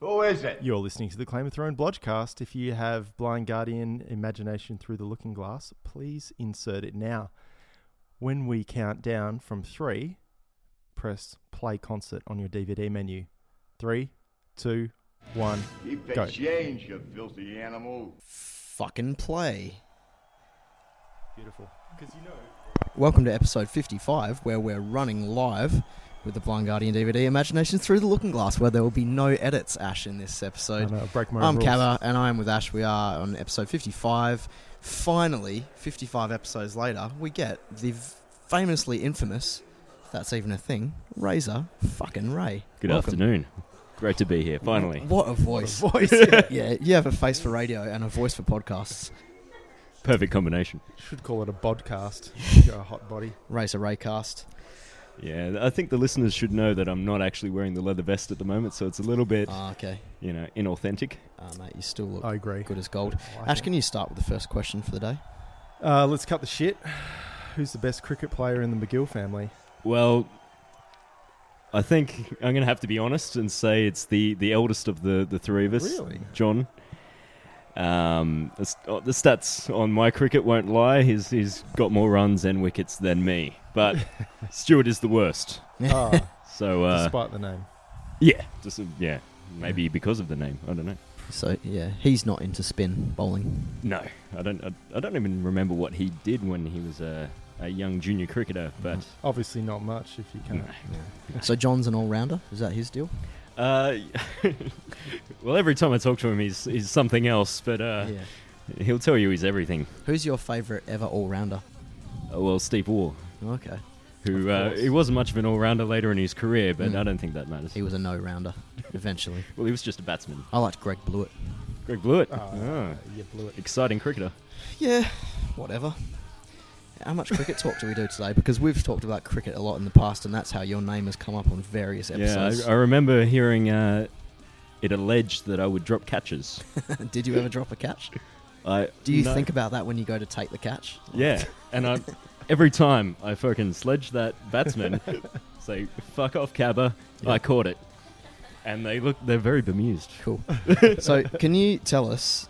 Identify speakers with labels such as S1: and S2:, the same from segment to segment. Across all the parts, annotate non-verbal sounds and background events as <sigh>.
S1: Who is it?
S2: You're listening to the Claim of Throne Blodgecast. If you have Blind Guardian Imagination Through the Looking Glass, please insert it now. When we count down from three, press play concert on your DVD menu. Three, two, one.
S1: Keep the
S2: Go.
S1: change, you filthy animal.
S3: Fucking play.
S2: Beautiful.
S3: Welcome to episode 55, where we're running live with the Blind Guardian DVD Imagination Through the Looking Glass, where there will be no edits, Ash, in this
S2: I
S3: episode.
S2: know, I break my
S3: I'm
S2: rules.
S3: Cabba, and I am with Ash. We are on episode 55. Finally, 55 episodes later, we get the v- famously infamous, if that's even a thing, Razor fucking Ray.
S4: Good
S3: Welcome.
S4: afternoon. Great to be here, finally.
S3: What a voice.
S2: <laughs> Voice.
S3: <laughs> yeah, you have a face for radio and a voice for podcasts.
S4: Perfect combination.
S2: Should call it a
S3: <laughs>
S2: podcast. You're a hot body.
S3: Razor Raycast.
S4: Yeah, I think the listeners should know that I'm not actually wearing the leather vest at the moment, so it's a little bit,
S3: Ah, okay.
S4: you know, inauthentic.
S3: Ah, mate, you still look
S2: I agree.
S3: good as gold.
S2: I like
S3: Ash,
S2: it.
S3: can you start with the first question for the day?
S2: Uh, let's cut the shit. <sighs> Who's the best cricket player in the McGill family?
S4: Well, I think I'm going to have to be honest and say it's the, the eldest of the, the three of
S3: <laughs>
S4: us,
S2: Really?
S4: John. Um, the st- oh, the stats on my cricket won't lie. He's, he's got more runs and wickets than me, <laughs> but Stuart is the worst.
S2: Ah,
S4: So, uh,
S2: despite the name.
S4: yeah, just, yeah, maybe because of the name. I don't know.
S3: So yeah, he's not into spin bowling.
S4: <laughs> No, I don't. I, I don't even remember what he did when he was a, a young junior cricketer. But
S2: Obviously not much if you uh, can't.
S3: So John's an all-rounder. Is that his deal?
S4: uh, <laughs> well, every time I talk to him, he's he's something else. But uh,
S3: yeah.
S4: he'll tell you he's everything.
S3: Who's your favourite ever all-rounder?
S4: Oh, well, Steve Waugh,
S3: Okay,
S2: Of
S4: who uh,
S2: course.
S4: he wasn't much of an all rounder later in his career, but
S3: Mm.
S4: I don't think that matters.
S3: he was a
S4: <laughs>
S3: no-rounder. Eventually,
S4: well, he was just a batsman.
S3: I liked Greg Blewett.
S4: Greg Blewett,
S2: Ah,
S4: Oh,
S2: You blew it.
S4: exciting cricketer.
S3: Yeah, whatever. How much cricket talk do we do today? Because we've talked about cricket a lot in the past, and that's how your name has come up on various
S4: Yeah,
S3: episodes.
S4: I, I remember hearing uh, it alleged that I would drop catches.
S3: <laughs> Did you ever drop a catch?
S4: I
S3: <laughs> Do you
S4: no.
S3: think about that when you go to take the
S4: <laughs>
S3: catch?
S4: Yeah, and I every time I fucking sledge that batsman, say fuck off, Cabba. I caught it, and they look they're very bemused.
S3: Cool. so, can you tell us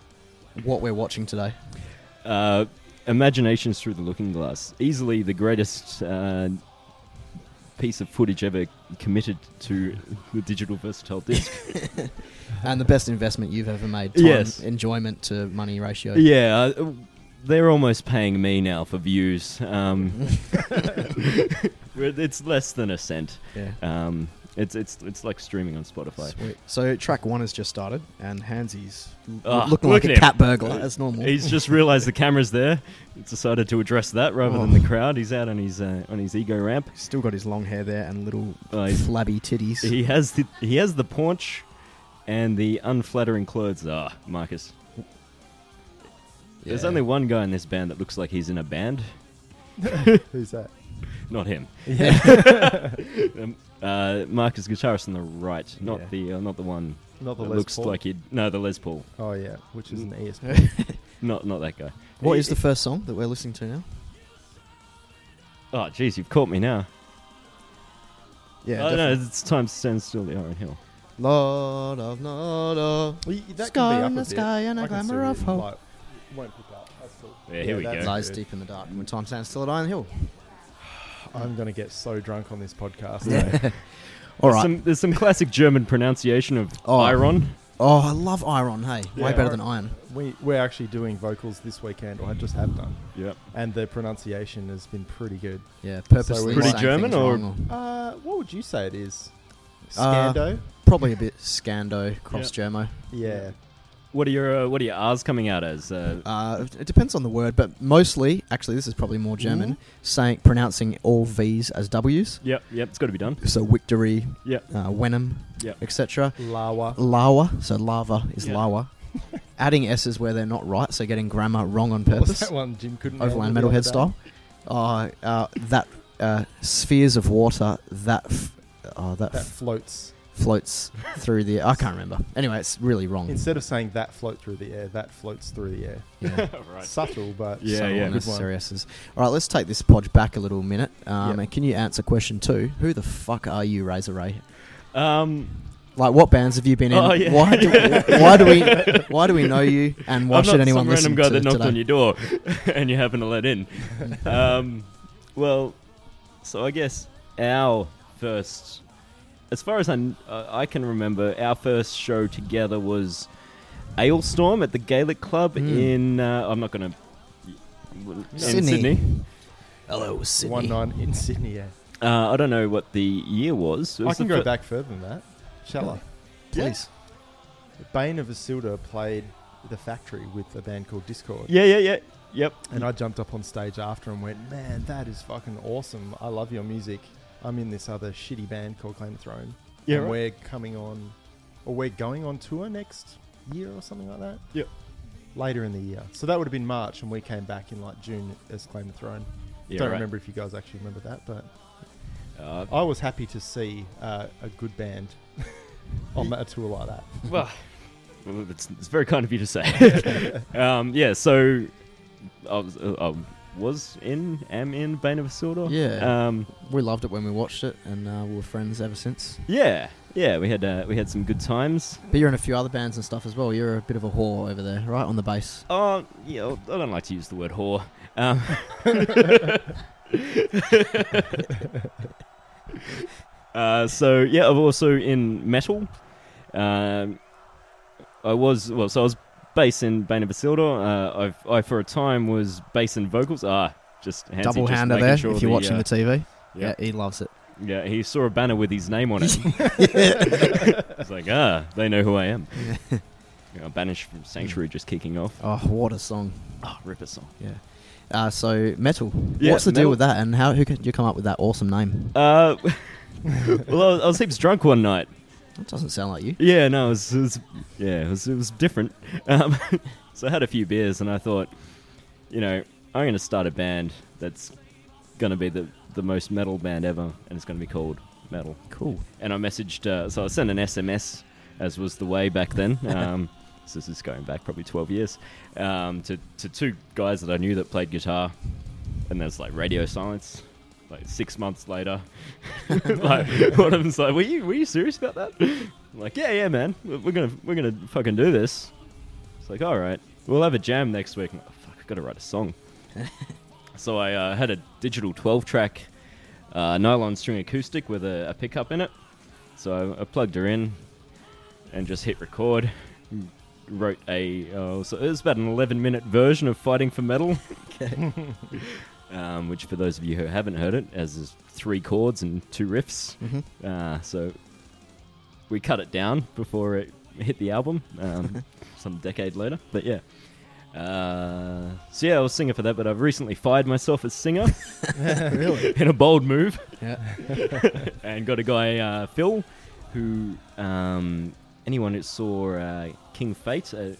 S3: what we're watching today?
S4: Uh, Imaginations through the Looking Glass, easily the greatest uh, piece of footage ever committed to the digital versatile disc.
S3: And the best investment you've ever made. Time,
S4: Yes.
S3: Enjoyment to money ratio.
S4: yeah, uh, they're almost paying me now for views. Um, <laughs> it's less than a cent.
S3: Yeah.
S4: Um, it's it's it's like streaming on Spotify.
S3: Sweet. So track one has just started, and Hansy's l-
S4: Ah,
S3: looking
S4: look
S3: like a
S4: at him.
S3: cat burglar as normal.
S4: He's just realised the camera's there. He's decided to address that rather than the crowd. He's out on his uh, on his ego ramp.
S5: Still got his long hair there and little.
S4: Uh, he's-
S3: flabby titties.
S4: he has the he has the paunch, and the unflattering clothes. Ah, Marcus. There's
S3: Yeah.
S4: only one guy in this band that looks like he's in a band.
S2: Who's that?
S4: Not him. <laughs> um, uh, Marcus, guitarist on the right, not
S2: Yeah.
S4: the uh, not the one
S2: Not the
S4: that
S2: Les
S4: looks
S2: Paul?
S4: like he. No, the Les Paul.
S2: Oh yeah, which is an ESP.
S3: <laughs>
S4: Not not that guy.
S3: What is the first song that we're listening to now?
S4: Oh, jeez, you've caught me now.
S5: Yeah,
S4: oh, no,
S5: definitely.
S4: it's time to stand still. The Iron Hill.
S3: Lord of Nodor.
S2: Well, y- that can
S3: Sky
S2: be up
S3: in
S2: a
S3: the
S2: bit.
S3: sky and a
S2: I can see
S3: glamour
S2: it,
S3: of hope.
S2: like, won't pick up. That's cool.
S4: Yeah, here we go.
S2: that's
S3: Lies
S2: good.
S3: deep in the dark. When time stands still at Iron Hill.
S2: I'm gonna get so drunk on this podcast.
S3: All
S4: There's
S3: right.
S4: Some, there's some classic German pronunciation of
S3: Oh.
S4: iron.
S3: Oh, I love Iron. Hey,
S2: Yeah.
S3: way better than Iron.
S2: <laughs> we we're actually doing vocals this weekend, or I just have done,
S4: Yep.
S2: and the pronunciation has been pretty good.
S3: Yeah, purposely.
S2: Pretty
S3: saying
S4: German
S3: things
S4: or-
S3: wrong
S2: Uh, what would you say it is?
S3: Uh,
S2: Scando.
S3: probably a bit Scando cross Germo.
S2: yeah.
S4: What are your uh, What are your R's coming out as? Uh,
S3: Uh, it- it depends on the word, but mostly, actually, this is probably more German.
S2: Mm.
S3: Saying pronouncing all V's as W's.
S4: yep, yep. It's got to be done.
S3: So Wictory,
S4: Yep,
S3: uh, Wenham,
S4: yep.
S3: etc.
S2: Lawa.
S3: Lawa, so lava is
S2: <laughs>
S4: Yeah.
S3: lawa. Adding S's where they're not right, so getting grammar wrong on
S2: What was
S3: purpose.
S2: that one Jim couldn't?
S3: Overland
S2: handle the other
S3: metalhead
S2: day?
S3: style. Uh, uh, that uh, spheres of water that f- uh, that,
S2: That
S3: f-
S2: floats.
S3: floats through the. I can't remember. Anyway, it's really wrong.
S2: Instead of saying that float through the air, that floats through the air.
S3: yeah.
S2: Subtle, but
S4: Yeah,
S3: so
S4: yeah.
S2: Good one.
S3: unnecessary S's. All right, let's take this podge back a little minute. Um,
S2: Yep.
S3: And can you answer question two? Who the fuck are you, Razor Ray?
S4: Um,
S3: Like, what bands have you been in?
S4: Oh, yeah.
S3: Why,
S4: <laughs>
S3: do, why do we why do we know you? And why
S4: I'm
S3: should
S4: not
S3: anyone
S4: some
S3: listen
S4: random guy
S3: to
S4: that knocked
S3: today?
S4: on your door <laughs> and you happen to let
S3: <laughs>
S4: in. um, well, so I guess our first, as far as I, kn- uh, I can remember, our first show together was Aylstorm at the Gaelic Club
S3: Mm.
S4: in. Uh, I'm not going to. In
S3: Sydney.
S4: Sydney.
S3: Hello, Sydney.
S2: One nine in Sydney. Yeah,
S4: Uh, I don't know what the year was. It
S2: I
S4: was
S2: can
S4: the
S2: go
S4: fir-
S2: back further than that. Shall I?
S3: Please.
S2: Bane of Isilda played the factory with a band called Discord,
S4: Yeah, yeah, yeah. Yep.
S2: and I jumped up on stage after and went, "Man, that is fucking awesome! I love your music. I'm in this other shitty band called Claim the Throne,
S4: Yeah,
S2: and
S4: right.
S2: we're coming on, or we're going on tour next year or something like that.
S4: Yep.
S2: Later in the year, so that would have been March, and we came back in like June as Claim the Throne.
S4: Yeah,
S2: Don't
S4: right.
S2: remember if you guys actually remember that, but
S4: Uh,
S2: I was happy to see uh, a good band <laughs> on a tour like that.
S4: Oh, Well, it's, it's very kind of you
S2: <laughs>
S4: to say. <laughs> um, yeah, so I was, uh, I was in, am in Bane of Isildur.
S3: Yeah.
S4: Um,
S3: We loved it when we watched it, and uh, we were friends ever since.
S4: yeah, yeah. We had uh, we had some good times.
S3: But you're in a few other bands and stuff as well. You're a bit of a whore over there, right on the bass.
S4: Oh, yeah. I don't like to use the word whore. Um, <laughs> uh, so yeah, I'm also in metal. Um, I was well, so I was bass in Bane of Isildur. Uh, I've, I for a time was bass and vocals. Ah, just Hansi
S3: Double
S4: just
S3: hander
S4: making
S3: there.
S4: sure
S3: if you're
S4: the,
S3: watching
S4: uh,
S3: the TV,
S4: yeah.
S3: yeah. he loves it.
S4: yeah, he saw a banner with his name on
S3: <laughs>
S4: it. <laughs> It's like ah, they know who
S3: <laughs>
S4: I am. you know, banished from Sanctuary just kicking off.
S3: Oh, what a song!
S4: Ah, Ripper song.
S3: Yeah. Uh, so metal.
S4: Yeah,
S3: What's the
S4: metal.
S3: deal with that? And how who could you come up with that awesome name?
S4: Uh, <laughs> well, I was, I was heaps drunk one night.
S3: That doesn't sound like you.
S4: Yeah, no, it was, it was yeah, it was, it was different. Um, <laughs> so I had a few beers, and I thought, you know, I'm going to start a band that's going to be the the most metal band ever, and it's going to be called Metal.
S3: Cool.
S4: And I messaged, uh, so I sent an SMS, as was the way back then. Um, so this is going back probably 12 years, um, to to two guys that I knew that played guitar, and there's like radio silence. Like six months later, <laughs> like one of them's like, "Were you were you serious about that?" I'm like, "Yeah, yeah, man, we're we're gonna we're gonna fucking do this." It's like, "All right, we'll have a jam next week." I'm like, "Fuck, I gotta write a song." so I uh, had a digital 12 track uh, nylon string acoustic with a, a pickup in it. So I, I plugged her in and just hit record. Wrote a uh, so it was about an 11 minute version of Fighting for Metal. <laughs> um, which for those of you who haven't heard it, as is three chords and two riffs.
S3: Mhm.
S4: Uh, so we cut it down before it hit the album, um, some decade later. But yeah. Uh, so yeah, I was singer for that, but I've recently fired myself
S2: <laughs>
S4: as singer
S3: really?
S4: in a bold move <laughs>
S3: Yeah.
S4: and got a guy, uh, Phil, who um, anyone who saw uh, King Fate, uh,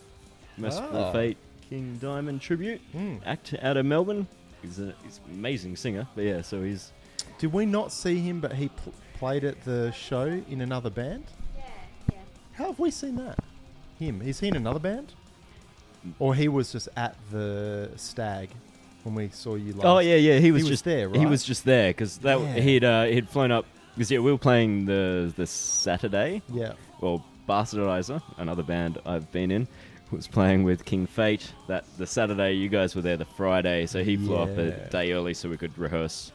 S4: Merciful
S2: Ah.
S4: Fate, King Diamond tribute
S2: Mm.
S4: act out of Melbourne. He's, a, he's an amazing singer, but yeah, so he's
S2: Did we not see him, but he pl- played at the show in another band? How have we seen that? Him? Is he in another band? Or he was just at the stag when we saw you last?
S4: Oh yeah, yeah. He was,
S2: was
S4: just
S2: there,
S4: He
S2: right?
S4: was just there because that
S2: Yeah.
S4: he'd uh, he'd flown up because yeah, we were playing the the Saturday.
S2: Yeah.
S4: Well, Bastardizer, another band I've been in, was playing with King Fate that the Saturday. You guys were there the Friday, so he flew up a
S2: Yeah.
S4: day early so we could rehearse.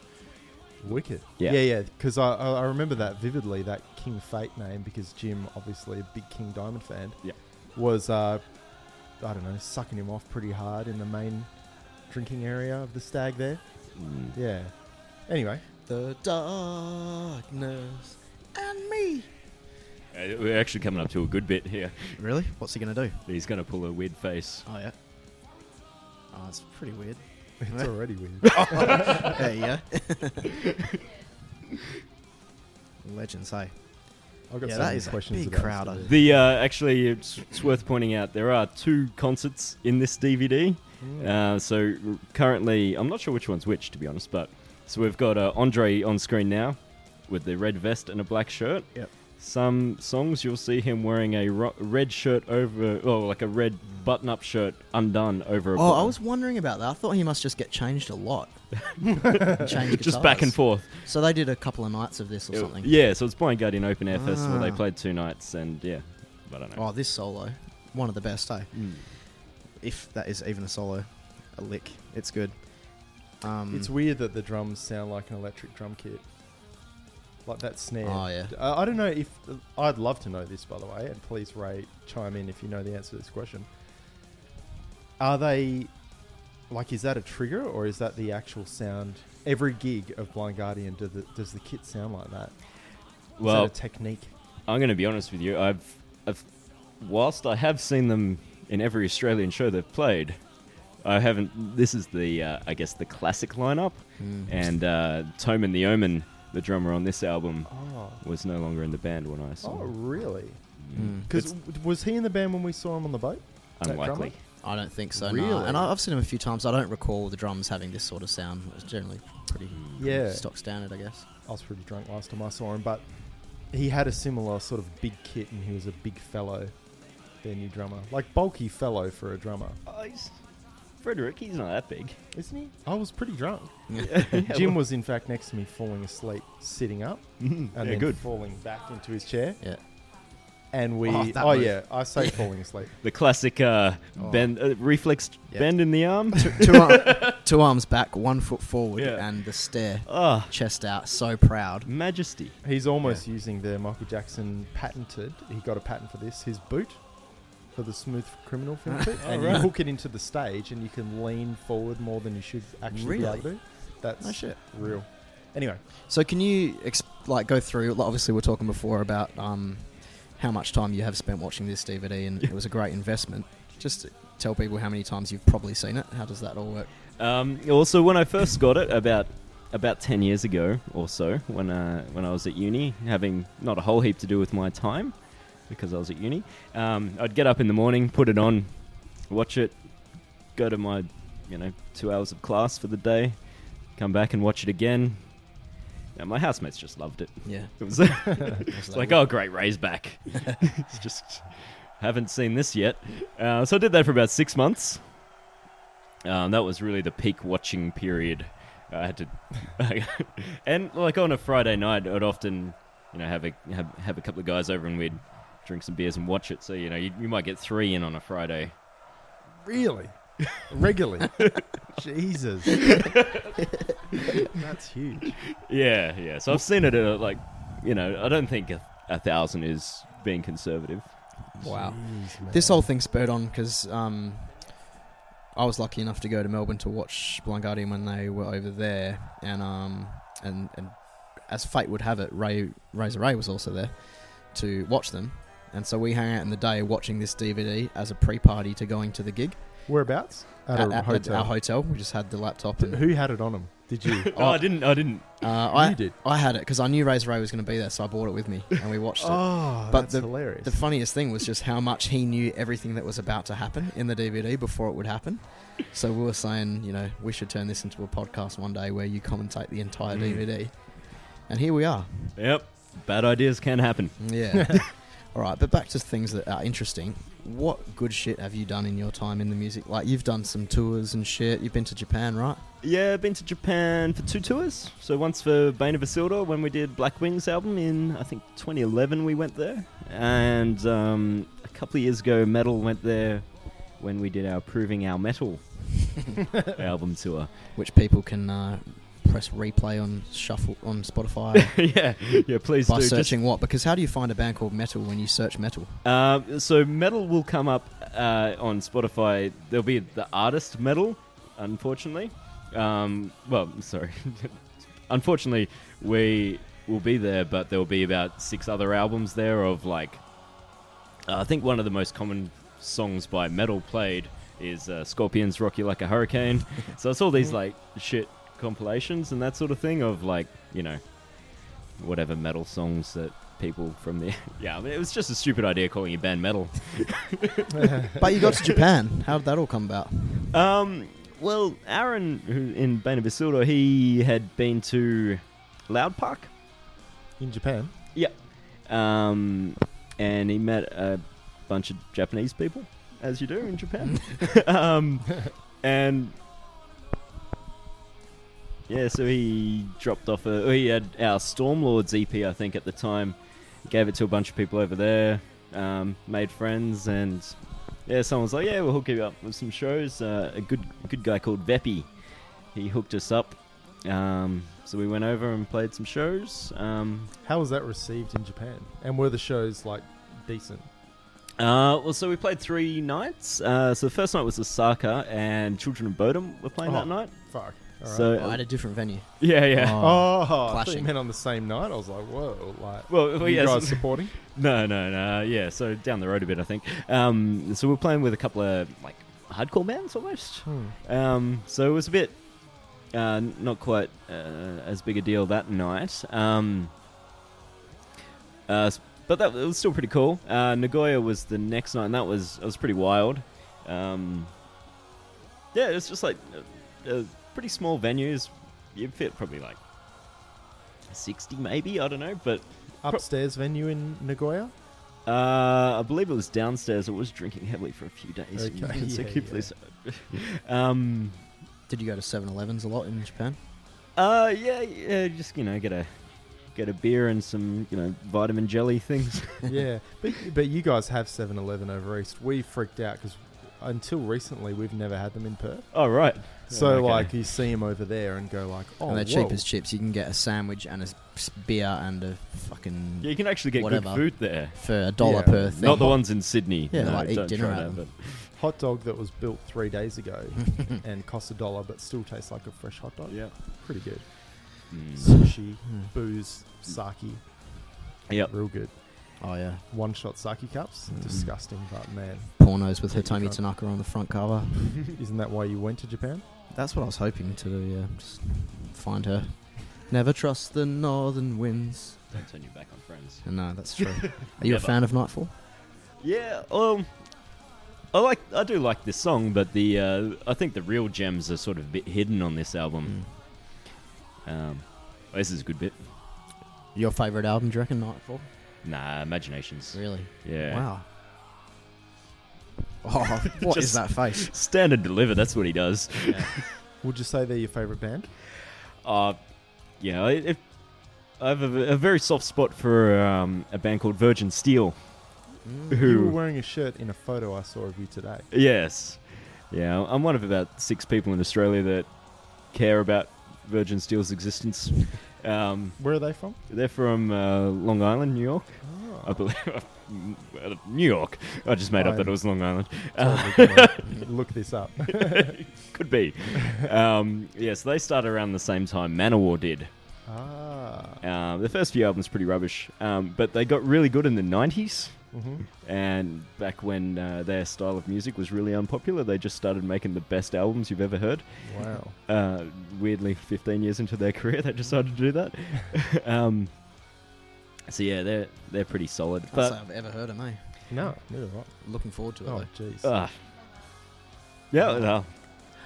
S2: Wicked.
S4: Yeah.
S2: yeah, Because I I, I remember that vividly, that King Fate name, because Jim, obviously a big King Diamond fan,
S4: Yeah.
S2: was uh, I don't know, sucking him off pretty hard in the main drinking area of the stag there.
S4: Mm.
S2: Yeah. Anyway, <laughs>
S3: The darkness and me.
S4: Uh, We're actually coming up to a good bit here. <laughs>
S3: Really? What's he gonna do?
S4: He's going to pull a weird face.
S3: Oh yeah. Oh, it's pretty weird.
S2: it's
S4: <laughs>
S3: Right.
S2: already weird.
S3: <laughs> there you go. <laughs> Legends, hey.
S2: I've got
S3: Yeah,
S2: so
S3: that
S2: many
S3: is a
S2: questions
S3: big
S2: about this
S3: crowd, I
S2: video.
S4: The uh, actually, it's, it's worth pointing out there are two concerts in this DVD. Uh, so r- currently, I'm not sure which one's which, to be honest. But so we've got uh, Andre on screen now with the red vest and a black shirt.
S3: Yep.
S4: Some songs you'll see him wearing a ro- red shirt over, oh, like a red button-up shirt undone over. A
S3: Oh, I
S4: button.
S3: was wondering about that. I thought he must just get changed a <laughs> lot. Change
S4: <laughs> just back and
S3: guitars.
S4: forth.
S3: So they did a couple of nights of this or
S4: It-
S3: something.
S4: Yeah, so it's Blind Guardian Open Air Festival. They
S3: Ah.
S4: played two nights, and yeah, I don't know.
S3: Oh, this solo, one of the best, eh?
S4: Mm.
S5: If that is even a solo, a lick. It's good.
S3: Mm.
S5: Um,
S2: It's weird that the drums sound like an electric drum kit. Like that snare.
S3: Oh, yeah.
S2: Uh, I don't know if. I'd love to know this, by the way, and please, Ray, chime in if you know the answer to this question. Are they. Like, is that a trigger or is that the actual sound? Every gig of Blind Guardian, do the, does the kit sound like that? Is
S4: Well,
S2: that a technique?
S4: I'm going to be honest with you. I've, I've, whilst I have seen them in every Australian show they've played, I haven't. This is the, uh, I guess, the classic lineup,
S5: hmm,
S3: Mm-hmm.
S4: and uh, Toman the Omen, the drummer on this album,
S2: Oh.
S4: was no longer in the band when I saw.
S2: Oh,
S4: him.
S2: really?
S5: hmm.
S3: Mm.
S2: Because was he in the band when we saw him on the boat? that drummer?
S4: Unlikely.
S3: I don't think so. No.
S2: Really?
S3: And I, I've seen him a few times. I don't recall the drums having this sort of sound. It's generally pretty
S2: Yeah.
S3: stock standard, I guess.
S2: I was pretty drunk last time I saw him, but he had a similar sort of big kit and he was a big fellow, their new drummer. Like bulky fellow for a drummer,
S4: Oh, he's, Frederick, he's not that big.
S2: isn't he? I was pretty drunk.
S4: Yeah,
S2: Jim
S4: well-
S2: was in fact next to me falling asleep, sitting up,
S4: Mhm.
S2: <laughs> and
S4: yeah,
S2: then
S4: good.
S2: falling back into his chair.
S3: <laughs> Yeah.
S2: And we,
S3: Oh,
S2: oh,
S3: that move.
S2: yeah, I say falling asleep.
S4: The classic uh,
S2: Oh.
S4: bend, uh, reflex
S5: Yeah.
S4: bend in the arm. <laughs>
S3: two, two,
S5: <laughs>
S3: ar- two arms back, one foot forward,
S4: Yeah.
S3: and the stare,
S5: Oh.
S4: Ah,
S3: chest out, so proud.
S4: majesty.
S2: He's almost using the Michael Jackson patented. He got a patent for this. His boot for the smooth criminal
S3: <laughs>
S2: film clip,
S3: Oh,
S2: and you hook it into the stage, and you can lean forward more than you should actually be able
S3: Really?
S2: to. That's
S3: No shit.
S2: real. Anyway,
S3: So can you exp- like go through? like, Obviously, we we're talking before about um, how much time you have spent watching this DVD, and it was a great investment. Just tell people how many times you've probably seen it. How does that all work?
S4: Um, also, when I first got it about about ten years ago or so, when uh, when I was at uni, having not a whole heap to do with my time because I was at uni, um, I'd get up in the morning, put it on, watch it, go to my you know two hours of class for the day, come back and watch it again. And my housemates just loved it.
S3: Yeah,
S4: It was it's like, oh, great, Ray's back. <laughs> it's just haven't seen this yet. Uh, so I did that for about six months. Um, that was really the peak watching period. I had to, <laughs> and like on a Friday night, I'd often, you know, have a have, have a couple of guys over and we'd drink some beers and watch it. So you know, you, you might get three in on a Friday.
S2: really, <laughs>
S3: <laughs>
S2: regularly. Jesus, that's huge.
S4: Yeah, yeah. So I've seen it at like, you know, I don't think a, a thousand is being conservative.
S3: wow.
S2: Jeez, man.
S3: This whole thing spurred on because um, I was lucky enough to go to Melbourne to watch Blind Guardian when they were over there, and um, and and as fate would have it, Ray Razor Ray was also there to watch them, and so we hang out in the day watching this DVD as a pre-party to going to the gig
S2: whereabouts at, a hotel.
S3: our hotel. We just had the laptop,
S2: <laughs> D-
S3: and
S2: Who had it on him? Did you?
S3: <laughs>
S4: Oh, I didn't. I didn't.
S3: uh,
S2: you
S3: I
S2: did.
S3: I had it because I knew Razor Ray was going to be there, so I bought it with me, and
S2: <laughs>
S3: we watched it.
S2: Oh,
S3: But
S2: that's
S3: the-
S2: hilarious.
S3: The funniest thing was just how much he knew everything that was about to happen in the DVD before it would happen. So we were saying, you know, we should turn this into a podcast one day where you commentate the entire
S4: Mm.
S3: DVD. And here we are.
S4: Yep. Bad ideas can happen. <laughs>
S3: Yeah. All right, but back to things that are interesting. What good shit have you done in your time in the music? Like you've done some tours and shit. You've been to Japan, right?
S4: Yeah, I've been to Japan for two tours. So once for Bane of Isildur when we did Black Wings album in I think 2011 we went there, and um, a couple of years ago Metal went there when we did our Proving Our Metal album tour.
S3: Which people can uh, press replay on shuffle on Spotify
S4: yeah, yeah. <laughs> Please
S3: by
S4: do. Just-
S3: searching what? Because how do you find a band called Metal when you search
S4: <laughs>
S3: Metal?
S4: Um, so metal will come up uh, on Spotify. There'll be the artist metal, unfortunately. Um, well, <laughs> sorry. unfortunately, we will be there, but there'll be about six other albums there of like. Uh, I think one of the most common songs by metal played is uh, Scorpions "Rock You Like a Hurricane." so it's all these like shit compilations and that sort of thing of like you know whatever metal songs that people from <laughs> the yeah I mean, it was just a stupid idea calling your band metal
S3: But you got to Japan. How did that all come about?
S4: <laughs> um well aaron who in bane of Isildur, he had been to loud park
S2: in Japan.
S4: Yep. um, and he met a bunch of Japanese people, as you do in Japan. <laughs> um, and yeah, so he dropped off a. He had our Stormlords EP, I think, at the time. Gave it to a bunch of people over there. Um, made friends, and yeah, someone was like, "Yeah, we'll hook you up with some shows." Uh, a good, a good guy called Veppy. He hooked us up. Um, so we went over and played some shows. Um,
S2: How was that received in Japan? And were the shows like decent?
S4: Uh, well, so we played three nights. Uh, so the first night was Osaka, and Children of Bodom were playing
S2: Oh,
S4: that night.
S2: Fuck. All right.
S4: So
S3: Oh, at a different venue.
S4: yeah, yeah.
S2: oh, I thought you
S3: clashing.
S2: meant on the same night. I was like, whoa, like.
S4: Oh. Well, well
S2: you
S4: yeah,
S2: guys
S4: so-
S2: supporting?
S4: <laughs> no, no, no. Yeah, so down the road a bit, I think. Um, so we're playing with a couple of like hardcore bands almost.
S2: Hmm.
S4: Um, so it was a bit uh, n- not quite uh, as big a deal that night. Um, uh, s- but that it was still pretty cool. Uh, Nagoya was the next night, and that was it was pretty wild. Um, yeah, it was just like a, a pretty small venues. You'd fit probably like sixty, maybe I don't know, but
S2: Upstairs venue in Nagoya.
S4: uh, I believe it was downstairs. I was drinking heavily for a few days
S2: Okay.
S4: <laughs> consecutively.
S2: Yeah,
S4: So, <laughs> um,
S3: Did you go to 7-Elevens a lot in Japan?
S4: uh, yeah, yeah, just you know, get a get a beer and some you know vitamin jelly things. <laughs>
S2: yeah, but but you guys have 7-Eleven over east. We freaked out because until recently we've never had them in Perth.
S4: oh right.
S2: So
S4: okay.
S2: like you see them over there and go like, oh,
S3: and they're
S2: whoa.
S3: cheap as chips. You can get a sandwich and a s- beer and a fucking
S4: Yeah, you can actually get
S3: Whatever.
S4: good food there.
S3: for a dollar
S2: Yeah.
S3: per thing.
S4: Not
S3: <laughs>
S4: the ones in Sydney.
S3: Yeah,
S4: no,
S3: like, eat
S4: don't
S3: dinner
S4: try
S3: out
S4: that.
S3: of
S4: But
S2: hot dog that was built three days ago
S3: Hmm.
S2: and costs a dollar but still tastes like a fresh hot dog.
S4: oh, yeah.
S2: Pretty good.
S3: Hmm.
S4: Mm.
S2: Sushi, booze, sake,
S4: Yep.
S2: real good.
S3: Oh yeah,
S2: One shot sake cups,
S4: Hmm.
S2: disgusting, but man, <laughs>
S3: pornos with
S2: Take your
S3: Hitomi
S2: time.
S3: Tanaka on the front cover.
S2: isn't that why you went to Japan?
S3: That's what I was hoping to do. Yeah, just find her. Never trust the northern winds.
S4: Don't turn your back on friends.
S3: No, that's true. Are you a
S4: Never.
S3: fan of Nightfall?
S4: Yeah. Um. I like. I do like this song, but the uh, I think the real gems are sort of a bit hidden on this album.
S3: Hmm.
S4: Um, this is a good bit.
S3: Your favorite album? Do you reckon Nightfall?
S4: Nah, imaginations.
S3: Really?
S4: Yeah.
S3: Wow. Oh, <laughs> what is
S4: Just-
S3: that face?
S4: Stand and deliver. That's what he does.
S2: Would you say they're your favorite band?
S4: Uh, yeah. I if- I have a, a very soft spot for um, a band called Virgin Steel.
S2: You were
S4: Who?
S2: wearing a shirt in a photo I saw of you today.
S4: Yes. Yeah. I'm one of about six people in Australia that care about Virgin Steel's existence. Um,
S2: Where are they from?
S4: they're from uh, Long Island, New York. I believe <laughs> New York. I just made up that it was Long Island. Uh,
S2: Totally gonna
S4: <laughs>
S2: look this up. <laughs>
S4: could be. Um, yeah, so they started around the same time Manowar did.
S2: ah,
S4: Um, the first few albums pretty rubbish, um, but they got really good in the '90s.
S2: Mhm.
S4: And back when uh, their style of music was really unpopular, they just started making the best albums you've ever heard.
S2: wow.
S4: Uh, weirdly, 15 years into their <laughs> career, they decided to
S2: <laughs>
S4: do that. um, so yeah, they're they're pretty solid.
S3: That's
S4: But
S3: I've ever heard of me.
S2: No, neither have
S3: Looking forward
S2: I.
S3: to it.
S2: Oh,
S3: though.
S2: jeez.
S4: Ah. yeah, well,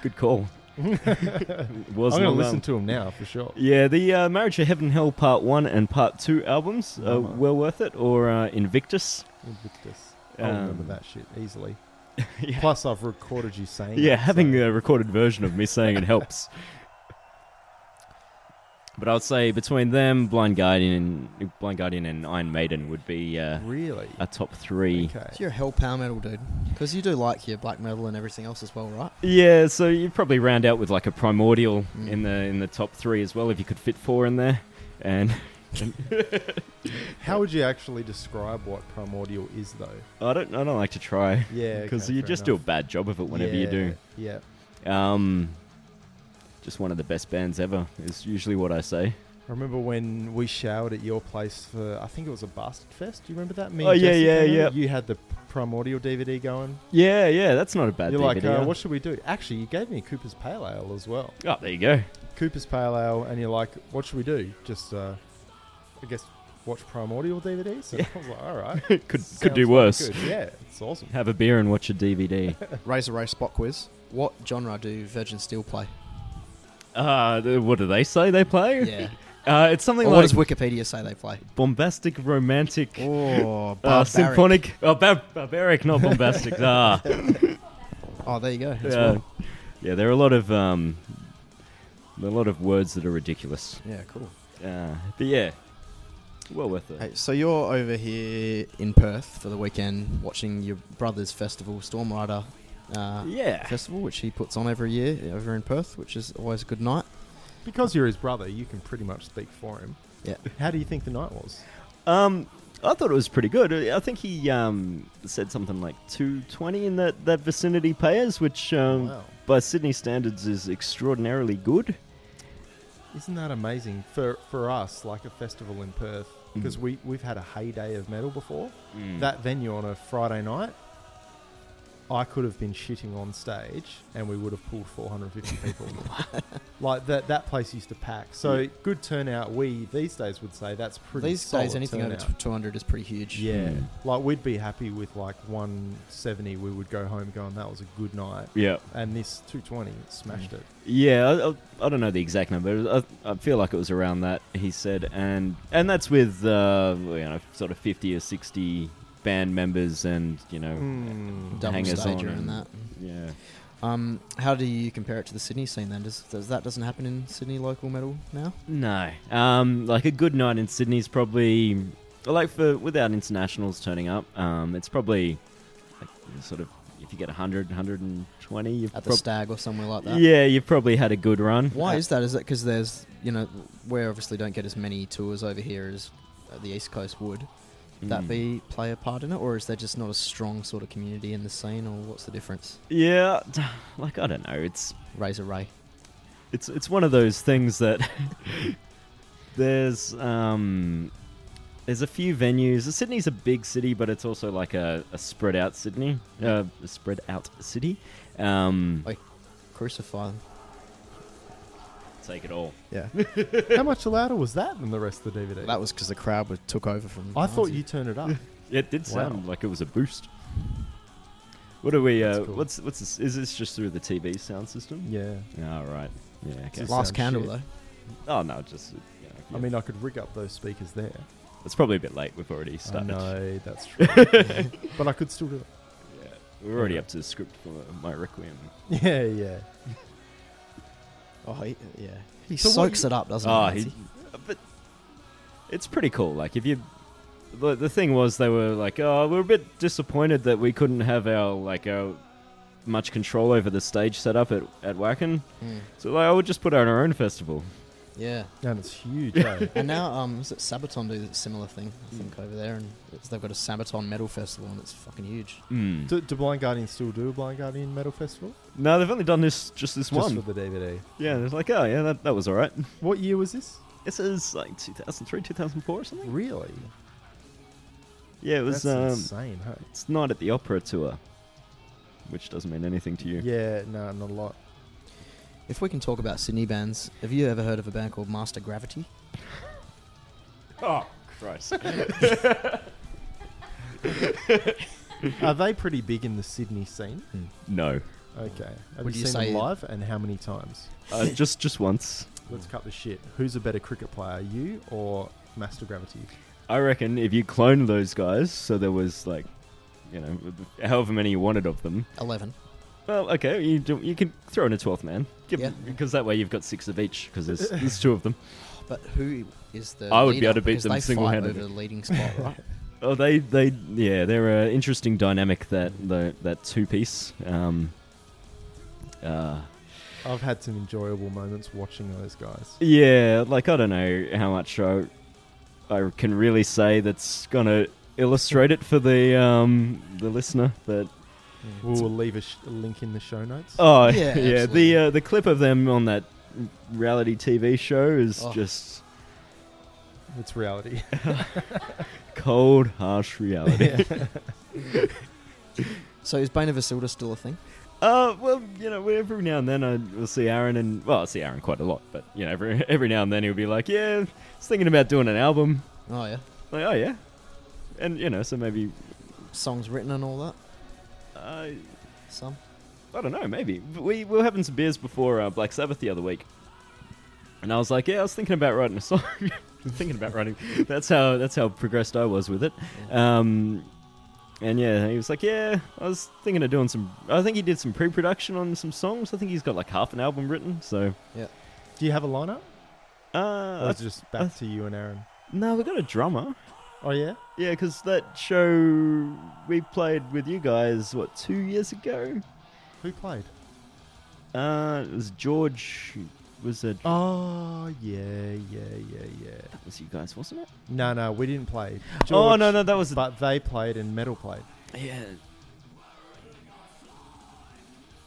S4: good call.
S2: <laughs> I'm
S4: was
S2: going to
S4: Long
S2: listen
S4: Island.
S2: to them now for sure.
S4: Yeah, the uh, Marriage of Heaven Hell Part One and Part Two albums are
S2: Oh, my.
S4: well worth it. Or uh, Invictus.
S2: Invictus. I'll remember
S4: Um,
S2: that shit easily.
S4: <laughs> yeah,
S2: Plus, I've recorded you saying.
S4: yeah
S2: it,
S4: having
S2: so-
S4: a recorded version of me saying it helps. But I'd say between them, Blind Guardian, and Blind Guardian, and Iron Maiden would be uh,
S2: really.
S4: a top three.
S2: Okay.
S3: So you're a hell power metal dude, because you do like your black metal and everything else as well, right?
S4: Yeah, so you'd probably round out with like a Primordial
S3: Mm.
S4: in the in the top three as well, if you could fit four in there. And <laughs>
S2: How would you actually describe what primordial is, though?
S4: I don't I don't like to try <laughs>
S2: Yeah,
S4: because
S2: okay,
S4: you
S2: fair
S4: just do a
S2: enough.
S4: bad job of it whenever you
S2: Yeah, Yeah.
S4: do. Um, just one of the best bands ever is usually what I say.
S2: I remember when we showered at your place for I think it was a Bastard Fest. Do you remember that? Me
S4: Oh,
S2: and
S4: yeah,
S2: Jesse
S4: yeah,
S2: came
S4: yeah.
S2: over. You had the primordial DVD going.
S4: Yeah, yeah, that's not a bad.
S2: You're like,
S4: DVD.
S2: uh, what should we do? Actually, you gave me a Cooper's Pale Ale as well.
S4: Oh, there you go.
S2: Cooper's Pale Ale, and you're like, what should we do? Just, uh, I guess, watch primordial <laughs> DVDs. And I was like, all right,
S4: <laughs> could
S2: sounds
S4: could do
S2: fucking
S4: worse.
S2: good. Yeah, it's awesome.
S4: Have a beer and watch a DVD.
S3: Razor Race spot quiz. What genre do Virgin Steel play?
S4: uh, th- what do they say they play?
S3: Yeah.
S4: Uh, it's something
S3: Or
S4: like
S3: what does Wikipedia say they play? Ah,
S4: bombastic,
S3: <laughs>
S4: romantic,
S5: Oh,
S4: uh,
S5: barbaric.
S4: symphonic. Oh, bar- barbaric, not bombastic. ah,
S3: Oh, there you go. That's
S4: yeah.
S3: one.
S4: yeah. There are a lot of um, a lot of words that are ridiculous.
S5: Yeah, cool.
S4: Uh, but yeah, well worth it.
S3: Hey, so you're over here in Perth for the weekend watching your brother's festival, Storm Rider uh,
S4: yeah,
S3: Festival, which he puts on every year over in Perth, which is always a good night.
S2: Because you're his brother, you can pretty much speak for him.
S3: Yeah.
S2: How do you think the night was?
S4: Um, I thought it was pretty good. I think he um, said something like 220 in that, that vicinity payers, which um,
S2: Wow.
S4: by Sydney standards is extraordinarily good.
S2: Isn't that amazing for for us? Like a festival in Perth, because
S4: Mm.
S2: we we've had a heyday of metal before.
S3: Mm.
S2: That venue on a Friday night, I could have been shitting on stage, and we would have pulled
S3: <laughs>
S2: 450 people. like that that place used to pack. So good turnout. We these days would say that's pretty.
S3: These
S2: solid
S3: days, anything over
S2: turnout.
S3: t- 200 is pretty huge.
S2: Yeah,
S4: Mm.
S2: like we'd be happy with like 170. We would go home going, that was a good night.
S4: yeah,
S2: And this 220 it
S3: Mm.
S2: smashed it.
S4: yeah. I, I, I don't know the exact number. I, I feel like it was around that. He said, and and that's with uh, you know sort of 50 or 60 band members, and you know,
S3: Hmm.
S2: Mm.
S3: Double
S4: Hangers
S3: stage
S4: on
S3: and
S4: and-
S3: that.
S4: yeah.
S3: Um, how do you compare it to the Sydney scene then? Does, does that doesn't happen in Sydney local metal now?
S4: No. Um, like a good night in Sydney's probably well, like for without internationals turning up. Um, it's probably like, sort of if you get 100, 120, you've
S3: At the
S4: prob-
S3: Stag or somewhere like that?
S4: yeah, you've probably had a good run.
S3: Why is that? Is that because there's you know we obviously don't get as many tours over here as uh, the East Coast would. Would That
S4: Mm.
S3: be play a part in it, or is there just not a strong sort of community in the scene, or what's the difference?
S4: Yeah, <sighs> like I don't know. It's
S3: Razor Ray.
S4: it's it's one of those things that <laughs> there's um there's a few venues. Sydney's a big city, but it's also like a, a spread out Sydney, uh, a spread out city. Um,
S3: Oi. Crucify them.
S4: take it all.
S5: Yeah,
S2: How much louder was that than the rest of the DVD?
S5: that was because the crowd was, took over from.
S2: I thought you turned it up.
S4: It did
S2: Wow.
S4: sound like it was a boost. What are we?
S2: That's
S4: Uh,
S2: cool.
S4: What's what's this? Is this just through the TV sound system?
S2: yeah.
S4: Yeah. oh, right. Yeah. Okay.
S2: Just-
S3: Last
S2: sound
S3: candle
S2: shit.
S3: though.
S4: Oh no, just. You know, yeah.
S2: I mean, I could rig up those speakers there.
S4: it's probably a bit late. We've already
S2: I
S4: started.
S2: know that's true, but I could still do it.
S4: Yeah. We're already up to the script for my requiem.
S2: Yeah, yeah.
S5: Oh, he, yeah.
S3: He
S2: So what
S3: soaks it up, doesn't
S4: Ah,
S3: he?
S4: he,
S3: Nancy?
S4: but it's pretty cool. Like if you, the, the thing was they were like, oh, we're a bit disappointed that we couldn't have our like our much control over the stage setup at at Wacken.
S3: Mm.
S4: So like, I would just put out our own festival.
S3: Yeah.
S2: And it's huge. eh?
S3: and now, um, is it Sabaton do a similar thing? I think over there, and it's, they've got a Sabaton metal festival, and it's fucking huge.
S4: Mm.
S2: do, do Blind Guardian still do a Blind Guardian Metal Festival?
S4: No, they've only done this just this
S2: Just
S4: one.
S2: for the DVD.
S4: yeah, it's like, oh yeah, that, that was all right.
S2: What year was this?
S4: This is like 2003, 2004 or something.
S2: Really?
S4: Yeah, it was.
S2: that's
S4: um,
S2: insane. Huh?
S4: it's not at the opera tour, which doesn't mean anything to you.
S2: Yeah, no, not a lot.
S3: If we can talk about Sydney bands, have you ever heard of a band called Master Gravity?
S4: Oh Christ!
S2: Are they pretty big in the Sydney scene?
S4: no,
S2: Okay. Have
S3: Would
S2: you,
S3: you
S2: seen
S3: say-
S2: them live and how many times?
S4: uh, just just once.
S2: Let's cut the shit. Who's a better cricket player, you or Master Gravity?
S4: I reckon if you clone those guys, so there was like, you know, however many you wanted of them.
S3: Eleven.
S4: Well, okay, you do, you can throw in a twelfth man, Give-
S3: Yeah.
S4: because that way you've got six of each. Because <laughs> there's there's two of them.
S3: But who is the?
S4: I would be
S3: leader?
S4: able to beat
S3: Because
S4: them
S3: they fight
S4: single-handedly.
S3: over the leading
S4: <laughs>
S3: spot, right?
S4: Oh, they they yeah, they're an interesting dynamic that the, that two piece. Um, uh,
S2: I've had some enjoyable moments watching those guys.
S4: yeah, like I don't know how much I I can really say that's gonna illustrate it for the um the listener, but
S2: We'll leave a, sh- a link in the show notes.
S4: oh <laughs>
S3: Yeah,
S4: yeah,
S3: absolutely.
S4: the uh, the clip of them on that reality TV show is
S3: Oh.
S4: just
S2: It's reality. <laughs>
S4: cold,
S3: <laughs>
S4: harsh reality.
S3: So is Bane of Isilda still a thing?
S4: Uh, well, you know, every now and then I will see Aaron, and well, I see Aaron quite a lot, but you know, every <laughs> every now and then he'll be like, "Yeah, I was thinking about doing an album."
S3: Oh yeah,
S4: Like, oh yeah, and you know, so maybe,
S3: songs written and all that.
S4: uh,
S3: Some.
S4: I don't know, maybe we we were having some beers before uh, Black Sabbath the other week, And I was like, yeah, I was thinking about writing a <laughs> song. thinking about writing. That's how that's how progressed I was with it. Um, and yeah, he was like, yeah, I was thinking of doing some. I think he did some pre-production on some songs. I think he's got like half an album written. So
S2: Do you have a lineup? Or
S4: uh,
S2: Oh, is it just back to you and Aaron?
S4: no, we got a drummer.
S2: Oh yeah.
S4: Yeah, because that show we played with you guys what two years ago.
S2: Who played?
S4: Uh, it was George. Was it?
S2: Oh yeah, yeah, yeah, yeah.
S4: Was you guys? Wasn't it?
S2: No, no, we didn't play.
S4: oh
S2: George,
S4: no, no, that was.
S2: But they played and metal played.
S4: yeah,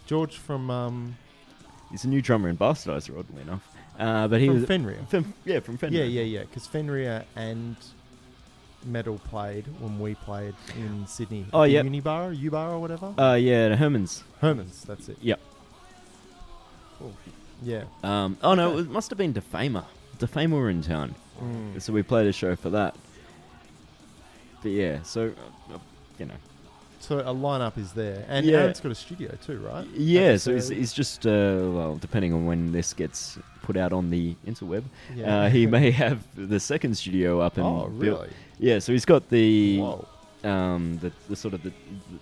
S2: George from um
S4: he's a new drummer in Bastardizer, oddly enough. Uh, but he
S2: from
S4: was
S2: Fenrir.
S4: Fen- yeah, from Fender.
S2: Yeah, yeah, yeah. Because Fenrir and Metal played when we played in Sydney.
S4: Oh,
S2: The
S4: yeah.
S2: Unibar, Ubar, or whatever.
S4: Uh, yeah, the Herman's.
S2: Herman's. That's it.
S4: Yep.
S2: Cool. Yeah.
S4: Um, oh no, it must have been Defamer. Defamer were in town,
S2: Mm.
S4: so we played a show for that. But yeah, so uh, uh, you know,
S2: So a lineup is there, and
S4: Yeah.
S2: Aaron's got a studio too, right?
S4: yeah.
S2: Like,
S4: So it's, it's just uh, well, depending on when this gets put out on the interweb,
S2: yeah.
S4: uh, he may <laughs> have the second studio up and
S2: oh,
S4: built-
S2: really?
S4: yeah. So he's got the
S2: Whoa.
S4: um the, the sort of the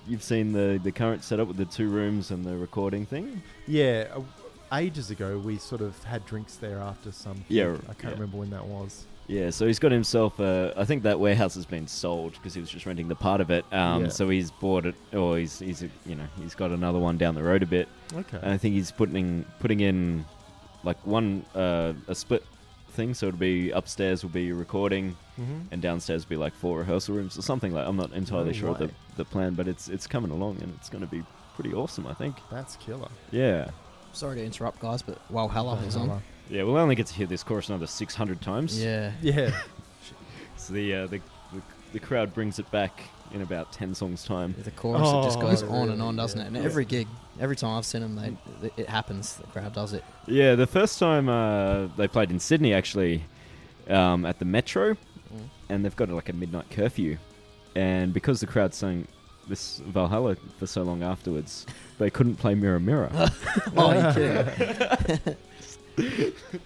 S4: you've seen the the current setup with the two rooms and the recording thing.
S2: Yeah. uh, Ages ago, we sort of had drinks there after some.
S4: Yeah,
S2: I can't
S4: yeah.
S2: remember when that was.
S4: Yeah, so he's got himself. A, I think that warehouse has been sold because he was just renting the part of it. Um,
S2: Yeah.
S4: So he's bought it, or he's he's you know he's got another one down the road a bit,
S2: Okay.
S4: and I think he's putting putting in like one uh, a split thing. So it'll be upstairs will be recording,
S2: mm-hmm.
S4: and downstairs will be like four rehearsal rooms or something like. I'm not entirely
S2: No
S4: sure of the
S2: way.
S4: the plan, but it's it's coming along and it's going to be pretty awesome. I think.
S2: That's killer.
S4: Yeah.
S3: Sorry to interrupt, guys, but while Hella is on.
S4: Yeah, we'll only get to hear this chorus another 600 times.
S3: Yeah.
S2: Yeah.
S4: So the, uh, the, the the crowd brings it back in about ten songs time.
S3: The chorus it just
S2: Oh,
S3: goes on
S2: really?
S3: and on, doesn't
S2: Yeah.
S3: it? And
S2: Yeah.
S3: every gig, every time I've seen them, they, it- it happens. The crowd does it.
S4: Yeah, the first time uh, they played in Sydney actually um, at the Metro,
S3: Mm.
S4: and they've got like a midnight curfew, and because the crowd sang this Valhalla for so long afterwards, they couldn't play Mirror Mirror.
S2: <laughs>
S3: Oh, you <laughs> kidding?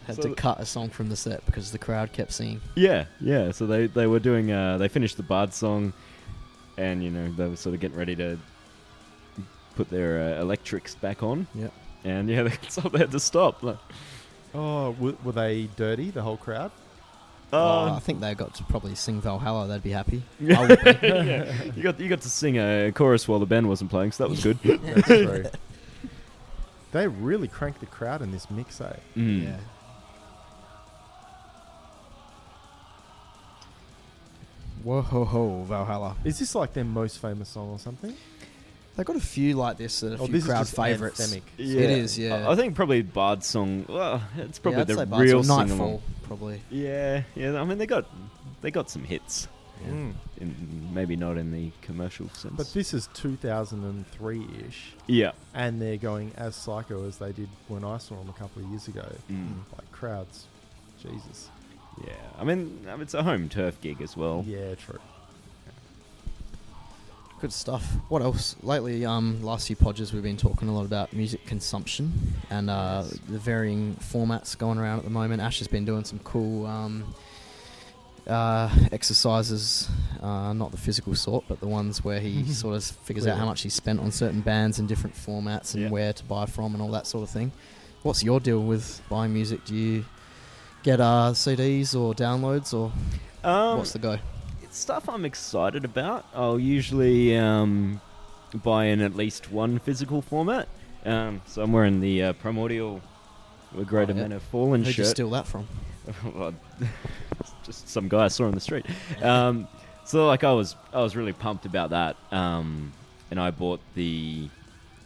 S3: Had
S4: So
S3: to
S4: the-
S3: cut a song from the set because the crowd kept singing.
S4: yeah, yeah. So they they were doing uh, they finished the Bard song, and you know they were sort of getting ready to put their uh, electrics back on.
S3: Yep.
S4: And yeah, <laughs> they, so they had to stop. Like,
S2: Oh, w- were they dirty? The whole crowd?
S4: <laughs>
S3: Oh, I
S2: Um,
S4: oh,
S3: think they got to probably sing Valhalla. They'd
S2: <laughs>
S3: be happy.
S4: Yeah.
S3: I would be.
S4: yeah. you got you got to sing a chorus while the band wasn't playing, so
S3: <laughs>
S4: that was good.
S2: That's true. They really cranked the crowd in this mix, eh?
S4: Mm.
S3: yeah. <laughs> Whoa ho ho, Valhalla.
S2: Is this like their most famous song or something?
S3: They got a few like this, a
S2: oh,
S3: few
S2: this
S3: crowd
S2: is just
S3: favorites.
S2: anthemic.
S4: Yeah.
S3: It is, yeah.
S4: I, I think probably Bard's song. Well, it's probably
S3: yeah, I'd say
S4: the
S3: Bart's
S4: real
S3: or
S4: sing
S3: Nightfall,
S4: along.
S3: probably.
S4: Yeah, yeah. I mean, they got they got some hits,
S2: Mm.
S4: in, maybe not in the commercial sense.
S2: But this is 2003 ish,
S4: yeah,
S2: and they're going as psycho as they did when I saw them a couple of years ago.
S4: Mm.
S2: Like crowds. Jesus.
S4: yeah. I mean, um, it's a home turf gig as well.
S2: Yeah, true.
S3: Good stuff. What else? Lately, um, last few podges, we've been talking a lot about music consumption and uh,
S4: Yes.
S3: the varying formats going around at the moment. Ash has been doing some cool um, uh, exercises, uh, not the physical sort, but the ones where he
S4: <laughs>
S3: sort of figures out how
S2: Clearly.
S3: much he spent on certain bands and different formats and
S4: Yeah.
S3: where to buy from and all that sort of thing. What's your deal with buying music? Do you get uh, CDs or downloads or
S4: Um,
S3: what's the go?
S4: it's stuff I'm excited about. I'll usually um, buy in at least one physical format. Um, so I'm wearing the uh, Primordial with Greater
S3: Oh, yeah.
S4: Men Have Fallen
S3: Who'd you
S4: shirt.
S3: steal that from?
S4: <laughs> Well, just some guy I saw on the street. Um, so like I was I was really pumped about that, um, and I bought the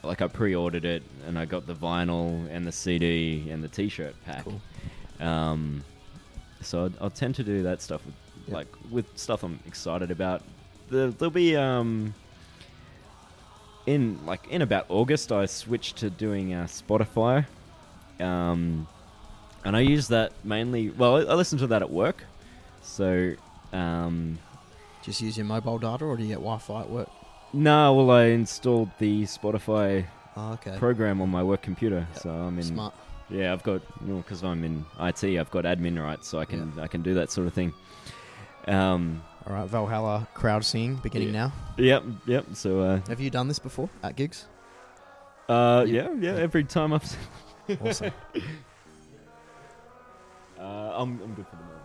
S4: like I pre-ordered it, and I got the vinyl and the CD and the T-shirt pack.
S3: Cool.
S4: Um, so I, I tend to do that stuff with
S3: Yeah.
S4: like with stuff I'm excited about. There, there'll be um, in like in about August I switched to doing uh, Spotify. Um, and I use that mainly. Well, I, I listen to that at work. So, um,
S3: Just use your mobile data, or do you get Wi-Fi at work?
S4: no, well, I installed the Spotify
S3: Oh, okay.
S4: program on my work computer.
S3: Yep,
S4: So I'm in
S3: Smart.
S4: Yeah, I've got because I'm in IT, I've got admin rights, so I can I can do that sort of thing. Um,
S3: All right, Valhalla crowd singing beginning now.
S4: yep, yep. So uh,
S3: Have you done this before at gigs?
S4: Uh, yeah, yeah. Every time I've. s-
S3: <laughs>
S4: <laughs>
S3: Awesome.
S4: Uh, I'm, I'm good for the moment.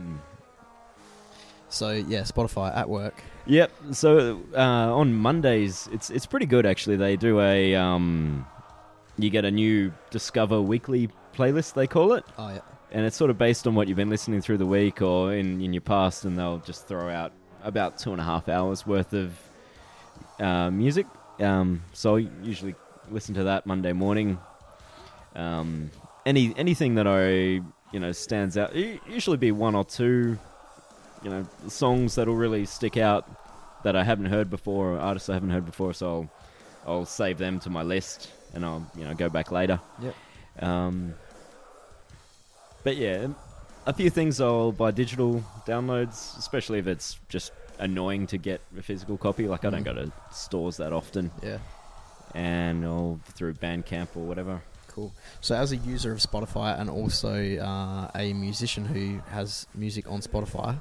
S4: Um,
S3: so yeah, Spotify at work.
S4: yep. So uh, on Mondays, it's it's pretty good actually. They do a um, you get a new Discover Weekly playlist they call it,
S3: Oh yeah.
S4: and it's sort of based on what you've been listening through the week or in in your past, and they'll just throw out about two and a half hours worth of uh, music. Um, so I usually listen to that Monday morning. Um, any anything that I you know stands out u- usually be one or two you know songs that'll really stick out that I haven't heard before or artists I haven't heard before. So I'll, I'll save them to my list and I'll you know go back later.
S3: Yep.
S4: Um, but yeah, a few things I'll buy digital downloads, especially if it's just annoying to get a physical copy. Like I don't
S3: Mm.
S4: go to stores that often,
S3: Yeah.
S4: and I'll through Bandcamp or whatever.
S3: Cool. So, as a user of Spotify and also uh, a musician who has music on Spotify,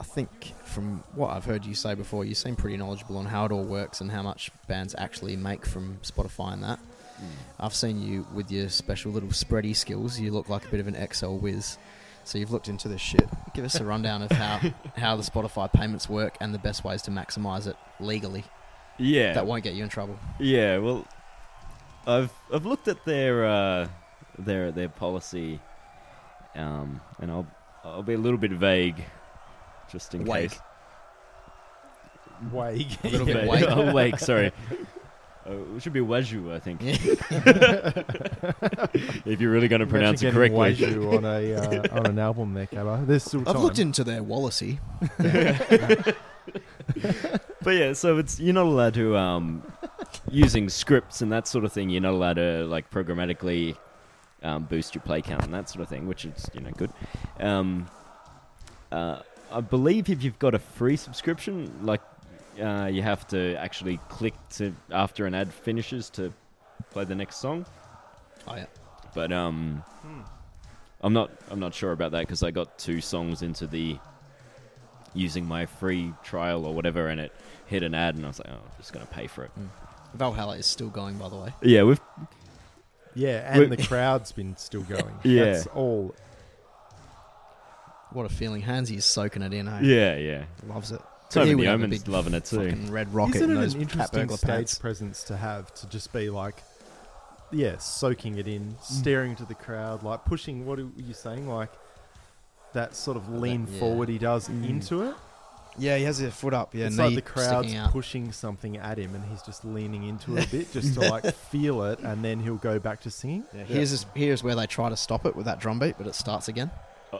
S3: I think from what I've heard you say before, you seem pretty knowledgeable on how it all works and how much bands actually make from Spotify and that. I've seen you with your special little spready skills. You look like a bit of an Excel whiz. So you've looked into this shit. Give us a rundown of
S4: <laughs>
S3: how, how the Spotify payments work and the best ways to maximize it legally.
S4: Yeah,
S3: That won't get you in trouble.
S4: Yeah, well, I've I've looked at their uh, their their policy, um, and I'll I'll be a little bit vague, just in
S3: Wake.
S4: case. Mm.
S2: <laughs> Wag.
S3: A little bit
S4: Va- <laughs>
S3: wake.
S4: oh,
S3: <laughs>
S4: wake, sorry. Uh, it should be Waju, I think, <laughs> if you're really going to pronounce it
S2: Imagine
S4: correctly.
S2: getting Waju on
S4: <laughs>
S2: a uh, on an album there, Gabba. There's still time.
S3: I've looked into their Wallacy.
S4: But yeah, so it's you're not allowed to um, using scripts and that sort of thing. You're not allowed to like programmatically um, boost your play count and that sort of thing, which is you know good. Um, uh, I believe if you've got a free subscription, like uh, you have to actually click to after an ad finishes to play the next song.
S3: Oh, yeah.
S4: But um, I'm not I'm not sure about that because I got two songs into the using my free trial or whatever, and it hit an ad, and I was like, oh, I'm just gonna pay for it.
S3: Valhalla is still going, by the way.
S4: Yeah, we've
S2: Yeah, and
S4: Wait.
S2: the crowd's been still going.
S4: <laughs> Yeah.
S2: That's all.
S3: What a feeling. Hansy is soaking it in, eh?
S4: yeah yeah.
S3: Loves it.
S4: Toby
S3: He
S4: and
S3: would
S4: the
S3: have a
S4: Omen's
S3: big
S4: loving it too.
S3: Fucking red rocket
S2: Isn't
S3: in
S2: it
S3: those
S2: an interesting
S3: Pat
S2: stage
S3: pants.
S2: presence to have to just be like, yeah, soaking it in, staring to the crowd, like pushing. What are you saying? Like that sort of lean
S3: yeah.
S2: forward he does
S5: Mm.
S2: into it.
S5: Yeah, he has his foot up. Yeah,
S2: it's
S5: knee.
S2: like the crowd's
S3: sticking out.
S2: pushing something at him, and he's just leaning into it a bit, just to like feel it, and then he'll go back to singing.
S5: Yeah,
S3: Here's, this, here's where they try to stop it with that drum beat, but it starts again.
S4: Uh,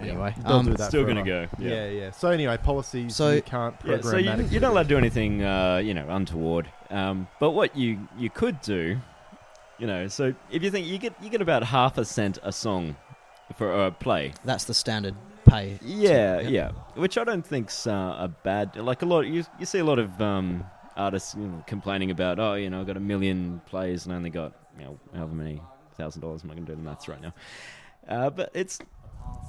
S3: Anyway,
S2: They'll
S3: um,
S2: do that.
S4: Still gonna
S2: forever.
S4: go. Yeah.
S2: yeah, So anyway, policies
S3: So-
S2: you can't
S4: Yeah,
S2: program.
S4: so you, you're not allowed to do anything, uh, you know, untoward. Um, but what you you could do, you know, so if you think you get you get about half a cent a song for a play,
S3: that's the standard pay. to-
S4: Yeah, yeah. Which I don't think's uh, a bad. Like a lot, you you see a lot of um, artists you know, complaining about. Oh, you know, I got a million plays and only got you know however many thousand dollars. I'm not going to do the maths right now. Uh, but it's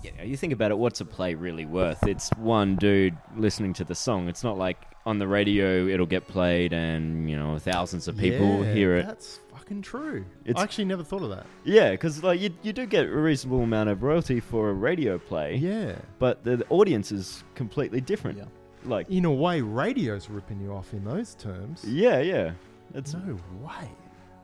S4: you know, you think about it. What's a play really worth? It's one dude listening to the song. It's not like on the radio it'll get played and you know thousands of people
S2: Yeah,
S4: hear it.
S2: That's fucking true.
S4: It's-
S2: I actually never thought of that.
S4: Yeah, because like you you do get a reasonable amount of royalty for a radio play.
S2: Yeah.
S4: But the, the audience is completely different.
S3: Yeah.
S4: Like
S2: In a way, radio's ripping you off in those terms.
S4: Yeah, yeah. It's
S2: No way.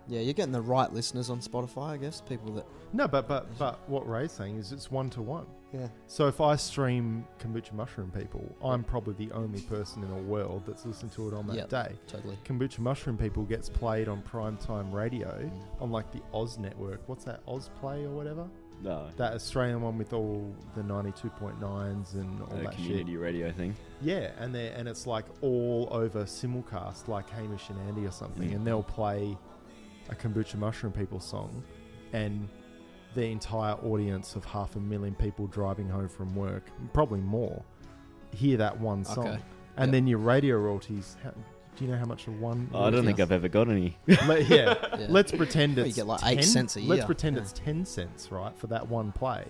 S3: Yeah, you're getting the right listeners on Spotify, I guess. People that.
S2: No, but but but what Ray's saying is it's one to one.
S3: Yeah.
S2: So if I stream kombucha mushroom people, I'm probably the only person in the world that's listened to it on that
S3: Yep.
S2: day.
S3: Totally.
S2: Kombucha mushroom people gets played on primetime radio on like the Oz network. What's that Oz Play or whatever?
S4: no,
S2: That Australian one with all the 92.9s and all
S4: a
S2: that shit.
S4: community radio thing.
S2: Yeah, and they and it's like all over simulcast, like Hamish and Andy or something,
S4: Mm.
S2: and they'll play a kombucha mushroom people song, and the entire audience of half a million people driving home from work, probably more, hear that one song,
S3: Okay.
S2: and
S3: Yep.
S2: then your radio royalties. ha- Do you know how much a one?
S4: Oh, I don't think I've ever
S2: <laughs>
S4: got any.
S2: Let, yeah.
S3: <laughs> Yeah.
S2: Let's pretend
S3: Well, you
S2: it's
S3: get like eight
S2: 10
S3: cents a
S2: Let's
S3: year.
S2: pretend
S3: Yeah.
S2: it's ten cents, right, for that one play.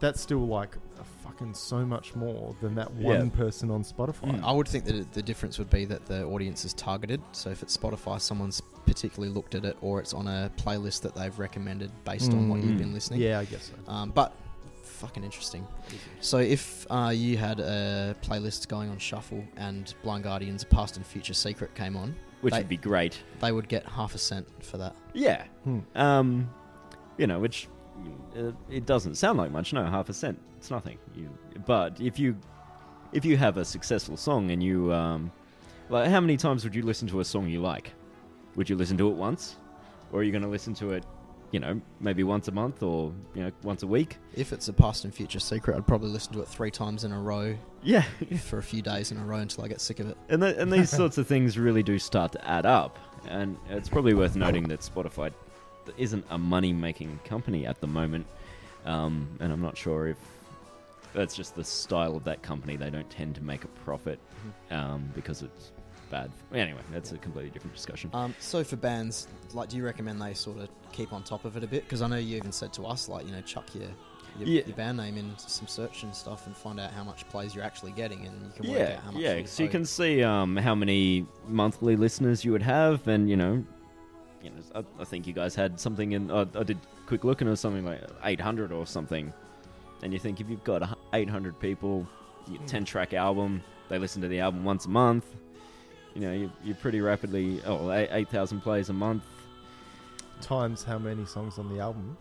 S2: That's still like a fucking so much more than that
S4: Yeah.
S2: one person on Spotify.
S4: Mm.
S3: I would think that the difference would be that the audience is targeted. So if it's Spotify, someone's particularly looked at it, or it's on a playlist that they've recommended based on what
S2: Mm.
S3: you've been listening.
S2: Yeah, I guess so.
S3: Um, but fucking interesting. So if uh, you had a playlist going on shuffle and Blind Guardian's Past and Future Secret came on,
S4: which
S3: They-
S4: would be great.
S3: they would get half a cent for that.
S4: Yeah.
S2: Hmm.
S4: Um, you know, which uh, it doesn't sound like much. No, half a cent. It's nothing. You, but if you if you have a successful song and you um, like, how many times would you listen to a song you like? Would you listen to it once, or are you going to listen to it? You know, maybe once a month or you know once a week.
S3: If it's a Past and Future Secret, I'd probably listen to it three times in a row
S4: Yeah, <laughs>
S3: for a few days in a row until I get sick of it.
S4: and th- and these sorts of things really do start to add up. And it's probably worth noting that Spotify isn't a money making company at the moment, um, and I'm not sure if that's just the style of that company. They don't tend to make a profit um, because it's bad. Anyway, that's a completely different discussion.
S3: Um, so for bands, like, do you recommend they sort of keep on top of it a bit? Because I know you even said to us, like, you know, chuck your your,
S4: Yeah.
S3: your band name in some search and stuff and find out how much plays you're actually getting, and you can work out
S4: yeah,
S3: how much.
S4: yeah.
S3: you
S4: So you
S3: owe.
S4: can see um, how many monthly listeners you would have, and you know, you know, I, I think you guys had something in. I I did a quick look, and it was something like 800 or something. And you think if you've got a hu- 800 people, your 10 track album, they listen to the album once a month. You know, you, you're pretty rapidly. Oh, eight- 8,000 plays a month.
S2: Times how many songs on the album?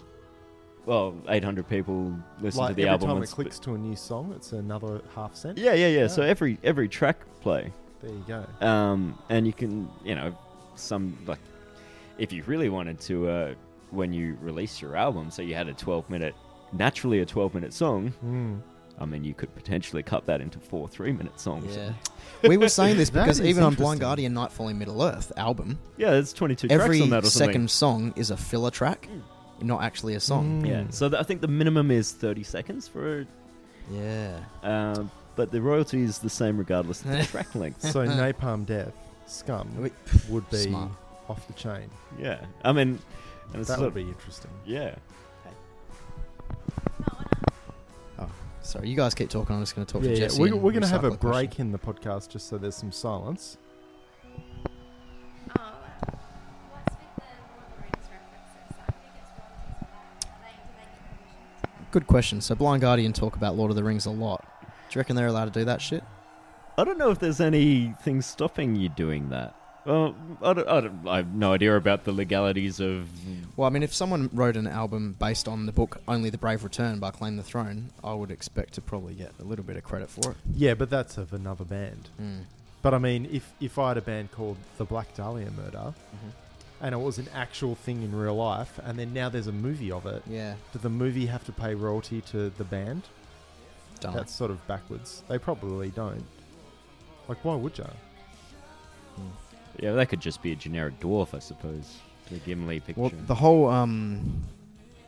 S4: Well, 800 people listen
S2: like
S4: to the
S2: every
S4: album
S2: time it
S4: once.
S2: clicks to a new song, it's another half cent.
S4: yeah, yeah, yeah. So
S2: Yeah.
S4: every every track play.
S2: There you go.
S4: um, and you can you know some like if you really wanted to uh, when you release your album so you had a 12 minute naturally a 12 minute song
S2: Mm.
S4: i mean you could potentially cut that into four three minute songs <laughs>
S3: Yeah. we were saying this
S2: That
S3: because
S2: is
S3: even on
S2: interesting.
S3: Blind Guardian Nightfall in Middle Earth album,
S4: yeah there's 22
S3: every
S4: tracks on that or something
S3: second song is a filler track, not actually a song.
S2: Mm.
S4: yeah so th- i think the minimum is 30 seconds for
S3: Yeah.
S4: um, but the royalty is the same regardless
S3: <laughs>
S4: of the track length
S2: So Napalm Death, Scum
S3: We-
S2: would be
S3: Smart.
S2: off the chain.
S4: yeah i mean and it's
S2: That
S4: sort
S2: would
S4: of-
S2: be interesting.
S4: yeah
S3: Sorry, you guys keep talking. I'm just going to talk
S2: Yeah,
S3: to
S2: yeah.
S3: Jesse.
S2: We're,
S3: and
S2: we're going to have a
S3: recycle the question.
S2: break in the podcast just so there's some silence.
S3: Good question. So Blind Guardian talk about Lord of the Rings a lot. Do you reckon they're allowed to do that shit?
S4: I don't know if there's anything stopping you doing that. Well, I, don't, I, don't, I have no idea about the legalities of.
S3: Well, I mean, if someone wrote an album based on the book Only the Brave Return by Claim the Throne, I would expect to probably get a little bit of credit for it.
S2: Yeah, but that's of another band.
S3: Mm.
S2: But I mean, if, if I had a band called The Black Dahlia Murder
S4: Mm-hmm.
S3: Mhm.
S2: and it was an actual thing in real life, and then now there's a movie of it,
S3: Yeah,
S2: did the movie have to pay royalty to the band?
S3: done.
S2: That's sort of backwards. They probably don't. Like, why would you?
S4: Yeah, that could just be a generic dwarf, I suppose. The Gimli picture.
S3: Well, the whole um,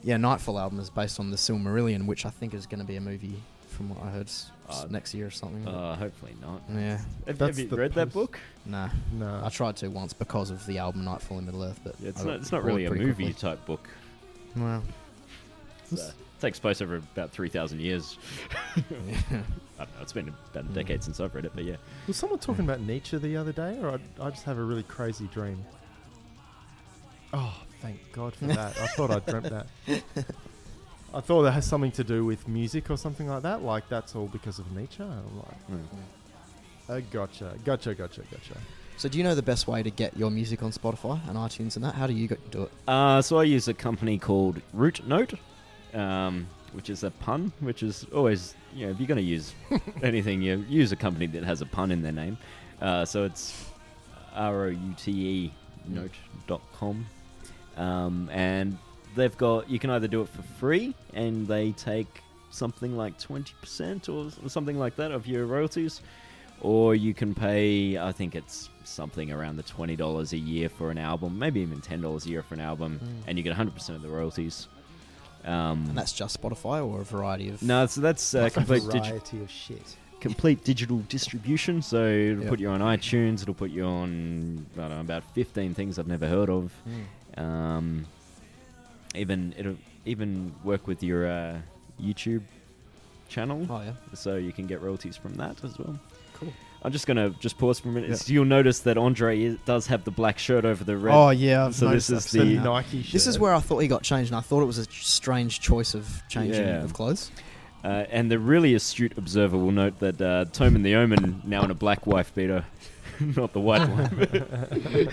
S3: yeah Nightfall album is based on the Silmarillion, which I think is going to be a movie, from what I heard, s- s-
S4: Uh,
S3: next year or something.
S4: uh, hopefully not.
S3: yeah,
S4: Have,
S2: That's
S4: have you
S2: the
S4: read that
S2: post-
S4: book?
S3: nah.
S2: No.
S3: I tried to once because of the album Nightfall in Middle Earth, but
S4: Yeah, it's
S3: I got
S4: not. It's not
S3: bored
S4: really a
S3: pretty
S4: movie
S3: quickly.
S4: type book.
S3: Well,
S4: It's, uh, takes place over about three thousand years. <laughs>
S3: yeah.
S4: I don't know. It's been about a
S3: Hmm.
S4: decade since I've read it, but yeah.
S2: Was someone talking about Nietzsche the other day, or I, I just have a really crazy dream? Oh, thank God for that. I thought I dreamt that. I thought that has something to do with music or something like that. Like, that's all because of Nietzsche. I'm like,
S3: Hmm.
S2: oh, gotcha, gotcha, gotcha, gotcha.
S3: So, do you know the best way to get your music on Spotify and iTunes and that? How do you go- do it?
S4: Uh, so I use a company called Root Note, um, which is a pun, which is always, you know, if you're going to use anything, you use a company that has a pun in their name. Uh, so it's R O U T E note.com. Um, and they've got, you can either do it for free and they take something like 20% or, or something like that of your royalties, or you can pay, I think it's something around the $20 a year for an album, maybe even $10 a year for an album, and you get 100% of the royalties. Um,
S3: And that's just Spotify or a variety
S2: <laughs>
S3: of.
S4: no, so that's uh, complete digi-
S2: of shit.
S4: complete digital distribution. So it'll
S3: Yep.
S4: put you on iTunes. It'll put you on I don't know about fifteen things I've never heard of.
S3: Hmm.
S4: Um, even it'll even work with your uh, YouTube channel,
S3: Oh yeah.
S4: so you can get royalties from that as well.
S3: Cool.
S4: I'm just gonna just pause for a minute.
S3: Yeah.
S4: So You'll notice that Andre is, does have the black shirt over the red.
S3: Oh yeah. I've
S4: So this
S3: noticed
S4: is
S3: that.
S4: the-
S2: the Nike shirt.
S3: This is where I thought he got changed, and I thought it was a strange choice of changing
S4: Yeah.
S3: of
S4: <laughs>
S3: clothes.
S4: Uh, and the really astute observer will note that uh, Tome and the Omen now in a black wife beater, <laughs> not
S3: <laughs>
S4: the white one.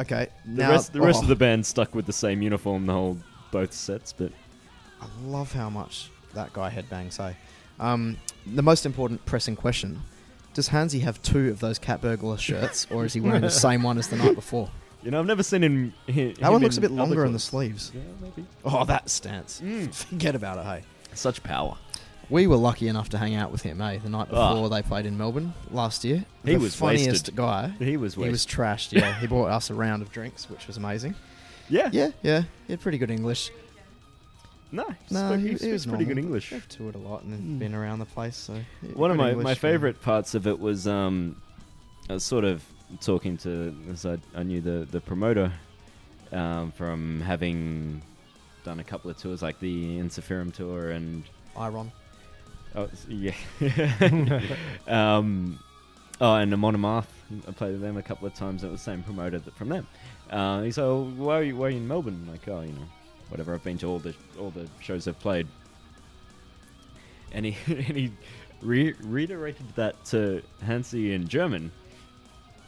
S5: Okay.
S4: The
S5: Now
S4: rest, the rest
S5: oh,
S4: of the band stuck with the same uniform the whole both sets, but
S5: I love how much that guy headbangs. Hey,
S3: Um, the most important pressing question: Does Hansi have two of those cat burglar shirts, or is he wearing
S4: <laughs>
S3: the same one as the night before?
S4: you know I've never seen him. hi-
S5: that
S4: him
S5: one looks a
S4: in
S5: bit
S4: other
S5: longer in the
S4: clothes.
S5: sleeves.
S4: Yeah, maybe.
S5: Oh, that stance.
S3: <laughs>
S4: Mm.
S5: Forget about it. Hey.
S4: Such power.
S3: We were lucky enough to hang out with him, eh? The night
S4: Ah.
S3: before they played in Melbourne last year.
S4: He
S3: the
S4: was
S3: funniest
S4: wasted.
S3: guy.
S4: He was.
S3: He was
S4: wasted.
S3: trashed. Yeah, he bought us a round of drinks, which was
S4: <laughs>
S3: amazing.
S4: yeah.
S3: Yeah, yeah, he had pretty good English.
S4: No.
S3: No,
S4: spoke-
S3: he-
S4: he,
S3: he
S4: speaks
S3: was
S4: pretty
S3: normal.
S4: good English.
S5: I've toured a lot and
S4: Mm.
S5: been around the place. So
S4: One of
S5: good
S4: my,
S5: English,
S4: my
S5: yeah.
S4: favorite parts of it was um, I was sort of talking to as I, I knew the the promoter um, from having done a couple of tours like the Insiferum tour and
S3: Iron.
S4: oh s- yeah <laughs> um, oh and the Monomath I played with them a couple of times it was the same promoter that from them uh, he's like oh, why are you why are you in Melbourne I'm like oh you know whatever I've been to all the all the shows I've played and he <laughs> and he re- reiterated that to Hansi in German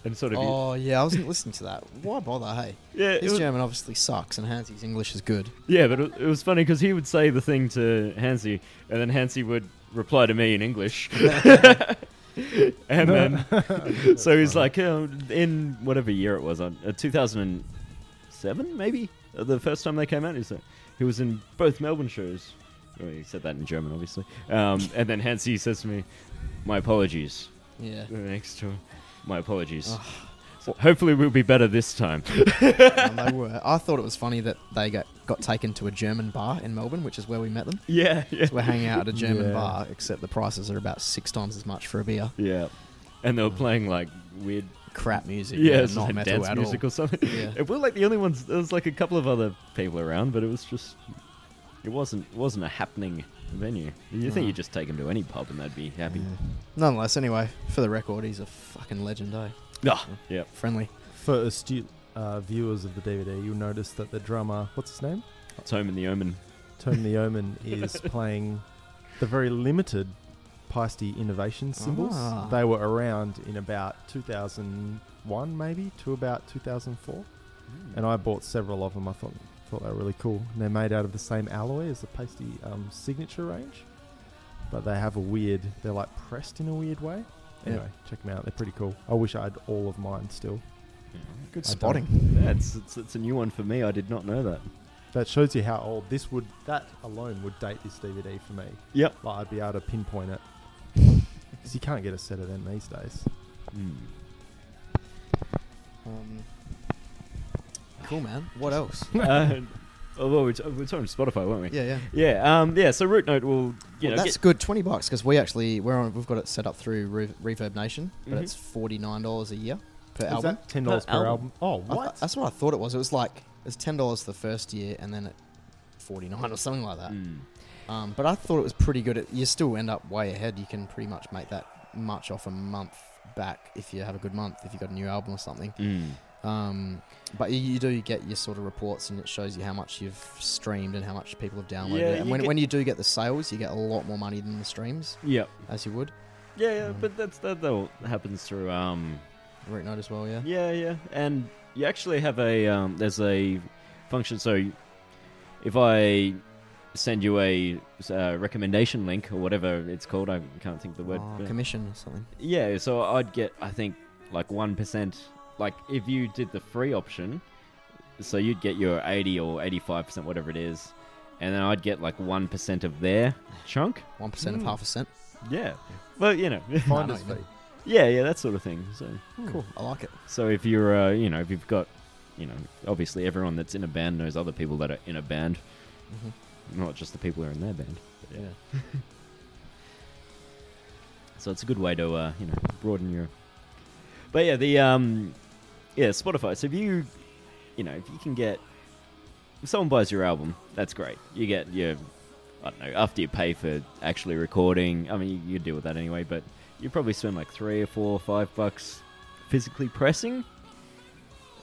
S4: and sort of
S3: Oh yeah, I wasn't listening to that. Why bother? Hey,
S4: yeah <laughs> it
S3: his
S4: was-
S3: German obviously sucks, and Hansi's English is good.
S4: Yeah, but it, it was funny because he would say the thing to Hansi, and then Hansi would reply to me in
S3: <laughs>
S4: English. and
S3: <laughs>
S4: then, so he's like, oh, in whatever year it was, uh, 2007 maybe, Uh, the first time they came out, he said he was in both Melbourne shows. Well, he said that in German, obviously. Um, and then Hansi says to me, "My apologies." <laughs>
S3: Yeah.
S4: The next tour, my apologies. So hopefully, we'll be better this time.
S3: and they were. I thought it was funny that they got, got taken to a German bar in Melbourne, which is where we met them.
S4: Yeah, yeah.
S3: So we're hanging out at a German
S2: Yeah.
S3: bar, except the prices are about six times as much for a beer.
S4: Yeah. And they were playing like weird,
S3: Crap music.
S4: yeah,
S3: Yeah,
S4: it's
S3: not
S4: like
S3: metal
S4: dance
S3: at
S4: music
S3: all.
S4: or something.
S3: Yeah.
S4: <laughs> It were like the only ones. There was like a couple of other people around, but it was just, it wasn't it wasn't a happening venue. You think
S3: No.
S4: you just take them to any pub and they'd be happy?
S3: Yeah. Nonetheless, anyway, for the record, he's a fucking legend, eh?
S4: Ah, yeah.
S3: Friendly.
S2: For astute uh, viewers of the DVD, you'll notice that the drummer, what's his name?
S4: Tome and the Omen.
S2: Tone the Omen
S3: <laughs>
S2: is playing the very limited Peisty Innovation symbols.
S3: Ah.
S2: They were around in about 2001, maybe, to about 2004. And I bought several of them. I thought, thought they were really cool. And they're made out of the same alloy as the Pasty um, signature range. But they have a weird, they're like pressed in a weird way.
S3: Yeah.
S2: Anyway, check 'em check them out. They're pretty cool. I wish I had all of mine still. I
S3: Good
S2: don't-
S3: spotting.
S4: Yeah, it's, it's it's a new one for me. I did not know that.
S2: That shows you how old this would. That alone would date this DVD for me.
S4: Yep.
S2: Like I'd be able to pinpoint
S3: <laughs>
S2: it. Because you can't get a set of them these days.
S4: Hmm.
S3: Um, cool, man. What else?
S2: <laughs>
S4: uh, <laughs> oh, well, we're, t- we're talking Spotify, weren't we?
S3: yeah, yeah.
S4: Yeah. Um. Yeah. So Root Note will. You
S3: Well,
S4: know,
S3: that's good. Twenty bucks because we actually we're on. We've got it set up through Re- Reverb Nation, but
S4: Mhm.
S3: it's forty nine dollars a year per
S2: Is
S3: album.
S2: that ten dollars per album? Oh,
S3: I th-
S2: what?
S3: that's what I thought it was. It was like it's ten dollars the first year, and then it forty nine or something like
S4: Get,
S3: that.
S4: Mm.
S3: Um, but I thought it was pretty good. It, you still end up way ahead. You can pretty much make that much off a month back if you have a good month. If you got a new album or something.
S4: Mm.
S3: Um, but you, you do get your sort of reports, and it shows you how much you've streamed and how much people have downloaded
S4: Yeah,
S3: it. And
S4: you
S3: when,
S4: get-
S3: when you do get the sales, you get a lot more money than the streams,
S4: Yep.
S3: as you would.
S4: Yeah, yeah,
S3: Um,
S4: but that's that. That all happens through. Um,
S3: Root note as well, yeah.
S4: yeah, yeah, and you actually have a. Um, there's a function. So, if I send you a uh, recommendation link or whatever it's called, I can't think of the word.
S3: Oh,
S4: but-
S3: commission or something.
S4: yeah, so I'd get. I think like one percent. Like if you did the free option, so you'd get your eighty or eighty-five percent, whatever it is, and then I'd get like one percent of their chunk.
S3: One percent
S2: Hmm.
S3: of half a cent.
S4: Yeah, well, you know, <laughs>
S2: Finder's
S3: no, no.
S2: fee.
S4: yeah, yeah, that sort of thing. So.
S3: Cool. I like it.
S4: So if you're, uh, you know, if you've got, you know, obviously everyone that's in a band knows other people that are in a band,
S3: hmm
S4: not just the people who are in their band.
S3: Yeah.
S4: So it's a good way to uh, you know broaden your. But yeah, the um, yeah Spotify. So if you, you know, if you can get, if someone buys your album, that's great. You get your, I don't know, after you pay for actually recording. I mean, you, you deal with that anyway. But you probably spend like three or four or five bucks physically pressing.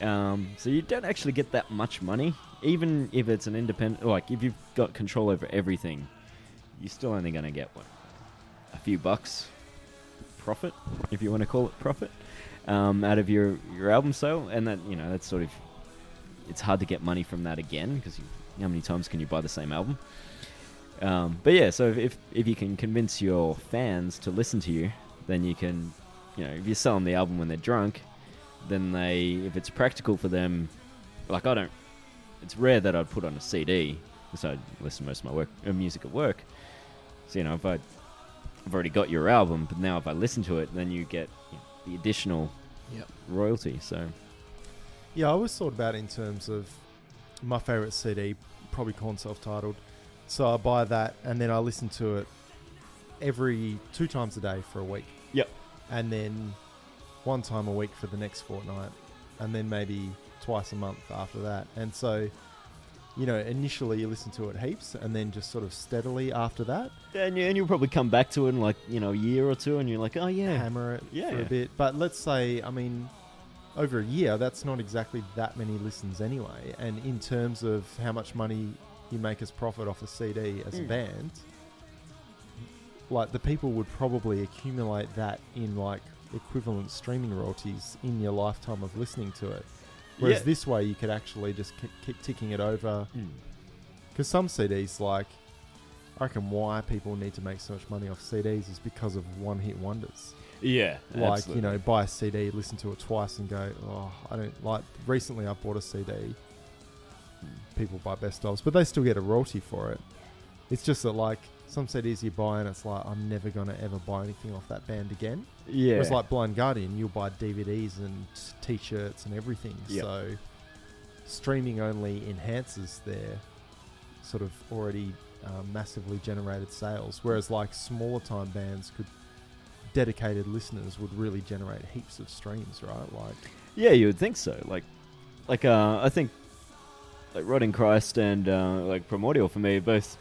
S4: Um, so you don't actually get that much money, even if it's an independent. Like if you've got control over everything, you're still only going to get what a few bucks profit, if you want to call it profit, um, out of your your album sale, and that you know that's sort of it's hard to get money from that again because how many times can you buy the same album? Um, but yeah, so if, if if you can convince your fans to listen to you, then you can, you know, if you sell them the album when they're drunk, then they, if it's practical for them, like I don't, it's rare that I'd put on a CD because I listen to most of my work uh, music at work. So you know, if I, I've already got your album, but now if I listen to it, then you get you know, the additional
S3: Yep.
S4: royalty. So
S2: Yeah, I always thought about it in terms of my favorite CD, probably Corn Self Titled. So I buy that and then I listen to it every two times a day for a week.
S4: Yep.
S2: And then one time a week for the next fortnight. And then maybe twice a month after that. And so, you know, initially you listen to it heaps and then just sort of steadily after that,
S4: and, you, and you'll probably come back to it in like you know a year or two, and you're like, oh yeah,
S2: hammer it
S4: Yeah,
S2: for
S4: yeah.
S2: a bit. But let's say, I mean, over a year, that's not exactly that many listens anyway. And in terms of how much money you make as profit off a CD as a
S4: Mm.
S2: band, like the people would probably accumulate that in like equivalent streaming royalties in your lifetime of listening to it. Whereas
S4: Yeah.
S2: this way, you could actually just keep, keep ticking it over.
S4: Mm.
S2: Because some CDs, like, I reckon why people need to make so much money off CDs is because of one hit wonders
S4: yeah,
S2: like
S4: absolutely.
S2: you know buy a cd listen to it twice and go oh i don't like recently i bought a cd people buy best ofs but they still get a royalty for it it's just that like some cds you buy and it's like i'm never gonna ever buy anything off that band again
S4: yeah,
S2: whereas like blind guardian you'll buy dvds and t-shirts and everything
S4: Yep.
S2: so streaming only enhances their sort of already uh, massively generated sales whereas like smaller time bands could dedicated listeners would really generate heaps of streams right like
S4: Yeah, you would think so. Like, like uh, I think, like Rod in Christ and uh, like Primordial for me, both,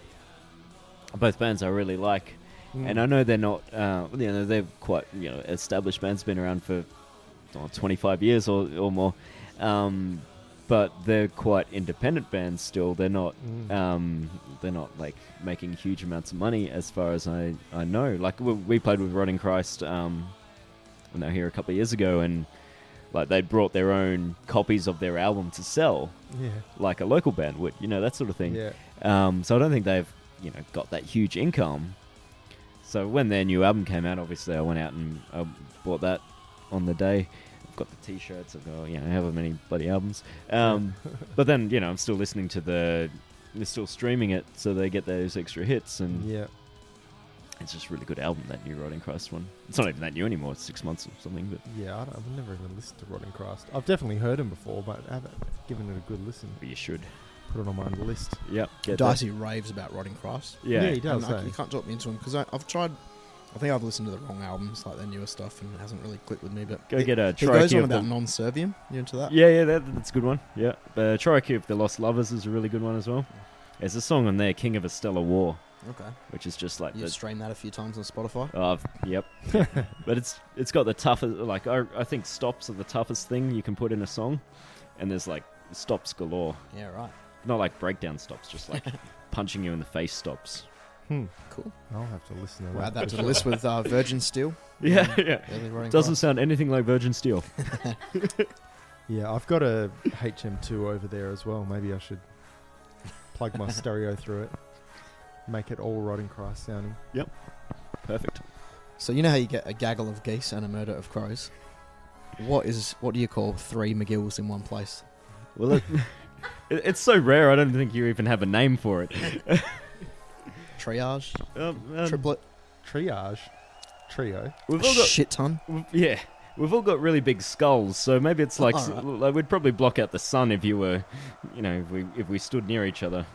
S4: both bands I really like,
S2: mm,
S4: and I know they're not, uh, you know, they're quite you know established bands, been around for twenty five years or or more, um, but they're quite independent bands still. They're not
S2: Mm.
S4: um, they're not like making huge amounts of money as far as I, I know. Like we, we played with Rod in Christ um, when they were here a couple of years ago, and like they brought their own copies of their album to sell,
S2: yeah
S4: like a local band would, you know, that sort of thing.
S2: yeah
S4: Um, so I don't think they've you know got that huge income. So when their new album came out, obviously I went out and I bought that on the day. I've got the T-shirts. I've got you know however many bloody albums. Um, but then you know I'm still listening to the, they're still streaming it, so they get those extra hits, and
S2: yeah
S4: it's just a really good album that new Rotting Christ one. It's not even that new anymore. It's six months or something. But
S2: yeah I don't, i've never even listened to rotten christ i've definitely heard him before but i haven't given it a good listen
S4: but you should.
S2: put it on my list
S4: Yep. Get that.
S3: Dicey raves about Rotting Christ.
S4: Yeah.
S2: he does
S3: And I-
S2: eh?
S3: you can't drop me into him because I've tried. I think I've listened to the wrong albums, like their newer stuff, and it hasn't really clicked with me. But
S4: Go
S3: he,
S4: get a
S3: he
S4: trike
S3: goes on
S4: of
S3: about
S4: the.
S3: non-servium. You into that?
S4: Yeah, yeah, that, that's a good one. Yeah, the Trike of the Lost Lovers is a really good one as well. There's a song on there, King of a Stellar War,
S3: Okay.
S4: which is just like
S3: You
S4: the
S3: stream that a few times on Spotify.
S4: Oh, I've- yep. but it's it's got the toughest. Like I, I think stops are the toughest thing you can put in a song, and there's like stops galore.
S3: Yeah, right.
S4: Not like breakdown stops, just like punching you in the face stops.
S2: hmm.
S3: Cool.
S2: i'll have to listen to
S3: We'll add
S2: that <laughs>
S3: that to the list with uh, Virgin Steel.
S4: Yeah, yeah.
S3: Early Rotting
S4: Doesn't
S3: Christ.
S4: sound anything like Virgin Steel.
S2: yeah i've got a hm2 over there as well maybe i should plug my stereo through it make it all rotten christ sounding
S4: Perfect.
S3: So you know how you get a gaggle of geese and a murder of crows. What is what do you call three McGills in one place?
S4: Well, it, <laughs> it, it's so rare. I don't think you even have a name for it.
S3: Triage,
S4: Um, um,
S3: triplet,
S2: triage trio
S4: we've all got
S3: shit ton.
S4: We've- Yeah, we've all got really big skulls, so maybe it's like,
S3: Alright.
S4: like we'd probably block out the sun if you were, you know, if we if we stood near each other.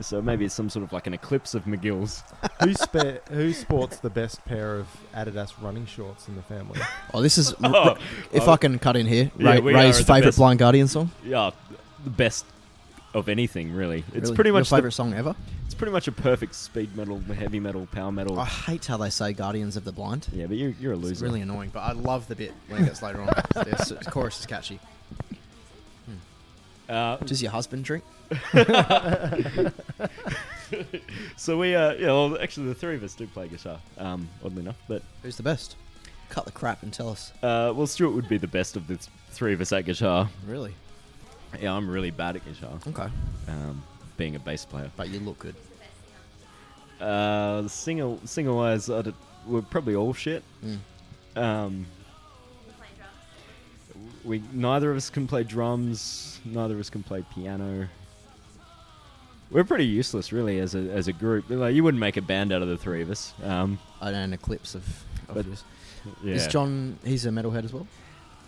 S4: So maybe it's some sort of like an eclipse of McGill's.
S2: who, spa- who sports the best pair of Adidas running shorts in the family?
S3: <laughs> Oh, this
S4: <laughs>
S3: is. if I can cut in here,
S4: Yeah,
S3: Ray,
S4: we
S3: Ray's
S4: are the
S3: favorite
S4: best.
S3: Blind Guardian song.
S4: oh, Yeah, the best of anything really. It's
S3: Really?
S4: pretty
S3: Your
S4: much the-
S3: favorite song ever.
S4: it's pretty much a perfect speed metal, heavy metal, power metal.
S3: I hate how they say Guardians of the Blind.
S4: yeah, but you're you're a
S3: Ah. It's
S4: loser.
S3: really annoying, but I love the bit when it gets later
S4: <laughs>
S3: on. the s- chorus is catchy.
S4: uh,
S3: Does your husband drink?
S4: so we uh yeah, well, actually the three of us do play guitar. Um, oddly enough, but
S3: Who's the best? Cut the crap and tell us.
S4: uh, well, Stuart would be the best of the th- three of us at guitar.
S3: Really?
S4: Yeah, I'm really bad at guitar.
S3: Okay.
S4: Um, being a bass player.
S3: But you look good.
S4: Uh, singer singer wise, I'd, we're probably all shit.
S3: Mm.
S4: Um, we neither of us can play drums. Neither of us can play piano. We're pretty useless, really, as a as a group. Like, you wouldn't make a band out of the three of us. Um,
S3: I know an eclipse of. of
S4: But-
S3: yours.
S4: yeah.
S3: Is John? He's a metalhead as well.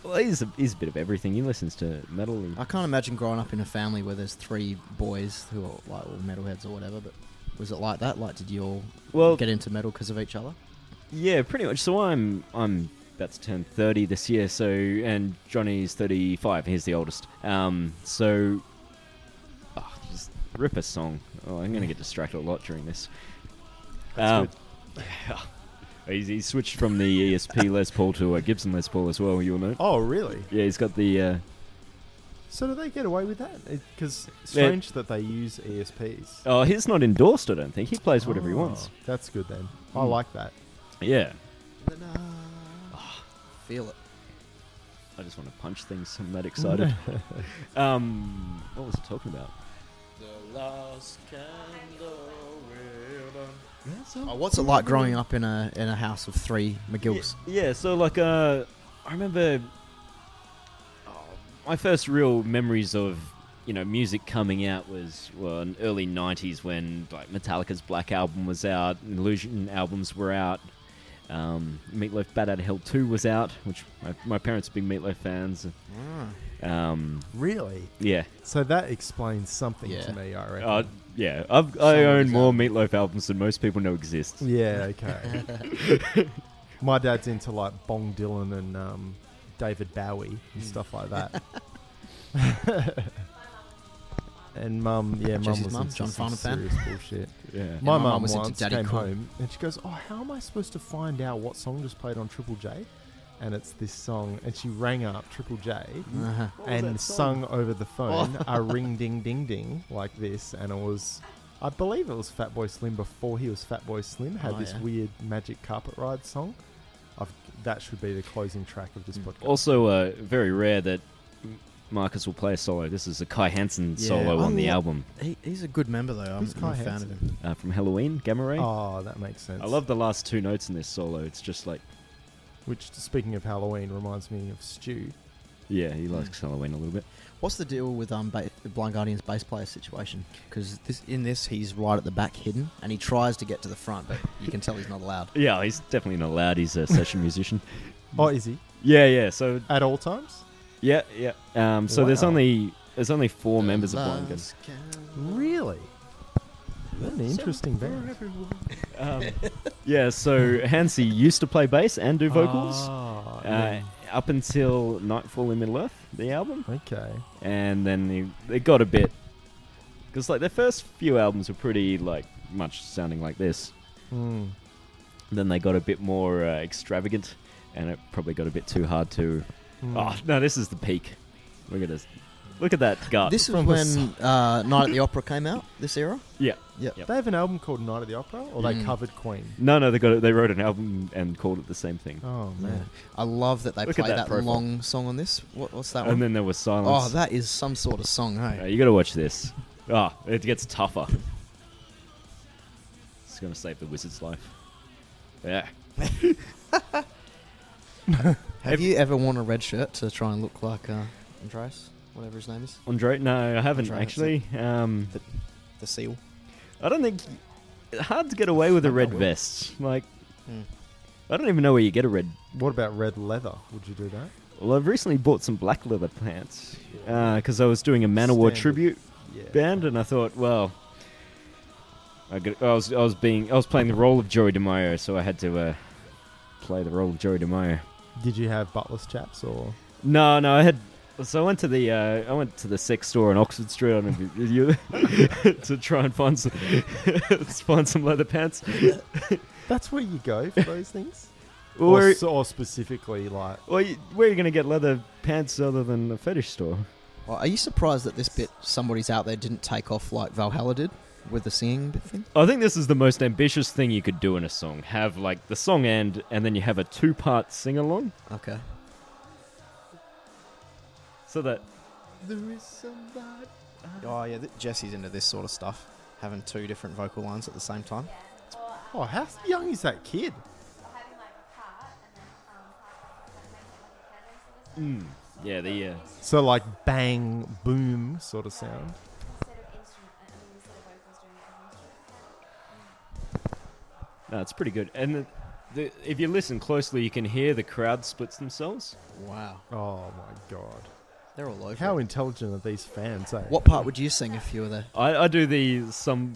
S4: Well, he's a, he's a bit of everything. He listens to metal. And,
S3: I can't imagine growing up in a family where there's three boys who are like all metalheads or whatever. But was it like that? Like, did you all
S4: well,
S3: get into metal because of each other?
S4: yeah, pretty much. So I'm I'm about to turn thirty this year. So and Johnny's thirty five. He's the oldest. Um, so ah, just rip a song. Oh, I'm gonna get distracted a lot during this. Um, <sighs> he's, he's switched from the ESP Les Paul to a Gibson Les Paul as well. You'll know.
S2: Oh, really?
S4: Yeah, he's got the. Uh,
S2: So do they get away with that? Because strange that they use ESPs.
S4: oh, he's not endorsed. I don't think he plays whatever he wants.
S2: Oh, That's good then. I
S4: Hmm.
S2: like that.
S4: Yeah.
S3: Feel it.
S4: I just want to punch things. I'm that excited. um, what was I talking about? The last
S3: Oh, what's it like growing up in a in a house of three McGills?
S4: Yeah, yeah, so like uh, I remember uh, my first real memories of you know music coming out was well, in early '90s when like Metallica's Black album was out, Illusion albums were out. Um, Meatloaf Bad Out of Hell 2 was out, which my, my parents are big Meatloaf fans. Um,
S2: Really?
S4: yeah,
S2: So that explains something
S3: Yeah.
S2: to me, I reckon.
S4: Uh, yeah, I've, I
S3: Some
S4: own
S3: is
S4: more
S3: out.
S4: Meatloaf albums than most people know exist.
S2: yeah, okay. <laughs> My dad's into like Bong Dylan and um, David Bowie
S3: Hmm.
S2: and stuff like that.
S3: <laughs>
S2: and mum, yeah, mum
S3: Jesse's
S2: was
S3: mum,
S2: into
S3: John
S2: some
S3: Farnham fan.
S2: serious bullshit.
S4: Yeah.
S2: my
S3: my
S2: mum
S3: mum was into
S2: once
S3: Daddy
S2: came
S3: Cool.
S2: home and she goes, "Oh, how am I supposed to find out what song just played on Triple J?" And it's this song, and she rang up Triple J
S3: Uh-huh.
S2: and sung over
S4: Oh.
S2: the phone
S4: <laughs>
S2: a ring ding ding ding like this, and it was. I believe it was Fatboy Slim before he was Fatboy Slim had
S3: Oh,
S2: this
S3: yeah.
S2: weird magic carpet ride song. I've, that should be the closing track of this
S3: Mm.
S2: podcast.
S4: Also, uh, very rare that Marcus will play a solo. This is a Kai Hansen
S3: Yeah,
S4: solo
S3: I
S4: on the
S2: Oh.
S3: lo-
S4: album
S3: He, he's a good member though. I'm,
S2: Who's Kai
S3: I'm a fan of
S2: Hansen?
S3: him.
S4: uh, from Halloween, Gamma Ray.
S2: Oh, that makes sense.
S4: I love the last two notes in this solo. It's just like,
S2: Which, speaking of Halloween, reminds me of Stew.
S4: yeah,
S2: Hmm.
S4: he likes Halloween a little bit.
S3: What's the deal with um ba- the Blind Guardian's bass player situation? Because this in this he's right at the back hidden, and he tries to get to the front, but you can tell he's not allowed.
S4: Yeah, he's definitely not loud.
S2: <laughs>
S4: He's a session musician.
S2: Oh, is he?
S4: Yeah, yeah. So
S2: At all times?
S4: yeah, yeah. Um, so there's
S2: Wow.
S4: only there's only four <laughs> members of Blind Guardian.
S3: Last count.
S2: Really? What an interesting band.
S4: Um,
S2: <laughs>
S4: yeah, so Hansi used to play bass and do vocals.
S2: Ah,
S4: uh,
S2: yeah.
S4: Up until Nightfall in Middle Earth, the album,
S2: Okay.
S4: and then they, they got a bit because like their first few albums were pretty like much sounding like this.
S2: Hmm.
S4: Then they got a bit more uh, extravagant, and it probably got a bit too hard to.
S2: Hmm.
S4: Oh no, this is the peak. Look at this. Look at that gut.
S3: This was
S2: From the
S3: when uh, Night at the Opera came out. This era.
S4: yeah. Yep. Hmm.
S2: They have an album called Night at the Opera, or they
S3: Mm.
S2: covered Queen.
S4: No, no, they got it. They wrote an album and called it the same thing.
S2: Oh man.
S3: I love that they
S4: Look at
S3: play
S4: that
S3: that,
S4: profile.
S3: long song on this. What, what's that
S4: and
S3: one?
S4: then there was silence.
S3: oh, that is some sort of song,
S4: Uh,
S3: hey.
S4: you gotta watch this. Ah, it gets tougher. It's gonna save the wizard's life. Yeah.
S3: Have you ever worn a red shirt to try and look like uh, Andreas, whatever his name is,
S4: Andre, no, I haven't
S3: Andre, that's
S4: actually. Um,
S3: the seal?
S4: I don't think. Hard to get away with a
S3: Fuck, I
S4: red
S3: will.
S4: vest. Like,
S3: Mm.
S4: I don't even know where you get a red.
S2: What about Red Leather? Would you do that?
S4: Well, I've recently bought some black leather pants because I was doing a Manowar
S2: Standard.
S4: tribute
S2: Yeah.
S4: band, and I thought, well, I, got, I was I was being I was playing the role of Joey DeMaio, so I had to uh, play the role of Joey DeMaio.
S2: Did you have buttless chaps or?
S4: No, no, I had. So I went to the uh, I went to the sex store on Oxford Street. I don't know if you, you <laughs> to try and find some find some leather pants.
S2: That's where you go for those things. <laughs> Or,
S4: Or,
S2: s- or specifically, like
S4: or you, where are you going to get leather pants other than the fetish store?
S3: Well, are you surprised that this bit somebody's out there didn't take off like Valhalla did with the singing bit thing?
S4: I think this is the most ambitious thing you could do in a song. Have like the song end, and then you have a two part sing along,
S3: Okay.
S4: so that
S2: there is somebody.
S5: Oh yeah, th- Jesse's into this sort of stuff, having two different vocal lines at the same time.
S2: Oh, how young is that kid?
S4: mm, yeah the uh,
S2: So like bang, boom, sort of sound.
S4: no, it's pretty good. And the, the, if you listen closely, you can hear the crowd splits themselves.
S3: Wow.
S2: Oh my god!
S3: They're all over.
S2: How
S3: it.
S2: intelligent are these fans? Eh?
S3: what part would you sing if you were there?
S4: I, I do the some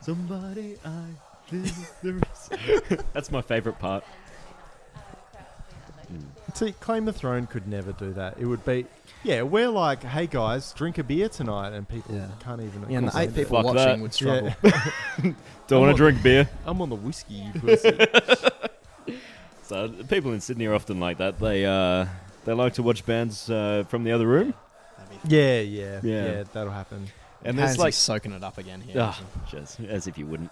S4: somebody I <laughs> live there is. That's my favorite part.
S2: See, Claim the Throne could never do that. It would be, yeah, we're like, hey guys, drink a beer tonight, and people
S3: Yeah.
S2: can't even.
S3: Yeah, and the eight
S2: comprehend it.
S3: people
S4: Fuck
S3: watching
S4: that.
S3: would struggle.
S4: Don't
S2: I'm
S4: want
S2: on-
S4: to drink beer.
S2: I'm on the whiskey. you <laughs> pussy.
S4: So the people in Sydney are often like that. They uh, they like to watch bands uh, from the other room,
S2: yeah, yeah, yeah,
S4: Yeah.
S2: That'll happen.
S4: and there's
S5: Hansy's
S4: like
S5: soaking it up again here.
S4: ah,
S2: <laughs>
S4: jez, as if you wouldn't.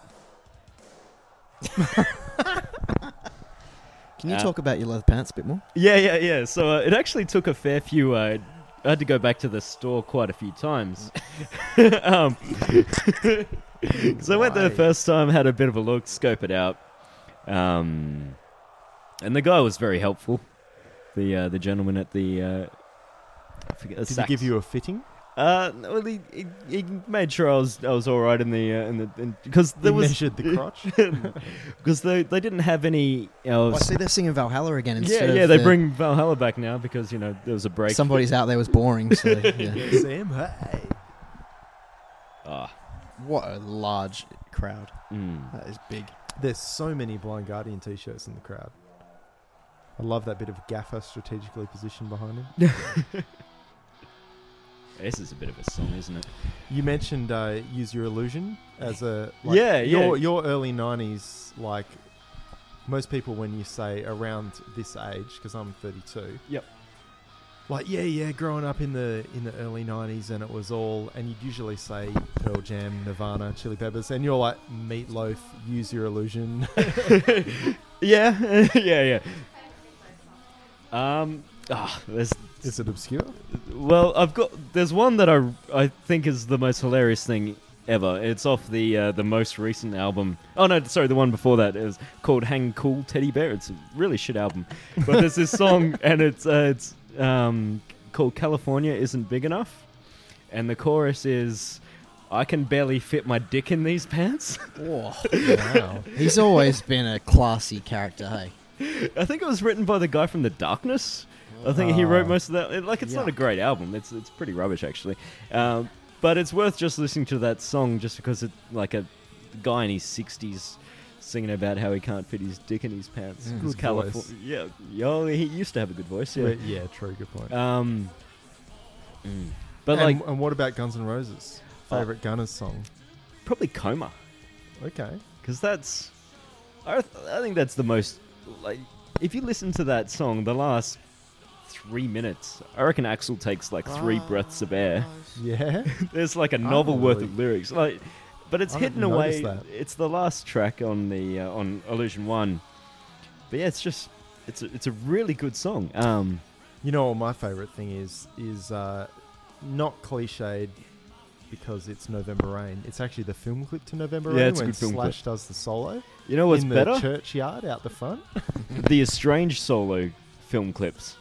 S3: Can you
S4: Uh,
S3: talk about your leather pants a bit more?
S4: Yeah, yeah, yeah. So uh, it actually took a fair few. Uh, I had to go back to the store quite a few times. <laughs> um, <laughs> so I went there the
S2: Why?
S4: first time, had a bit of a look, scope it out, um, and the guy was very helpful. The uh, the gentleman at the uh, I forget,
S2: Did he give you a fitting?
S4: Uh, no, well, he, he, he made sure I was I was all right in the uh, in the because there
S2: He
S4: was
S2: measured <laughs> the crotch.
S4: because they they didn't have any. Uh,
S2: Oh,
S3: I see they're singing Valhalla again instead
S4: yeah, yeah,
S3: of
S4: they
S3: the-
S4: bring Valhalla back now because you know there was a break. <laughs>
S3: Somebody's out there was boring. So yeah.
S2: Sam, hey.
S4: Ah,
S5: What a large crowd.
S4: mm.
S5: That is big.
S2: There's so many Blind Guardian t-shirts in the crowd. I love that bit of gaffer strategically positioned behind him.
S4: This is a bit of a song, isn't it?
S2: You mentioned uh, use your illusion as a
S4: Yeah, yeah.
S2: your your early '90s like most people when you say around this age because I'm 32.
S4: Yep.
S2: Like yeah, yeah, growing up in the in the early '90s and it was all and you'd usually say Pearl Jam, Nirvana, Chili Peppers, and you're like Meatloaf, Use Your Illusion. <laughs>
S4: <laughs> Yeah, yeah, yeah. Um, ah, there's
S2: Is it obscure?
S4: well, I've got there's one that I I think is the most hilarious thing ever. It's off the uh, the most recent album. Oh no, sorry, the one before that is called "Hang Cool Teddy Bear." It's a really shit album, but there's this song and it's uh, it's um called "California Isn't Big Enough," and the chorus is. I can barely fit my dick in these pants.
S2: wow.
S3: He's always been a classy character, hey?
S4: I think it was written by the guy from The Darkness. I think he wrote
S2: Ah.
S4: most of that. It- Like, it's not a
S3: Yuck.
S4: great album. It's it's pretty rubbish actually, um, but it's worth just listening to that song just because it like a guy in his sixties singing about how he can't fit his dick in his pants.
S3: Mm.
S4: It's
S2: Good
S4: Calif-
S2: voice.
S4: Yeah, yo, he used to have a good voice.
S2: Yeah.
S4: Yeah.
S2: true. Good point.
S4: Um, but
S2: Mm. and,
S4: like
S2: and what about Guns N' Roses? Favorite Gunners song?
S4: probably Coma
S2: Okay.
S4: because that's I, th- I think that's the most like if you listen to that song the last three minutes i reckon axel takes like three breaths of air
S2: Yeah.
S4: <laughs> There's like a novel
S2: haven't
S4: worth
S2: really-
S4: of lyrics, like, but it's
S2: I
S4: hidden
S2: haven't
S4: away.
S2: noticed that.
S4: It's the last track on the uh, on Illusion One, but yeah, it's just it's a, it's a really good song. Um,
S2: You know what my favorite thing is is uh, not cliched because it's November Rain. It's actually the film clip to November
S4: Yeah,
S2: Rain
S4: it's a
S2: when
S4: good film clip.
S2: Slash does the solo
S4: you know what's
S2: in
S4: better?
S2: the churchyard out the
S4: <laughs>
S2: front.
S4: The estranged solo film clips.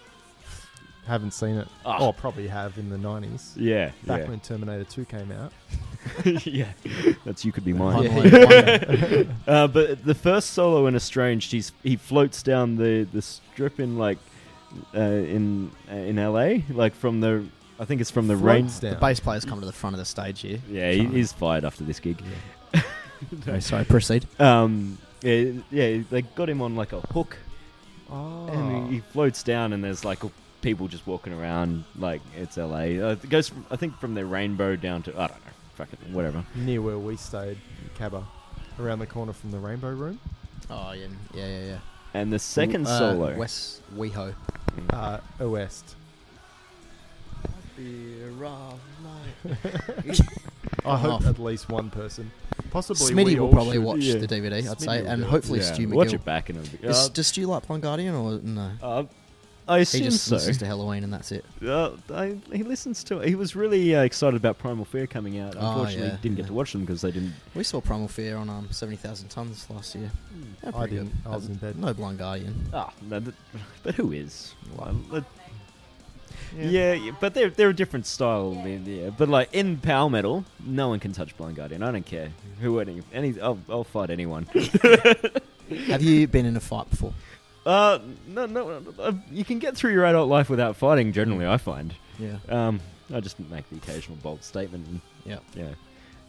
S2: Haven't seen it.
S4: Ah.
S2: Oh, probably have in the nineties.
S4: Yeah,
S2: Back when Terminator Two came out.
S4: yeah, <laughs> yeah. That's you
S2: <laughs>
S4: could be mine.
S3: Yeah.
S4: Uh, but the first solo in Estranged, he's he floats down the, the strip in like uh, in uh, in L.A. Like from the I think it's from the rain.
S2: Floats down.
S5: The bass players come to the front of the stage here.
S4: Yeah, he, he's fired after this gig.
S3: Okay, sorry, proceed.
S4: Um, yeah, yeah, they got him on like a hook,
S2: Oh.
S4: and he, he floats down, and there's like people just walking around, like it's LA. Uh, it goes, from, I think, from the rainbow down to I don't know, fucking whatever.
S2: Near where we stayed, Cabba, around the corner from the Rainbow Room.
S3: Oh yeah, yeah, yeah, yeah.
S4: And the second
S3: Uh,
S4: solo,
S3: West WeHo.
S2: Uh, West.
S4: Oh.
S2: I hope
S3: Off.
S2: at least one person, possibly we
S3: Smitty will
S2: all
S3: probably
S2: should-
S3: watch
S4: yeah.
S3: the DVD, I'd say,
S2: Smitty will
S3: and
S2: do it.
S3: hopefully
S4: yeah,
S3: Stu McGill.
S4: uh, watch it back in a bit.
S3: Is, does Stu like Blind Guardian or no?
S4: Uh, uh, I
S3: He
S4: assume
S3: just
S4: so.
S3: listens to Halloween and that's it.
S4: Uh, I, he listens to it. He was really uh, excited about Primal Fear coming out.
S3: Oh,
S4: Unfortunately,
S3: yeah,
S4: didn't
S3: yeah.
S4: get to watch them because they didn't.
S3: We saw Primal Fear on um, seventy thousand tons last year.
S2: Hmm.
S3: Yeah,
S2: I
S3: pretty good.
S2: didn't. I was in bed.
S3: No Blind Guardian.
S4: Ah, no, th- but who is?
S3: Oh. Well,
S4: Um, let- yeah. yeah, but they're they're a different style. Yeah. yeah. But like in power metal, no one can touch Blind Guardian. I don't care who any any. I'll, I'll
S3: <laughs>
S4: fight anyone.
S3: Have you been in a fight before?
S4: Uh, no, no, uh, you can get through your adult life without fighting. Generally, I find.
S3: Yeah.
S4: Um, I just make the occasional bold statement. And,
S3: Yeah.
S4: Yeah.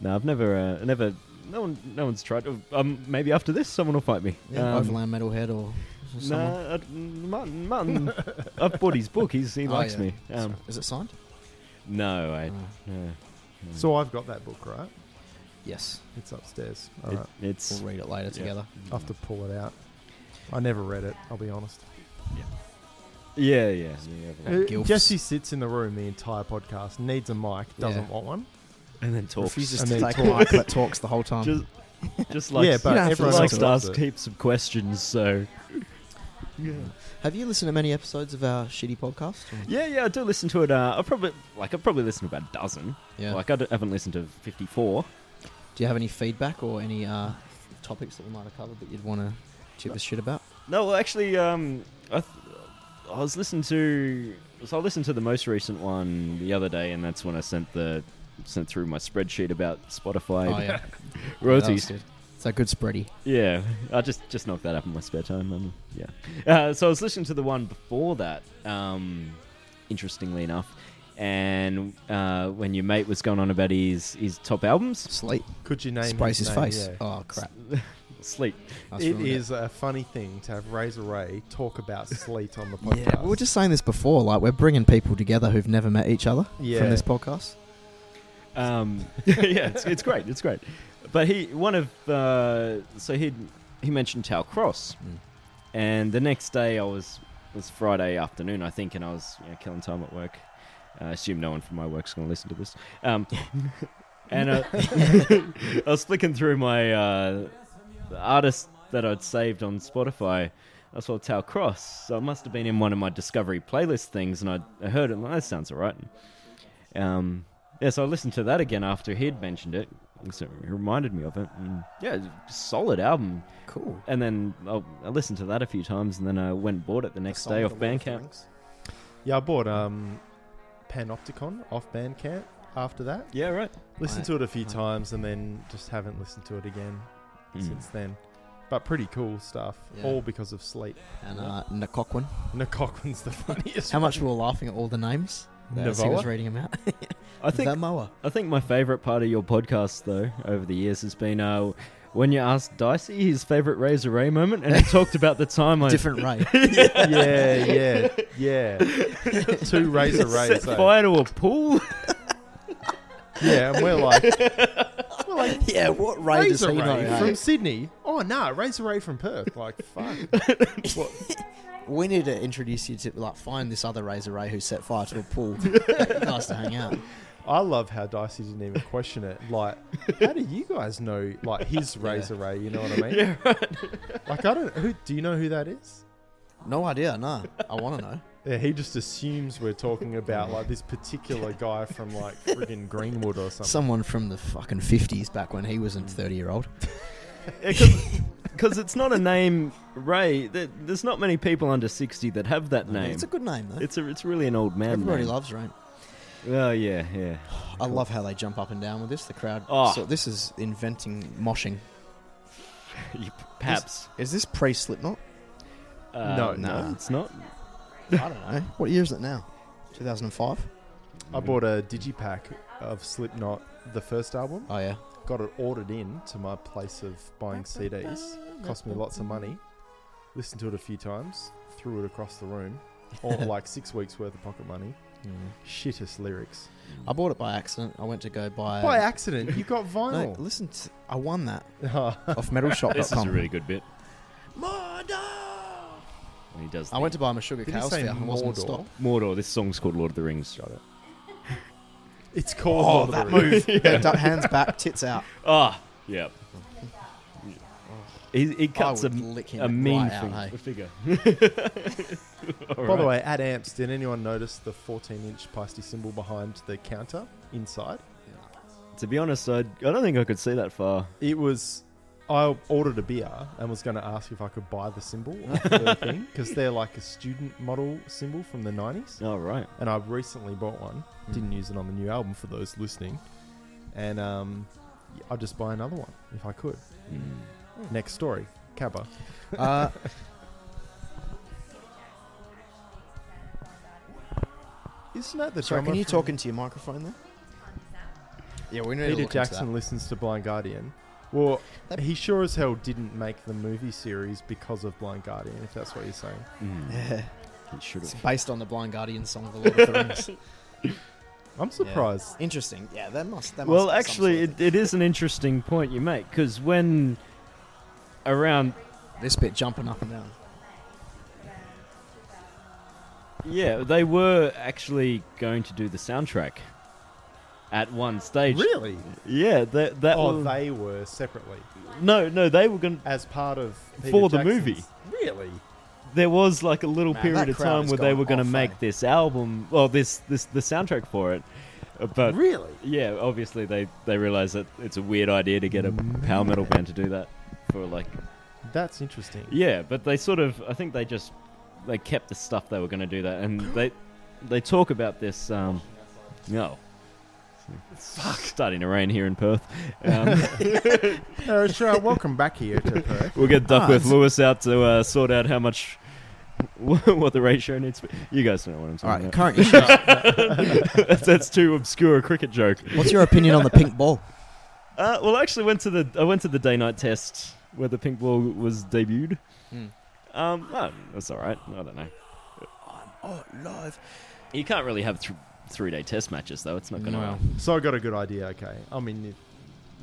S4: No, I've never, uh, never. No one, no one's tried. to- Um, maybe after this, someone will fight me.
S3: Yeah.
S4: um,
S3: Overland Metalhead or, or
S4: No,
S3: someone.
S4: uh, Martin, Martin I've bought his book. He's,
S3: <laughs>
S4: he
S3: Oh,
S4: likes
S3: yeah.
S4: me. Um,
S3: Is it signed?
S4: no, I.
S3: Oh,
S4: no. Mm.
S2: So I've got that book, right?
S3: yes.
S2: It's upstairs. All
S4: It-
S2: right.
S4: it's
S3: We'll read it later
S4: yeah.
S3: together.
S2: I'll have to pull it out. I never read it, I'll be honest.
S4: yeah, yeah. yeah, yeah.
S3: Uh, gilfs.
S2: Jesse sits in the room the entire podcast, needs a mic, doesn't
S3: Yeah.
S2: want one.
S4: and then talks.
S5: Refuses
S2: And
S5: to
S2: then
S5: take a
S2: talk.
S5: mic but talks the whole time.
S4: just, just like
S2: yeah, but
S3: have to
S2: everyone
S3: listen
S4: likes
S2: else
S4: to
S2: loves
S4: ask
S2: it.
S4: heaps of questions. So
S3: Have you listened to many episodes of our shitty podcast? or-
S4: yeah, yeah, I do listen to it. Uh, I probably like I probably listen to about a dozen.
S3: Yeah.
S4: Like I d- haven't listened to fifty four.
S3: Do you have any feedback or any uh, topics that we might have covered that you'd want to chip the shit about?
S4: No, well, actually, um, I, th- I was listening to so I listened to the most recent one the other day, and that's when I sent the sent through my spreadsheet about Spotify
S3: Oh, yeah.
S4: royalties.
S3: It's a good spready.
S4: Yeah, I just just knock that up in my spare time. Um, yeah. Uh, so I was listening to the one before that. Um, interestingly enough, and uh, when your mate was going on about his his top albums,
S3: Slate.
S2: Could you name
S3: Sprays his
S2: name?
S3: face.
S2: Yeah.
S3: Oh, crap.
S4: Sleep.
S3: That's
S2: It
S3: ruined
S2: is a funny thing to have Razor Ray talk
S3: <laughs>
S2: about sleet on the podcast.
S3: Yeah, we were just saying this before. Like, we're bringing people together who've never met each other
S2: Yeah.
S3: from this podcast.
S4: Um, yeah, it's, it's great. It's great. But he one of uh, so he he mentioned Tau Cross,
S3: Mm.
S4: and the next day I was it was Friday afternoon I think, and I was you know, killing time at work. I assume no one from my work's going to listen to this. Um, and uh, <laughs> I was flicking through my uh, the artists that I'd saved on Spotify. I saw Tau Cross, so it must have been in one of my discovery playlist things, and I, I heard it. and That sounds alright. Um, yeah, so I listened to that again after he'd mentioned it, so it reminded me of it. And yeah, it's a solid album.
S3: Cool.
S4: And then I, I listened to that a few times, and then I went and bought it the next day off Bandcamp.
S2: Yeah, I bought um, Panopticon off Bandcamp after that.
S4: Yeah, right.
S2: Listened
S3: Right.
S2: to it a few
S3: Right. Hmm.
S2: times and then just haven't listened to it again
S4: Mm.
S2: since then. But pretty cool stuff,
S3: Yeah.
S2: all because of sleet.
S3: And uh, Nick Cochran.
S2: Nick Cochran's the <laughs> funniest.
S3: How much we were laughing at all the names as he was
S2: Navoa?
S3: reading <laughs> them out.
S4: I
S3: <laughs>
S4: think
S3: Vamoa.
S4: I think my favorite part of your podcast, though, over the years has been uh, when you asked Dicey his favorite Razor Ray moment,
S3: <laughs>
S4: and he talked about the time I
S3: Different Ray.
S2: yeah, yeah, yeah. <laughs> Two Razor
S4: set
S2: Rays. eh?
S4: fire to a pool. <laughs>
S2: Yeah, and we're like, we're like
S3: <laughs> yeah, what Ray does
S2: <laughs> Razor
S3: he
S2: Ray
S3: know?
S2: from
S3: eh?
S2: Sydney. Oh no, Razor Ray from Perth. Like <laughs> fuck.
S3: We need to introduce you to like find this other Razor Ray who set fire to a <laughs> pool. nice to hang out.
S2: I love how Dicey didn't even question it. Like, how do you guys know like <laughs> his Razor Ray? You know what I mean? Yeah. <laughs> Like I don't. Who do you know who that is?
S3: No idea. No, I want to know. <laughs>
S2: Yeah, he just assumes we're talking about like this particular guy from like friggin' Greenwood or something.
S3: Someone from the fucking fifties, back when he wasn't thirty year old.
S4: Because it's not a name, Ray. There, there's not many people under 60 that have that name.
S3: It's a good name though.
S4: It's a, it's really an old man.
S3: Everybody
S4: name.
S3: loves Ray.
S4: Oh yeah, yeah.
S3: I love how they jump up and down with this. The crowd.
S4: Oh.
S3: So this is inventing moshing.
S4: You- Perhaps.
S5: Is this pre Slipknot?
S4: Uh,
S2: No,
S4: no,
S3: no.
S4: it's not.
S3: I don't know. What year is it now? Two thousand and five.
S2: I bought a digipack of Slipknot, the first album,
S3: Oh yeah.
S2: got it ordered in to my place of buying CDs. Cost me lots of money. Listened to it a few times. Threw it across the room. All like six weeks worth of pocket money.
S3: Yeah.
S2: Shittest lyrics.
S3: I bought it by accident. I went to go buy.
S2: By accident, you <laughs> got
S3: No,
S2: vinyl.
S3: listen, to, I won <laughs> that off
S4: This is a
S3: metalshop.com.
S4: really good bit. Mordor! When he does
S3: I went to buy him a sugar
S2: Did he
S3: cow
S2: say
S3: sphere. I wasn't
S2: Mordor?
S3: stopped.
S4: Mordor. This song's called Lord of the Rings. Shut up.
S2: <laughs> It's called oh, that <laughs> move.
S3: Duck- hands back, tits out.
S4: Ah, yeah. He, he cuts
S3: I
S4: a,
S3: would lick him
S4: a mean
S3: right
S4: thing,
S3: out, hey.
S4: figure. <laughs>
S2: By the way, at amps, did anyone notice the 14-inch Peisty symbol behind the counter inside?
S4: to be honest, I, I don't think I could see that far.
S2: It was. I ordered a beer and was going to ask if I could buy the symbol off <laughs> the thing because they're like a student model symbol from the 90s.
S4: oh, right.
S2: And I recently bought one. Didn't use it on the new album for those listening. And um, I'd just buy another one if I could.
S4: Hmm.
S2: Next story Cabba.
S3: <laughs> Uh,
S2: Isn't that the
S5: Sorry,
S2: drummer
S5: can you
S2: from-
S5: talk into your microphone there?
S3: yeah, we need to
S2: Peter
S3: look into
S2: Jackson listens to Blind Guardian. Well,
S3: That-
S2: he sure as hell didn't make the movie series because of Blind Guardian, if that's what you're saying.
S4: Hmm.
S5: Yeah.
S4: It should
S3: It's
S4: have.
S3: based on the Blind Guardian song, The Lord of the <laughs> Rings.
S2: I'm surprised
S5: Interesting. Yeah, that must. That
S4: Well,
S5: must have some
S4: actually,
S5: sort of
S4: it, it is an interesting point you make because when around
S3: this bit jumping up and down.
S4: Yeah, they were actually going to do the soundtrack at one stage.
S2: Really?
S4: Yeah, that that
S2: oh,
S4: was,
S2: they were separately
S4: no, no, they were going. to
S2: as part of Peter
S4: For the
S2: Jackson's-
S4: movie.
S2: Really?
S4: There was like a little
S5: Man,
S4: period
S5: that
S4: of
S5: crowd
S4: time
S5: has
S4: where they
S5: gone
S4: were going to
S5: off,
S4: make
S5: eh?
S4: this album, well, this this the soundtrack for it, Uh, but
S2: Really?
S4: yeah, obviously they they realized that it's a weird idea to get a power metal band to do that for like
S2: That's interesting.
S4: Yeah, but they sort of I think they just they kept the stuff they were going to do that and they they talk about this um no. Fuck. Starting to rain here in Perth.
S3: <laughs>
S4: Um,
S2: Uh, sure. Welcome back here <laughs> to Perth.
S4: we'll get Duckworth
S3: Ah,
S4: Lewis out to uh, sort out how much, <laughs> what the ratio needs to be. You guys know what I'm
S3: All
S4: talking
S3: right, current issues.
S4: about. <laughs> that's, that's too obscure a cricket joke.
S3: What's your opinion on the pink ball?
S4: Uh, well, I actually went to the I went to the day night test where the pink ball was debuted.
S3: Hmm.
S4: Um, oh, that's all right. I don't know.
S3: Oh, live.
S4: You can't really have th- three day test matches though. It's not going to.
S3: Well,
S2: So I got a good idea. Okay. I mean, if-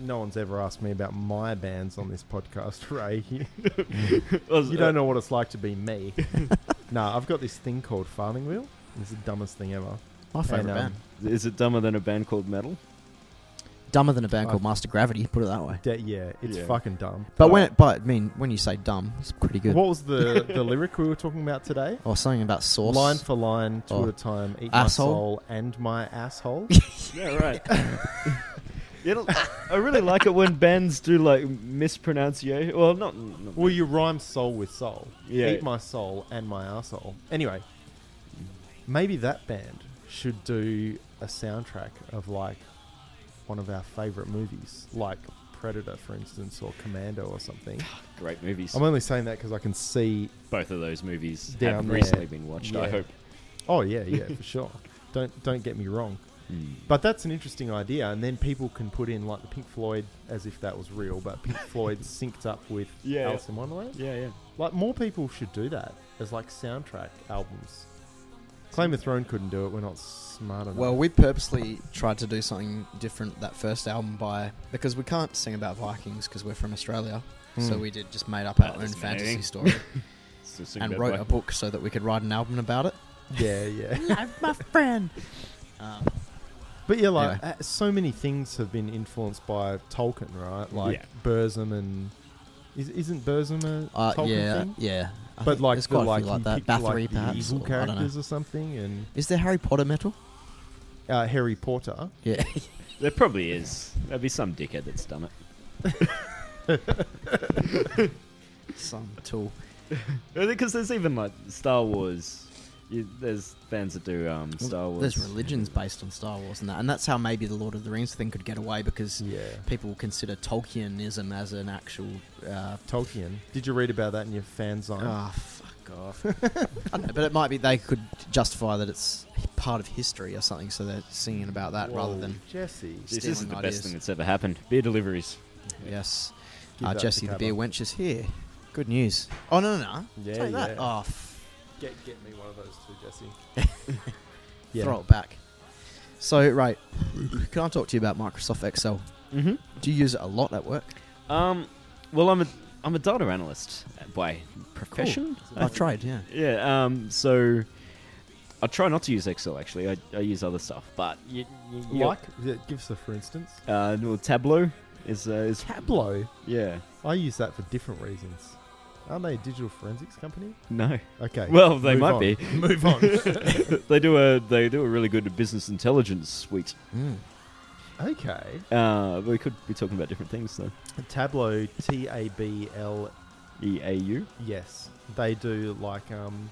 S2: no one's ever asked me about my bands on this podcast, <laughs> Ray. You,
S4: <laughs>
S2: you don't
S4: uh,
S2: know what it's like to be
S3: <laughs>
S2: me. nah, I've got this thing called Farming Wheel. It's the dumbest thing ever.
S3: my favorite
S2: And, um,
S3: band.
S4: Is it dumber than a band called Metal?
S3: Dumber than a band
S2: I-
S3: called Master Gravity. Put it that way.
S2: That- yeah, it's
S4: Yeah.
S2: fucking dumb.
S3: But when, it, but I mean, when you say dumb, it's pretty good.
S2: What was the, the lyric we were talking about today?
S3: Or something about <laughs> sauce.
S2: Line for line, two
S3: Oh.
S2: at a time, eat
S3: Asshole.
S2: my soul and my
S3: <laughs>
S2: asshole.
S4: Yeah,
S2: <laughs>
S4: right. It'll, I really like it when bands do like mispronunciation. Well, not. not-
S2: well, you rhyme soul with soul.
S4: Yeah.
S2: Eat my soul and my asshole. Anyway, maybe that band should do a soundtrack of like one of our favorite movies, like Predator, for instance, or Commando or something.
S4: great movies.
S2: I'm only saying that because I can see.
S4: Both of those movies
S2: Down
S4: have
S2: there.
S4: recently been watched. I
S2: Yeah.
S4: hope.
S2: Oh yeah, yeah,
S4: <laughs>
S2: for sure. Don't don't get me wrong. But that's an interesting idea, and then people can put in like the Pink Floyd as if that was real, but
S4: <laughs>
S2: Pink Floyd synced up with
S4: Yeah.
S2: Alice in Wonderland.
S4: Yeah, yeah.
S2: Like more people should do that as like soundtrack albums. Claim of Throne couldn't do it. We're not smart enough.
S3: Well, we purposely tried to do something different that first album by because we can't sing about Vikings because we're from Australia. So
S2: Hmm.
S3: we did just made up
S4: Ah,
S3: our own
S4: that's
S2: <laughs>
S3: fantasy
S4: amazing.
S3: story
S4: So sing
S3: and
S4: that
S3: wrote
S4: way.
S3: a book so that we could write an album
S2: <laughs>
S3: about it.
S2: <laughs> yeah, yeah.
S3: Love my friend. Um,
S2: But yeah, like uh, so many things have been influenced by Tolkien, right? Like
S4: Yeah.
S2: Burzum and is, isn't Burzum a
S3: uh,
S2: Tolkien
S3: yeah,
S2: thing?
S3: yeah. I
S2: but
S3: think
S2: like
S3: there's
S2: the
S3: quite a
S2: like,
S3: few
S2: he
S3: like that.
S2: picked, like,
S3: Bathory,
S2: the
S3: perhaps.
S2: evil
S3: or- I don't know.
S2: characters or something, and
S3: Is there Harry Potter <laughs> metal?
S2: uh, Harry Potter.
S3: Yeah.
S4: There probably is. There'll be some dickhead that's done it.
S3: Some tool.
S4: Because there's even like Star Wars. You, there's fans that do um, Star Wars.
S3: There's religions based on Star Wars and that, and that's how maybe the Lord of the Rings thing could get away because
S2: Yeah,
S3: people consider Tolkienism as an actual. Uh,
S2: Tolkien. Did you read about that in your fan zone?
S3: Ah, <laughs> oh, fuck off. I don't know, but it might be they could justify that it's part of history or something, so they're singing about that rather than
S2: Jesse.
S4: This
S3: Stealing
S4: is the
S3: ideas.
S4: best thing that's ever happened. Beer deliveries.
S3: yes.
S2: Give
S3: Uh,
S2: that to
S3: Jesse the
S2: Cabba.
S3: beer wench is here. Good news. Oh no no no!
S2: Yeah,
S3: Take that.
S2: yeah.
S3: Oh, f-
S2: Get, get me one of those two, Jesse. <laughs>
S3: yeah. throw it back. So right, can I talk to you about Microsoft Excel?
S4: Mm-hmm.
S3: Do you use it a lot at work?
S4: Um, well, I'm a I'm a data analyst by profession. I
S3: I've tried. Yeah.
S4: Yeah. Um. So I try not to use Excel. Actually, I, I use other stuff. But you, you, you-
S2: Like, yeah, give us a for instance.
S4: uh, well, Tableau is uh, is
S2: Tableau.
S4: yeah.
S2: I use that for different reasons. Aren't they a digital forensics company?
S4: No. <laughs>
S2: Okay.
S4: Well, they
S2: move
S4: might
S2: on.
S4: be.
S2: <laughs> Move on.
S4: <laughs> they do a they do a really good business intelligence suite.
S3: Mm.
S2: okay.
S4: Uh, we could be talking about different things though.
S2: Tableau, T A B L
S4: EAU.
S2: Yes, they do like um,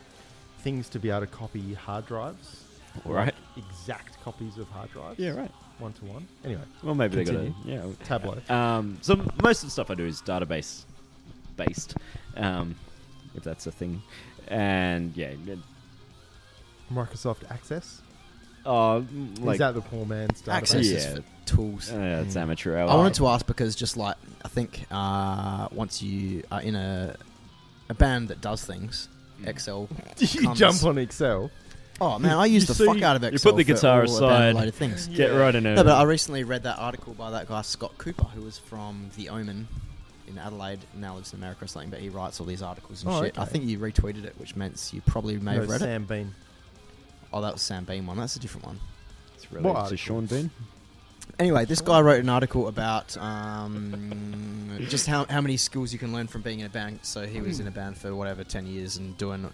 S2: things to be able to copy hard drives,
S4: All right.
S2: exact copies of hard drives.
S4: Yeah. Right.
S2: one to one. Anyway,
S4: Well, maybe they
S2: Continue.
S4: got a yeah.
S2: Tableau.
S4: Um, so m- most of the stuff I do is database based, um, if that's a thing. And yeah, n-
S2: Microsoft Access
S4: uh, m- like
S2: is that the poor man's database?
S3: Access is
S4: Yeah.
S3: for tools.
S4: uh, it's
S2: Mm.
S4: amateur
S3: Hmm. I
S4: hour.
S3: wanted to ask because just like I think uh, once you are in a a band that does things, Excel.
S2: Did <laughs> you
S3: Comes-
S2: jump on Excel?
S3: Oh man, I use
S4: You
S3: the
S4: see-
S3: fuck out of
S4: you put
S3: Excel.
S4: the
S3: for
S4: guitar
S3: all a band
S4: aside.
S3: load of
S4: <laughs>
S3: things.
S4: get right in it.
S3: No, but I recently read that article by that guy Scott Cooper, who was from The Omen in Adelaide, now lives in America or something. But he writes all these articles and
S2: Oh,
S3: shit. I
S2: okay.
S3: think you retweeted it, which means you probably may
S2: no,
S3: have read it.
S2: Sam
S3: <laughs>
S2: Bean.
S3: Oh, that was Sam Bean one. That's a different one.
S4: it's
S2: related to
S4: related
S2: article?
S4: to
S2: Sean
S4: Sean Bean.
S3: Anyway, this guy wrote an article about um, just how, how many skills you can learn from being in a band. So he was in a band for whatever, 10 years and doing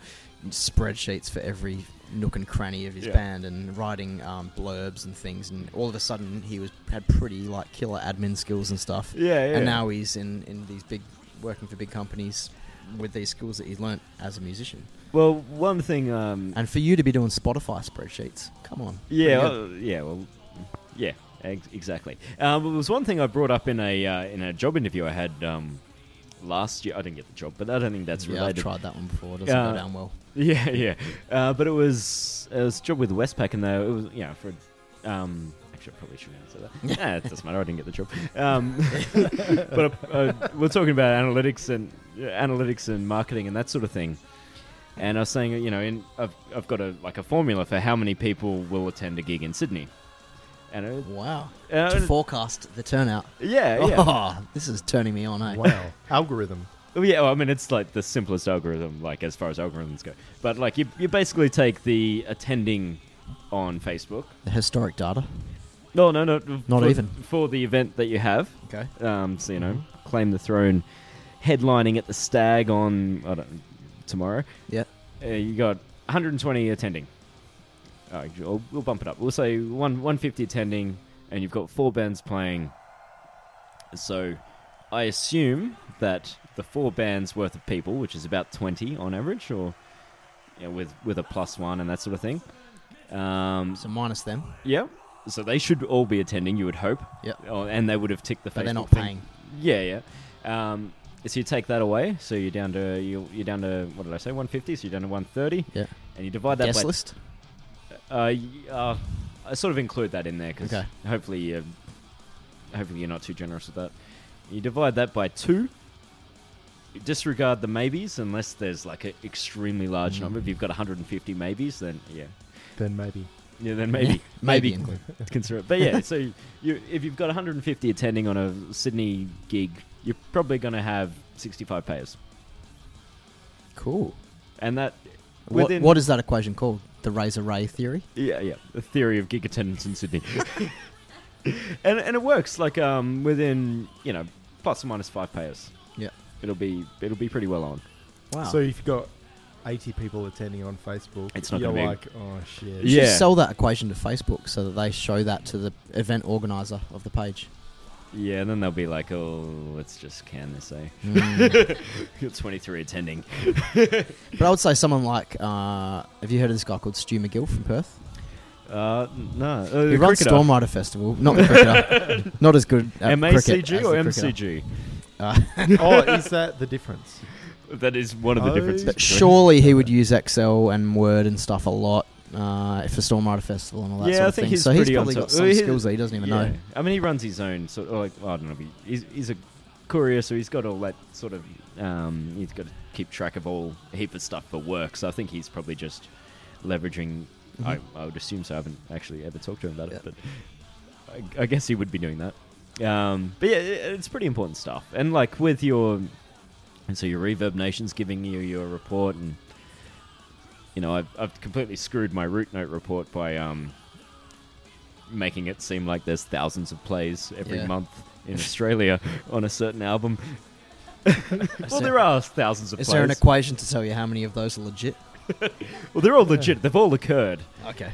S3: spreadsheets for every nook and cranny of his
S4: Yeah.
S3: band and writing um, blurbs and things. And all of a sudden, he was had pretty like killer admin skills and stuff.
S4: Yeah, yeah.
S3: And now he's in, in these big, working for big companies with these skills that he's learnt as a musician.
S4: well, one thing. Um,
S3: And for you to be doing Spotify spreadsheets, come on.
S4: yeah,
S3: Pretty good.
S4: uh, yeah. Well, yeah. Ex- exactly. Um, there was one thing I brought up in a uh, in a job interview I had um, last year. I didn't get the job, but I don't think that's
S3: yeah, I've
S4: related.
S3: tried that one before. It doesn't
S4: Uh,
S3: go down well.
S4: <laughs> Yeah, yeah. Uh, but it was it was a job with Westpac, and though it was yeah for. Um, actually, I probably shouldn't answer that. nah, it doesn't matter. I didn't get the job. Um, <laughs> but uh, we're talking about analytics and yeah, analytics and marketing and that sort of thing. And I was saying, you know, in, I've I've got a like a formula for how many people will attend a gig in Sydney. And it,
S3: Wow.
S4: uh,
S3: to forecast the turnout.
S4: yeah, yeah.
S3: <laughs> Oh, this is turning me on, eh?
S2: Wow, algorithm.
S4: Well, yeah, well, I mean, it's like the simplest algorithm, like as far as algorithms go. But like, you, you basically take the attending on Facebook.
S3: The historic data.
S4: No, no, no,
S3: Not
S4: for,
S3: even.
S4: for the event that you have.
S3: Okay.
S4: Um, so you know, claim the throne, headlining at the Stag on I don't, tomorrow.
S3: Yeah.
S4: Uh, you got 120 attending. All right, we'll, we'll bump it up. We'll say one 150 attending, and you've got four bands playing. So, I assume that the four bands worth of people, which is about 20 on average, or you know, with with a plus one and that sort of thing. Um,
S3: So minus them,
S4: yeah. So they should all be attending, you would hope.
S3: Yep.
S4: Oh, and they would have ticked the
S3: but they're not
S4: Facebook thing.
S3: paying.
S4: Yeah, yeah. Um, so you take that away, so you're down to you you're down to what did I say, 150? So you're down to 130,
S3: Yeah.
S4: and you divide that
S3: Guest
S4: by.
S3: list.
S4: Uh, y- uh, I sort of include that in there because
S3: Okay.
S4: hopefully, you, hopefully you're not too generous with that. You divide that by two. You disregard the maybes unless there's like an extremely large
S3: Mm.
S4: number. If you've got 150 maybes, then yeah,
S2: Then maybe.
S4: yeah, then <laughs> maybe
S3: Maybe
S4: maybe
S3: include.
S4: consider it. But yeah, so you, if you've got 150 attending on a Sydney gig, you're probably going to have 65 payers,
S3: Cool.
S4: and that
S3: What,
S4: within
S3: what is that equation called? The razor ray theory.
S4: yeah yeah the theory of gig attendance in Sydney, <laughs> and and it works like um within you know plus or minus five payers.
S3: Yeah.
S4: it'll be it'll be pretty well on.
S3: Wow.
S2: So if you've got 80 people attending on Facebook,
S4: It's not
S2: you're
S4: gonna be-
S2: like, oh shit.
S4: Yeah.
S3: You should sell that equation to Facebook so that they show that to the event organizer of the
S4: <laughs>
S3: page.
S4: Yeah, and then they'll be like, oh, let's just can this, eh? <laughs>
S3: Mm.
S4: Got 23 attending.
S3: but I would say someone like, uh, have you heard of this guy called Stu McGill from Perth?
S4: Uh, n- no. Uh,
S3: He runs
S4: cricketer.
S3: Stormrider Festival. Not the cricketer.
S4: <laughs>
S3: not as good
S4: uh,
S3: at cricket
S4: MACG
S3: as the
S4: or
S3: cricketer.
S4: MCG?
S3: Uh,
S2: <laughs>
S3: <laughs>
S2: oh, is that the difference?
S4: That is one of the
S2: Oh.
S4: differences.
S2: But
S3: But
S4: between-
S3: surely he would use Excel and Word and stuff a lot. uh, for Stormrider Festival and all that
S4: yeah,
S3: sort
S4: I
S3: of
S4: think
S3: thing.
S4: he's
S3: so
S4: pretty
S3: he's probably
S4: on top.
S3: got some
S4: Well, he-
S3: skills that he doesn't even
S4: yeah.
S3: know.
S4: I mean, he runs his own sort of like I don't know. he- He's, he's a courier, so he's got all that sort of. Um, he's got to keep track of all a heap of stuff for work. So I think he's probably just leveraging. I, I would assume so. I haven't actually ever talked to him about it, but I, I guess he would be doing that. Um, but yeah, it, it's pretty important stuff. And like with your, and so your Reverb Nation's giving you your report, and you know I've, I've completely screwed my root note report by um, making it seem like there's thousands of plays every
S3: Yeah.
S4: month in Australia on a
S3: <laughs>
S4: certain album. well,
S3: there-
S4: there are thousands of
S3: Is
S4: plays.
S3: there an equation to tell you how many of those are legit?
S4: well, they're all legit. They've all occurred.
S3: Okay.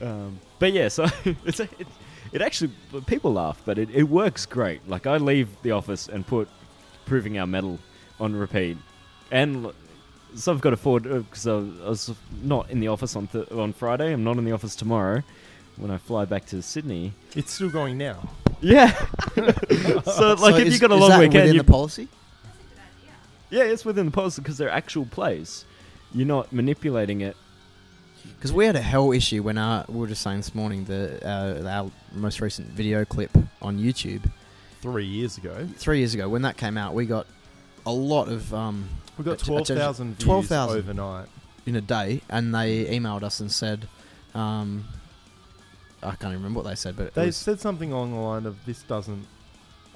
S4: Um, but yeah, so <laughs> it's a, it, it actually people laugh, but it, it works great. Like I leave the office and put proving our metal on repeat, and l- so I've got to forward because I was not in the office on th- on Friday. I'm not in the office tomorrow when I fly back to Sydney.
S2: It's still going now.
S4: Yeah. <laughs> so
S3: So
S4: like if
S3: is-
S4: you got a
S3: is
S4: long
S3: that
S4: weekend,
S3: within
S4: you
S3: the policy?
S4: yeah, it's within the policy because they're actual plays. You're not manipulating it.
S3: Because we had a hell issue when our, we were just saying this morning the uh, our most recent video clip on YouTube
S2: Three years ago,
S3: three years ago when that came out, we got a lot of um,
S2: we got
S3: Att- attention-
S2: twelve thousand views
S3: 12,000.
S2: overnight.
S3: in a day, and they emailed us and said, um, I can't even remember what they said, but it
S2: They
S3: was-
S2: said something along the line of "This doesn't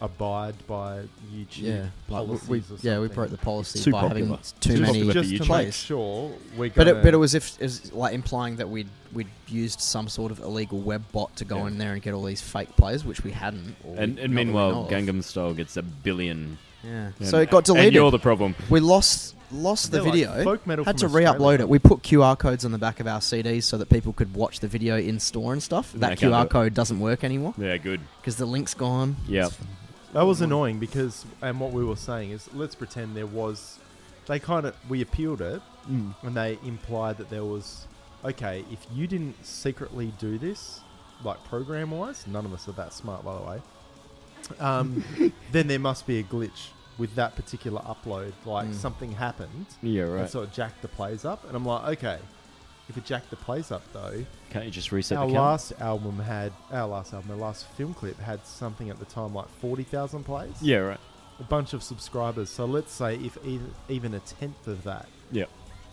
S2: abide by YouTube
S3: yeah, like we-
S2: policies."
S3: we,
S2: or
S3: yeah, we
S2: something.
S3: broke the policy
S4: too
S3: by having
S4: popular.
S3: too
S4: Too
S3: many.
S4: popular.
S2: just to make
S3: plays.
S2: sure we.
S3: But it, but it was if it was like implying that we'd we'd used some sort of illegal web bot to go
S4: Yeah.
S3: in there and get all these fake players, which we hadn't. or
S4: And,
S3: we- not
S4: and
S3: that we know
S4: meanwhile,
S3: of.
S4: Gangnam Style gets a billion.
S3: Yeah.
S4: and-
S3: So it got
S4: And
S3: deleted.
S4: you're the problem.
S3: we lost lost the video.
S2: folk metal
S3: had to
S2: from
S3: re-upload
S2: Australia.
S3: it. We put QR codes on the back of our CDs so that people could watch the video in store and stuff.
S4: And
S3: That
S4: they can't do
S3: QR
S4: it.
S3: code doesn't work anymore
S4: Yeah, good.
S3: because the link's gone.
S4: Yeah.
S2: That was annoying because, and what we were saying is, let's pretend there was. They kind of we appealed it,
S4: Mm.
S2: and they implied that there was. Okay, if you didn't secretly do this, like program wise, none of us are that smart, by the way.
S4: <laughs>
S2: Um, then there must be a glitch with that particular upload. Like
S3: Mm.
S2: something happened,
S4: Yeah, right.
S2: and so it jacked the plays up. And I'm like, okay, if it jacked the plays up though,
S4: Can't you just reset
S2: our
S4: the count?
S2: last album had our last album, our last film clip had something at the time like forty thousand plays.
S4: yeah, right.
S2: a bunch of subscribers. So let's say if even, even a tenth of that
S4: Yeah.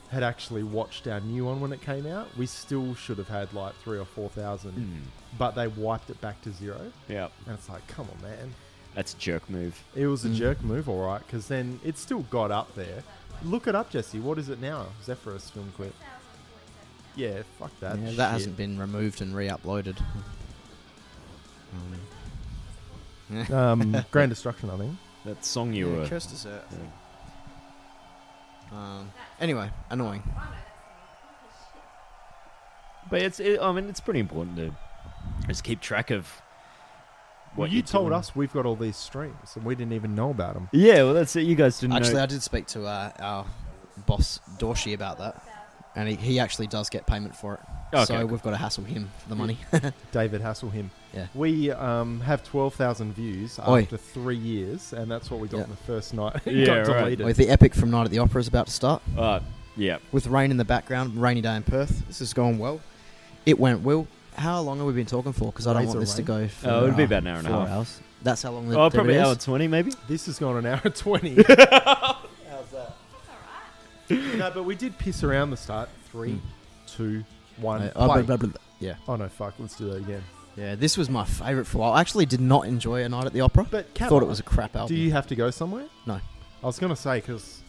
S2: had actually watched our new one when it came out, we still should have had like three or four thousand.
S3: Hmm.
S4: Mm.
S2: But they wiped it back to zero,
S4: Yeah.
S2: and it's like, come on, man,
S4: That's a jerk move.
S2: it was a
S3: Mm.
S2: jerk move, all right, because then it still got up there. Look it up, Jesse. What is it now? Zephyrus film clip. Yeah, fuck that.
S3: Yeah,
S2: shit.
S3: that hasn't been removed and re-uploaded.
S2: <laughs> Um, Grand Destruction, I think.
S4: That song you were.
S5: Cursed us out.
S4: Yeah.
S3: Um, anyway, annoying.
S4: But it's, it, I mean, it's pretty important to just keep track of
S2: Well,
S4: what
S2: you
S4: you're
S2: told
S4: doing.
S2: us we've got all these streams, and we didn't even know about them.
S4: Yeah, well, that's it. You guys didn't
S3: Actually,
S4: know.
S3: I did speak to uh, our boss Dorshi about that, and he, he actually does get payment for it.
S4: Oh, Okay,
S3: so
S4: cool.
S3: we've got to hassle him for the money.
S2: David Hasselhim.
S3: Yeah.
S2: We um, have 12,000 views
S3: Oi.
S2: after three years, and that's what we got
S3: Yeah.
S2: in the first night. <laughs> It
S4: Yeah,
S2: got
S4: right.
S2: deleted.
S3: <laughs> With the epic from Night at the Opera is about to start.
S4: Uh, yeah.
S3: with rain in the background, rainy day in Perth. This is going well. It went well. How long have we been talking for? Because I don't
S2: Razor
S3: want this to
S2: rain?
S3: go for.
S4: Oh, it'll be
S3: uh,
S4: about an hour and a
S3: four
S4: half.
S3: Hours. That's how long. The,
S4: Oh,
S3: that
S4: probably
S3: it
S4: hour
S3: is?
S4: 20, maybe?
S2: This has gone an hour
S3: <laughs>
S2: 20. How's that? <laughs> No, but we did piss around the start. Three,
S3: Hmm.
S2: two, one.
S3: Uh, oh,
S2: play.
S3: blah, blah, blah. Yeah,
S2: Oh, no, fuck. Let's do that again.
S3: yeah. This was my favourite for a while. I actually did not enjoy a night at the opera.
S2: But,
S3: I
S2: Kat,
S3: thought it was a crap
S2: do
S3: album.
S2: you have to go somewhere?
S3: No.
S2: I was going to say, because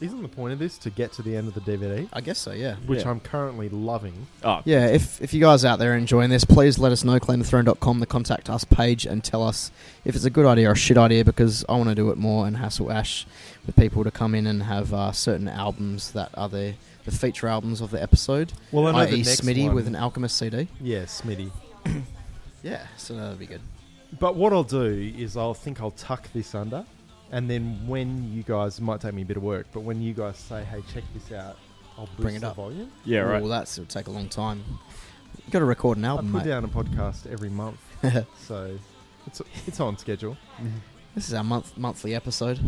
S2: isn't the point of this to get to the end of the DVD?
S3: I guess so. Yeah.
S2: Which
S4: Yeah.
S2: I'm currently loving.
S4: Oh,
S3: Yeah, if, if you guys out there are enjoying this, please let us know, claimthethrone.com, the contact us page, and tell us if it's a good idea or a shit idea because I want to do it more and hassle Ash with people to come in and have uh, certain albums that are the, the feature albums of the episode,
S2: Well, I know the
S3: i.e.
S2: next
S3: Smitty
S2: one-
S3: with an Alchemist CD.
S2: Yeah, Smitty.
S3: Yeah, so that'd be good.
S2: But what I'll do is I'll think I'll tuck this under, and then when you guys it might take me a bit of work, but when you guys say, "Hey, check this out," I'll boost
S3: Bring it
S2: the
S3: up.
S2: volume.
S4: yeah, right.
S3: Well, that's it'll take a long time. you got to record an
S2: I
S3: album,
S2: put
S3: mate.
S2: down a podcast every month, so it's it's on schedule.
S3: This is our month monthly episode.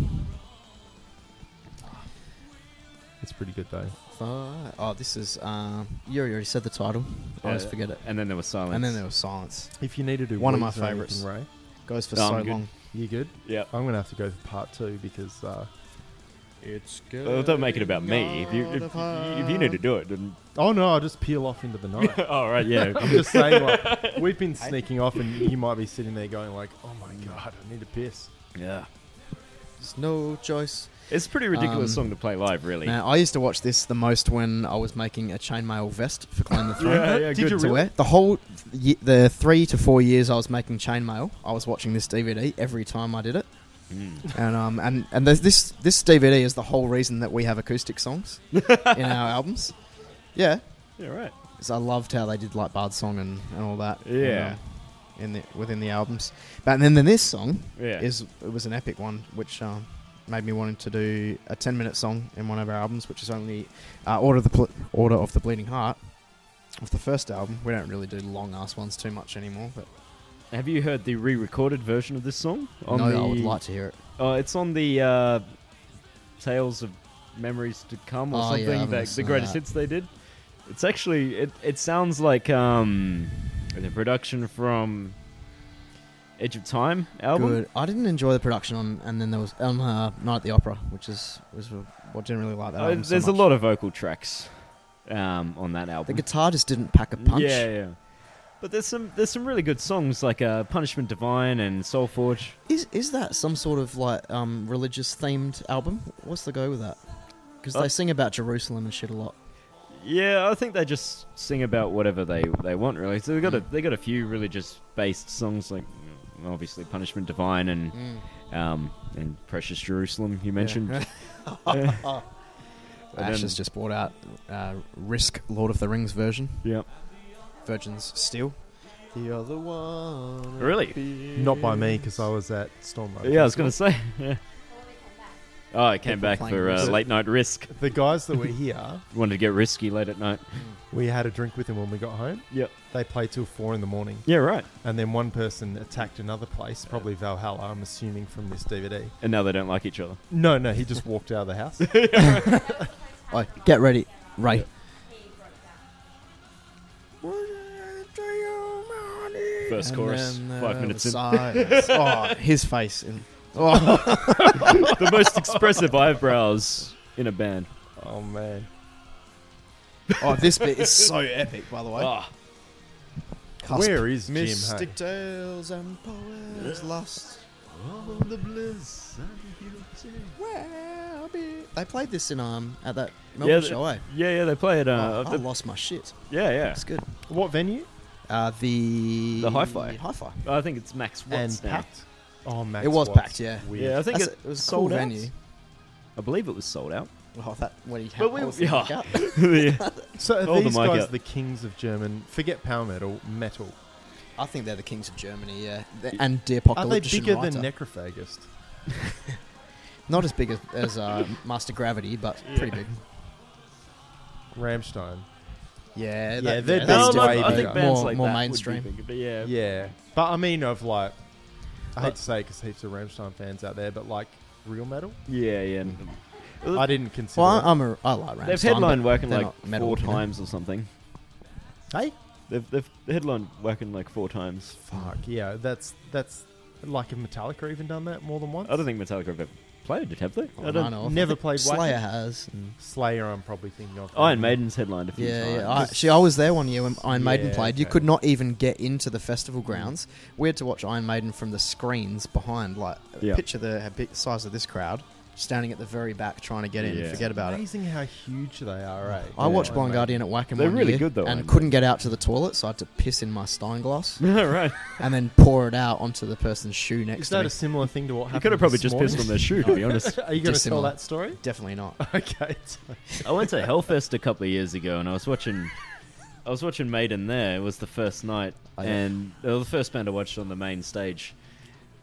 S2: It's pretty good though.
S3: Fi- Oh, this is. Um, you already said the title. I always
S4: Yeah.
S3: forget it.
S4: <laughs> And then there was silence.
S3: And then there was silence.
S2: If you need to do
S5: One of my
S2: Weezer or anything,
S5: favourites.
S2: Ray,
S5: Goes for
S4: No,
S5: so
S4: Oh, I'm good.
S5: long.
S2: you good?
S4: Yeah.
S2: I'm gonna have to go for part two because uh,
S5: It's good.
S4: Well, don't make it about me. If you, if, if you need to do it, then. <laughs>
S2: oh no, I'll just peel off into the night.
S4: oh, right, yeah.
S2: I'm just saying, like we've been sneaking off, and you might be sitting there going, like, "Oh my god, I need to piss."
S4: <laughs> yeah.
S3: There's no choice.
S4: It's a pretty ridiculous
S3: Um,
S4: song to play live, really.
S3: Now, I used to watch this the most when I was making a chainmail vest for Claim the Throne.
S4: <laughs> yeah, yeah,
S2: Did you
S4: good.
S3: To
S2: really?
S3: wear. The whole, ye- the three to four years I was making chainmail, I was watching this DVD every time I did
S5: <laughs>
S3: it,
S4: Mm.
S3: and um, and and there's this this DVD is the whole reason that we have
S5: <laughs>
S3: acoustic songs in our albums. Yeah,
S4: Yeah, right.
S3: 'cause I loved how they did like Bard song and, and all that. you
S4: Yeah.
S3: know, in the within the albums, but then then this song
S4: Yeah.
S3: is it was an epic one, which um, made me want to do a ten minute song in one of our albums, which is only uh, Order of the Ple- Order of the Bleeding Heart. Of the first album, we don't really do long ass ones too much anymore, but
S4: Have you heard the re-recorded version of this song?
S3: no,
S4: the,
S3: I would like to hear it.
S4: Oh, it's on the uh, Tales of Memories to Come or
S3: Oh, yeah,
S4: something.
S3: I haven't
S4: that, the
S3: listened to
S4: greatest
S3: that.
S4: hits they did. It's actually it. It sounds like um, the production from Edge of Time album.
S3: Good. I didn't enjoy the production on, and then there was on uh, Night at the Opera, which is was what didn't really like that.
S4: Uh,
S3: album so
S4: there's a
S3: much.
S4: lot of vocal tracks um, on that album.
S3: The guitar just didn't pack a punch.
S4: Yeah, yeah. But there's some there's some really good songs like uh, Punishment Divine and Soul Forge.
S3: Is is that some sort of like um, religious themed album? What's the go with that? Because
S4: Uh,
S3: they sing about Jerusalem and shit a lot.
S4: Yeah, I think they just sing about whatever they, they want really. So they got a
S3: Mm.
S4: they got a few religious based songs like mm, obviously Punishment Divine and
S3: Mm.
S4: um, and Precious Jerusalem you
S3: <laughs>
S4: mentioned. Yeah. And
S3: Ash
S4: then-
S3: has just brought out uh, Risk Lord of the Rings version,
S4: yeah.
S3: Virgin's Steel. The other one.
S4: Really?
S2: Not by me because I was at Stormlight.
S4: Yeah, I was gonna say. <laughs> Yeah. Oh, I came
S3: People
S4: back
S3: playing
S4: for uh,
S3: Risk.
S4: late night risk.
S2: The guys that were here,
S4: Wanted to get risky late at night.
S2: we had a drink with them when we got home.
S4: Yep.
S2: They played till four in the morning,
S4: Yeah, right.
S2: and then one person attacked another place, probably Valhalla. I'm assuming from this DVD.
S4: And now they don't like each other.
S2: No, no, he just walked out of the house.
S4: <laughs>
S3: Oh, get ready, Ray.
S4: First
S3: And
S4: chorus,
S3: then uh, there
S4: five minutes
S3: was
S4: in. <laughs>
S3: silence. oh, his face. In, oh,
S4: the most expressive eyebrows in
S3: <laughs>
S4: a band.
S2: oh man,
S3: oh, this bit is so epic, by the way.
S4: Ah,
S3: Cusp.
S2: where is Jim? Hey?
S5: Mystic tales and poems lost.
S3: Where be- They played this in um at that
S4: yeah,
S3: Melbourne
S4: th-
S3: show. Eh?
S4: yeah, yeah, they play it. Uh,
S3: oh, I
S4: the-
S3: lost my shit.
S4: yeah, yeah.
S3: It's good.
S2: What venue?
S3: Uh, the
S4: The hi-fi.
S3: hi-fi.
S4: I think it's Max Watts
S2: and
S4: now.
S2: packed. Oh, Max
S3: It was
S2: Watts.
S3: packed, yeah.
S2: Weird.
S4: Yeah, I think
S3: That's-
S4: it,
S3: it was a
S4: sold
S3: cool
S4: out.
S3: venue.
S4: I believe it was sold <laughs> out.
S3: Oh, that what he had.
S4: But we-
S3: I was thinking
S4: yeah.
S3: about.
S4: <laughs> yeah.
S2: So are
S4: Oh, the
S2: these
S4: mic
S2: guys
S4: out.
S2: the kings of German? Forget power metal, metal.
S3: I think they're the kings of Germany, yeah, The- and the apocalyptician
S2: Are they bigger
S3: writer.
S2: than Necrophagist?
S3: Not as big as, as uh, Master Gravity, but pretty big.
S2: Rammstein.
S3: Yeah,
S2: Yeah,
S3: that,
S2: they're
S3: yeah,
S2: big.
S3: that's
S2: No,
S3: different.
S2: way
S4: I think
S2: bigger.
S4: bands
S3: more,
S4: like
S3: more
S4: that would be
S3: mainstream.
S4: bigger, but yeah,
S2: Yeah, but I mean, of like, I hate
S4: But-
S2: to say because heaps of Rammstein fans out there, but like real metal,
S4: yeah, yeah. Well,
S2: I didn't consider.
S3: Well, um, I- I'm a, I like Rammstein.
S4: They've headlined
S3: but
S4: working
S3: they're
S4: like
S3: not metal,
S4: four
S3: you know?
S4: times or something.
S2: it. Hey,
S4: They've they've headlined working like four times.
S2: fuck yeah, that's that's like if Metallica even done that more than once.
S4: I don't think Metallica have ever played it, have they?
S3: Oh,
S4: I
S3: I
S4: don't.
S3: know. I
S2: never
S3: think
S2: played Wacken.
S3: Slayer has. and-
S2: Slayer, I'm probably thinking of.
S4: Iron Maiden's headlined a few
S3: yeah,
S4: times.
S3: yeah. I, she, I was there one year when Iron Maiden
S2: Yeah,
S3: played. You
S2: okay.
S3: could not even get into the festival grounds. We had to watch Iron Maiden from the screens behind. Like,
S4: Yeah.
S3: picture the big size of this crowd standing at the very back trying to get in.
S4: Yeah.
S3: Forget about it.
S2: Amazing how huge they are, eh?
S3: I watched
S2: Iron
S3: Blind
S2: Maiden.
S3: Guardian at Wacom.
S4: They're
S3: one
S4: really
S3: year
S4: good though,
S3: and
S4: aren't
S3: couldn't get out to the toilet, so I had to piss in my Stein glass
S4: <laughs> right.
S3: and then pour it out onto the person's shoe next
S2: Is
S3: to
S2: that
S3: me.
S2: a similar thing to what happened?
S4: You could have probably
S2: this
S4: just
S2: morning?
S4: pissed on their shoe, to
S3: <laughs>
S4: be honest.
S2: <laughs> Are you going to tell
S3: Dissimilar.
S2: that story? <laughs>
S3: Definitely not.
S4: <laughs>
S2: Okay.
S4: I went to Hellfest a couple of years ago, and I was watching. I was watching Maiden there. It was the first night,
S3: I know.
S4: and they were the first band I watched on the main stage,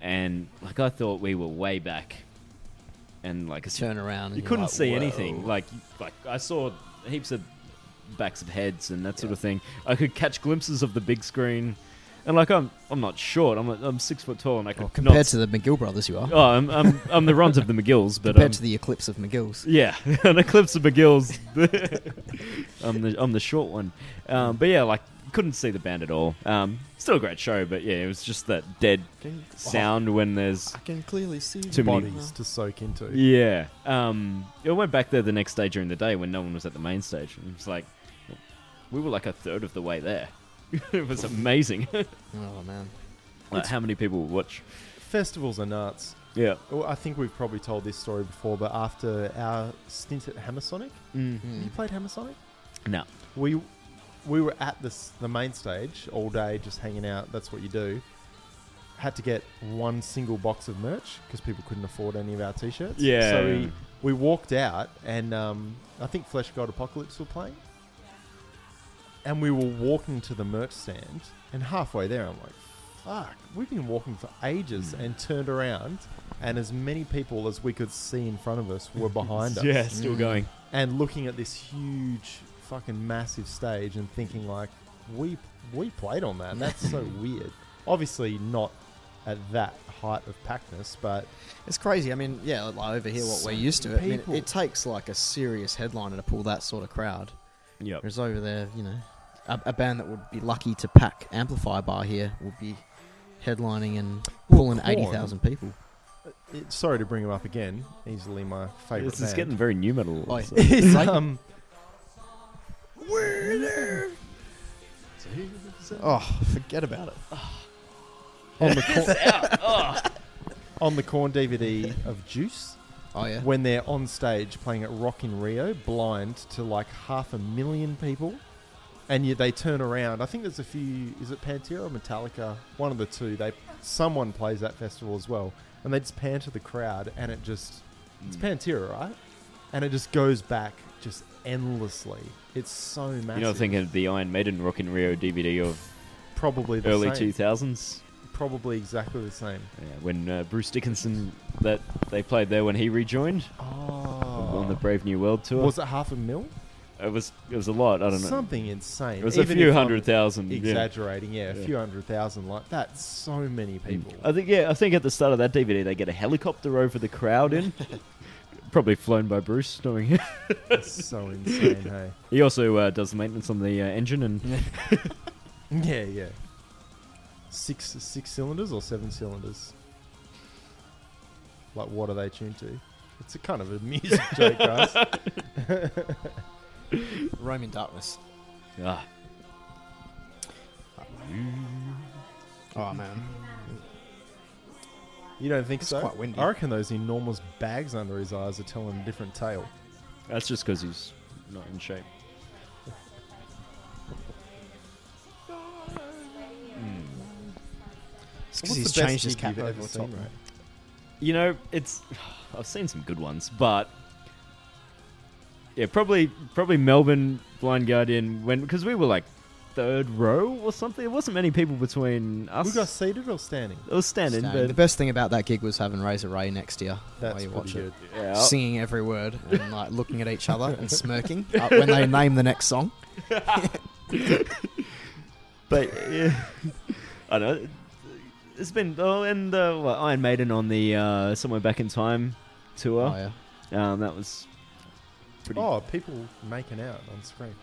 S4: and like I thought we were way back, and like as-
S3: Turn around. And
S4: you
S3: you're
S4: couldn't
S3: like,
S4: see
S3: "Whoa."
S4: anything. Like like I saw heaps of backs of heads and that sort of thing. I could catch glimpses of the big screen. And like I'm, I'm not short. I'm I'm six foot tall, and I could
S3: Well,
S4: not.
S3: compared to the McGill brothers, you are.
S4: oh, I'm, I'm I'm the runt of the McGills, but
S3: compared
S4: um,
S3: to the Eclipse of McGill's.
S4: yeah, <laughs> an eclipse of McGill's. <laughs> I'm the I'm the short one, um, but yeah, like couldn't see the band at all. Um, still a great show, but yeah, it was just that dead sound when there's
S5: I can clearly see
S4: Too many-
S2: bodies to soak into.
S4: yeah. Um, I went back there the next day during the day when no one was at the main stage, and it's like we were like a third of the way there. <laughs> it was amazing. <laughs>
S3: Oh man.
S4: like how many people would watch?
S2: Festivals are nuts.
S4: Yeah.
S2: Well, I think we've probably told this story before, but after our stint at Hammersonic,
S3: Mm.
S2: you played Hammersonic.
S4: No.
S2: We we were at this the main stage all day, just hanging out. That's what you do. Had to get one single box of merch because people couldn't afford any of our t-shirts.
S4: Yeah.
S2: So we, we walked out, and um, I think Flesh God Apocalypse were playing. And we were walking to the merch stand, and halfway there, I'm like, "Fuck, we've been walking for ages." And turned around, and as many people as we could see in front of us were behind us
S4: Yeah, still
S3: Mm.
S4: going.
S2: and looking at this huge fucking massive stage and thinking like we we played on that that's
S4: <laughs>
S2: so weird obviously not at that height of packedness but
S3: It's crazy. I mean, yeah, like over here, what
S2: So
S3: we're
S2: many
S3: used to. It. I mean,
S2: people.
S3: it takes like a serious headliner to pull that sort of crowd.
S4: Yep.
S3: Whereas over there, you know, a, a band that would be lucky to pack Amplifier Bar here would be headlining and pulling
S2: Korn.
S3: eighty thousand people.
S2: it, sorry to bring him up again easily my favorite
S4: This is getting
S2: <laughs>
S4: very new metal.
S3: Oh, yeah.
S4: so-
S2: is
S3: like-
S2: um
S5: Oh, forget about it.
S2: on
S4: <laughs>
S2: the corn,
S4: Oh.
S2: <laughs> on the corn DVD of Juice
S3: Oh yeah.
S2: when they're on stage playing at Rock in Rio, blind to like half a million people, and yet they turn around. I think there's a few. Is it Pantera or Metallica? One of the two. They someone plays that festival as well, and they just pan to the crowd, and it just it's
S4: Mm.
S2: Pantera, right? And it just goes back just endlessly. It's so massive.
S4: You're not thinking of the Iron Maiden Rock in Rio DVD of
S2: probably the
S4: early
S2: same.
S4: two thousands,
S2: Probably exactly the same.
S4: yeah, when uh, Bruce Dickinson that they played there when he rejoined
S2: Oh,
S4: on the Brave New World tour.
S2: was it half a mil?
S4: it was it was a lot. I don't know.
S2: Something insane.
S4: It was
S2: Even
S4: a few
S2: if I'm-
S4: hundred thousand. yeah.
S2: exaggerating. Yeah,
S4: Yeah.
S2: a few hundred thousand. Like that's so many
S5: Mm.
S2: people.
S4: Mm.
S5: <laughs>
S4: I think yeah, I think at the start of that DVD they get a helicopter over the crowd
S2: <laughs>
S4: in, probably flown by Bruce. Knowing
S2: That's so insane. Hey.
S4: <laughs> he also uh, does the maintenance on the uh, engine and
S2: <laughs> Yeah, yeah. Six six cylinders or seven cylinders. Like what are they tuned to? It's a kind of
S5: <laughs>
S2: a music joke, guys.
S3: Roaming darkness.
S4: ah,
S5: Oh man,
S2: You don't think
S5: It's
S2: so?
S5: quite windy.
S2: I reckon those enormous bags under his eyes are telling a different tale.
S4: that's just because he's not in shape.
S5: it's
S2: What's
S5: because he's
S2: the best
S5: changed his
S2: gig
S5: cap
S2: you've
S5: over
S2: ever
S5: the
S2: seen,
S5: top.
S2: mate?
S4: You know, it's <sighs> I've seen some good ones, but yeah, probably probably Melbourne Blind Guardian when because we were like third row or something. There wasn't many people between us.
S2: We got seated or standing?
S4: it was standing,
S3: Standing. The
S4: but
S3: best thing about that gig was having Razor Ray next to you while
S2: That's
S3: you
S2: pretty
S3: watch it,
S2: good.
S4: yeah,
S3: singing every word and like looking at each other and smirking uh, when they name the next song.
S4: but yeah, <laughs> I don't know. It's been oh, and uh, what, Iron Maiden on the uh, somewhere back in time
S3: Oh
S4: tour.
S3: yeah.
S4: Um, that was pretty.
S2: Oh, people making out on screen.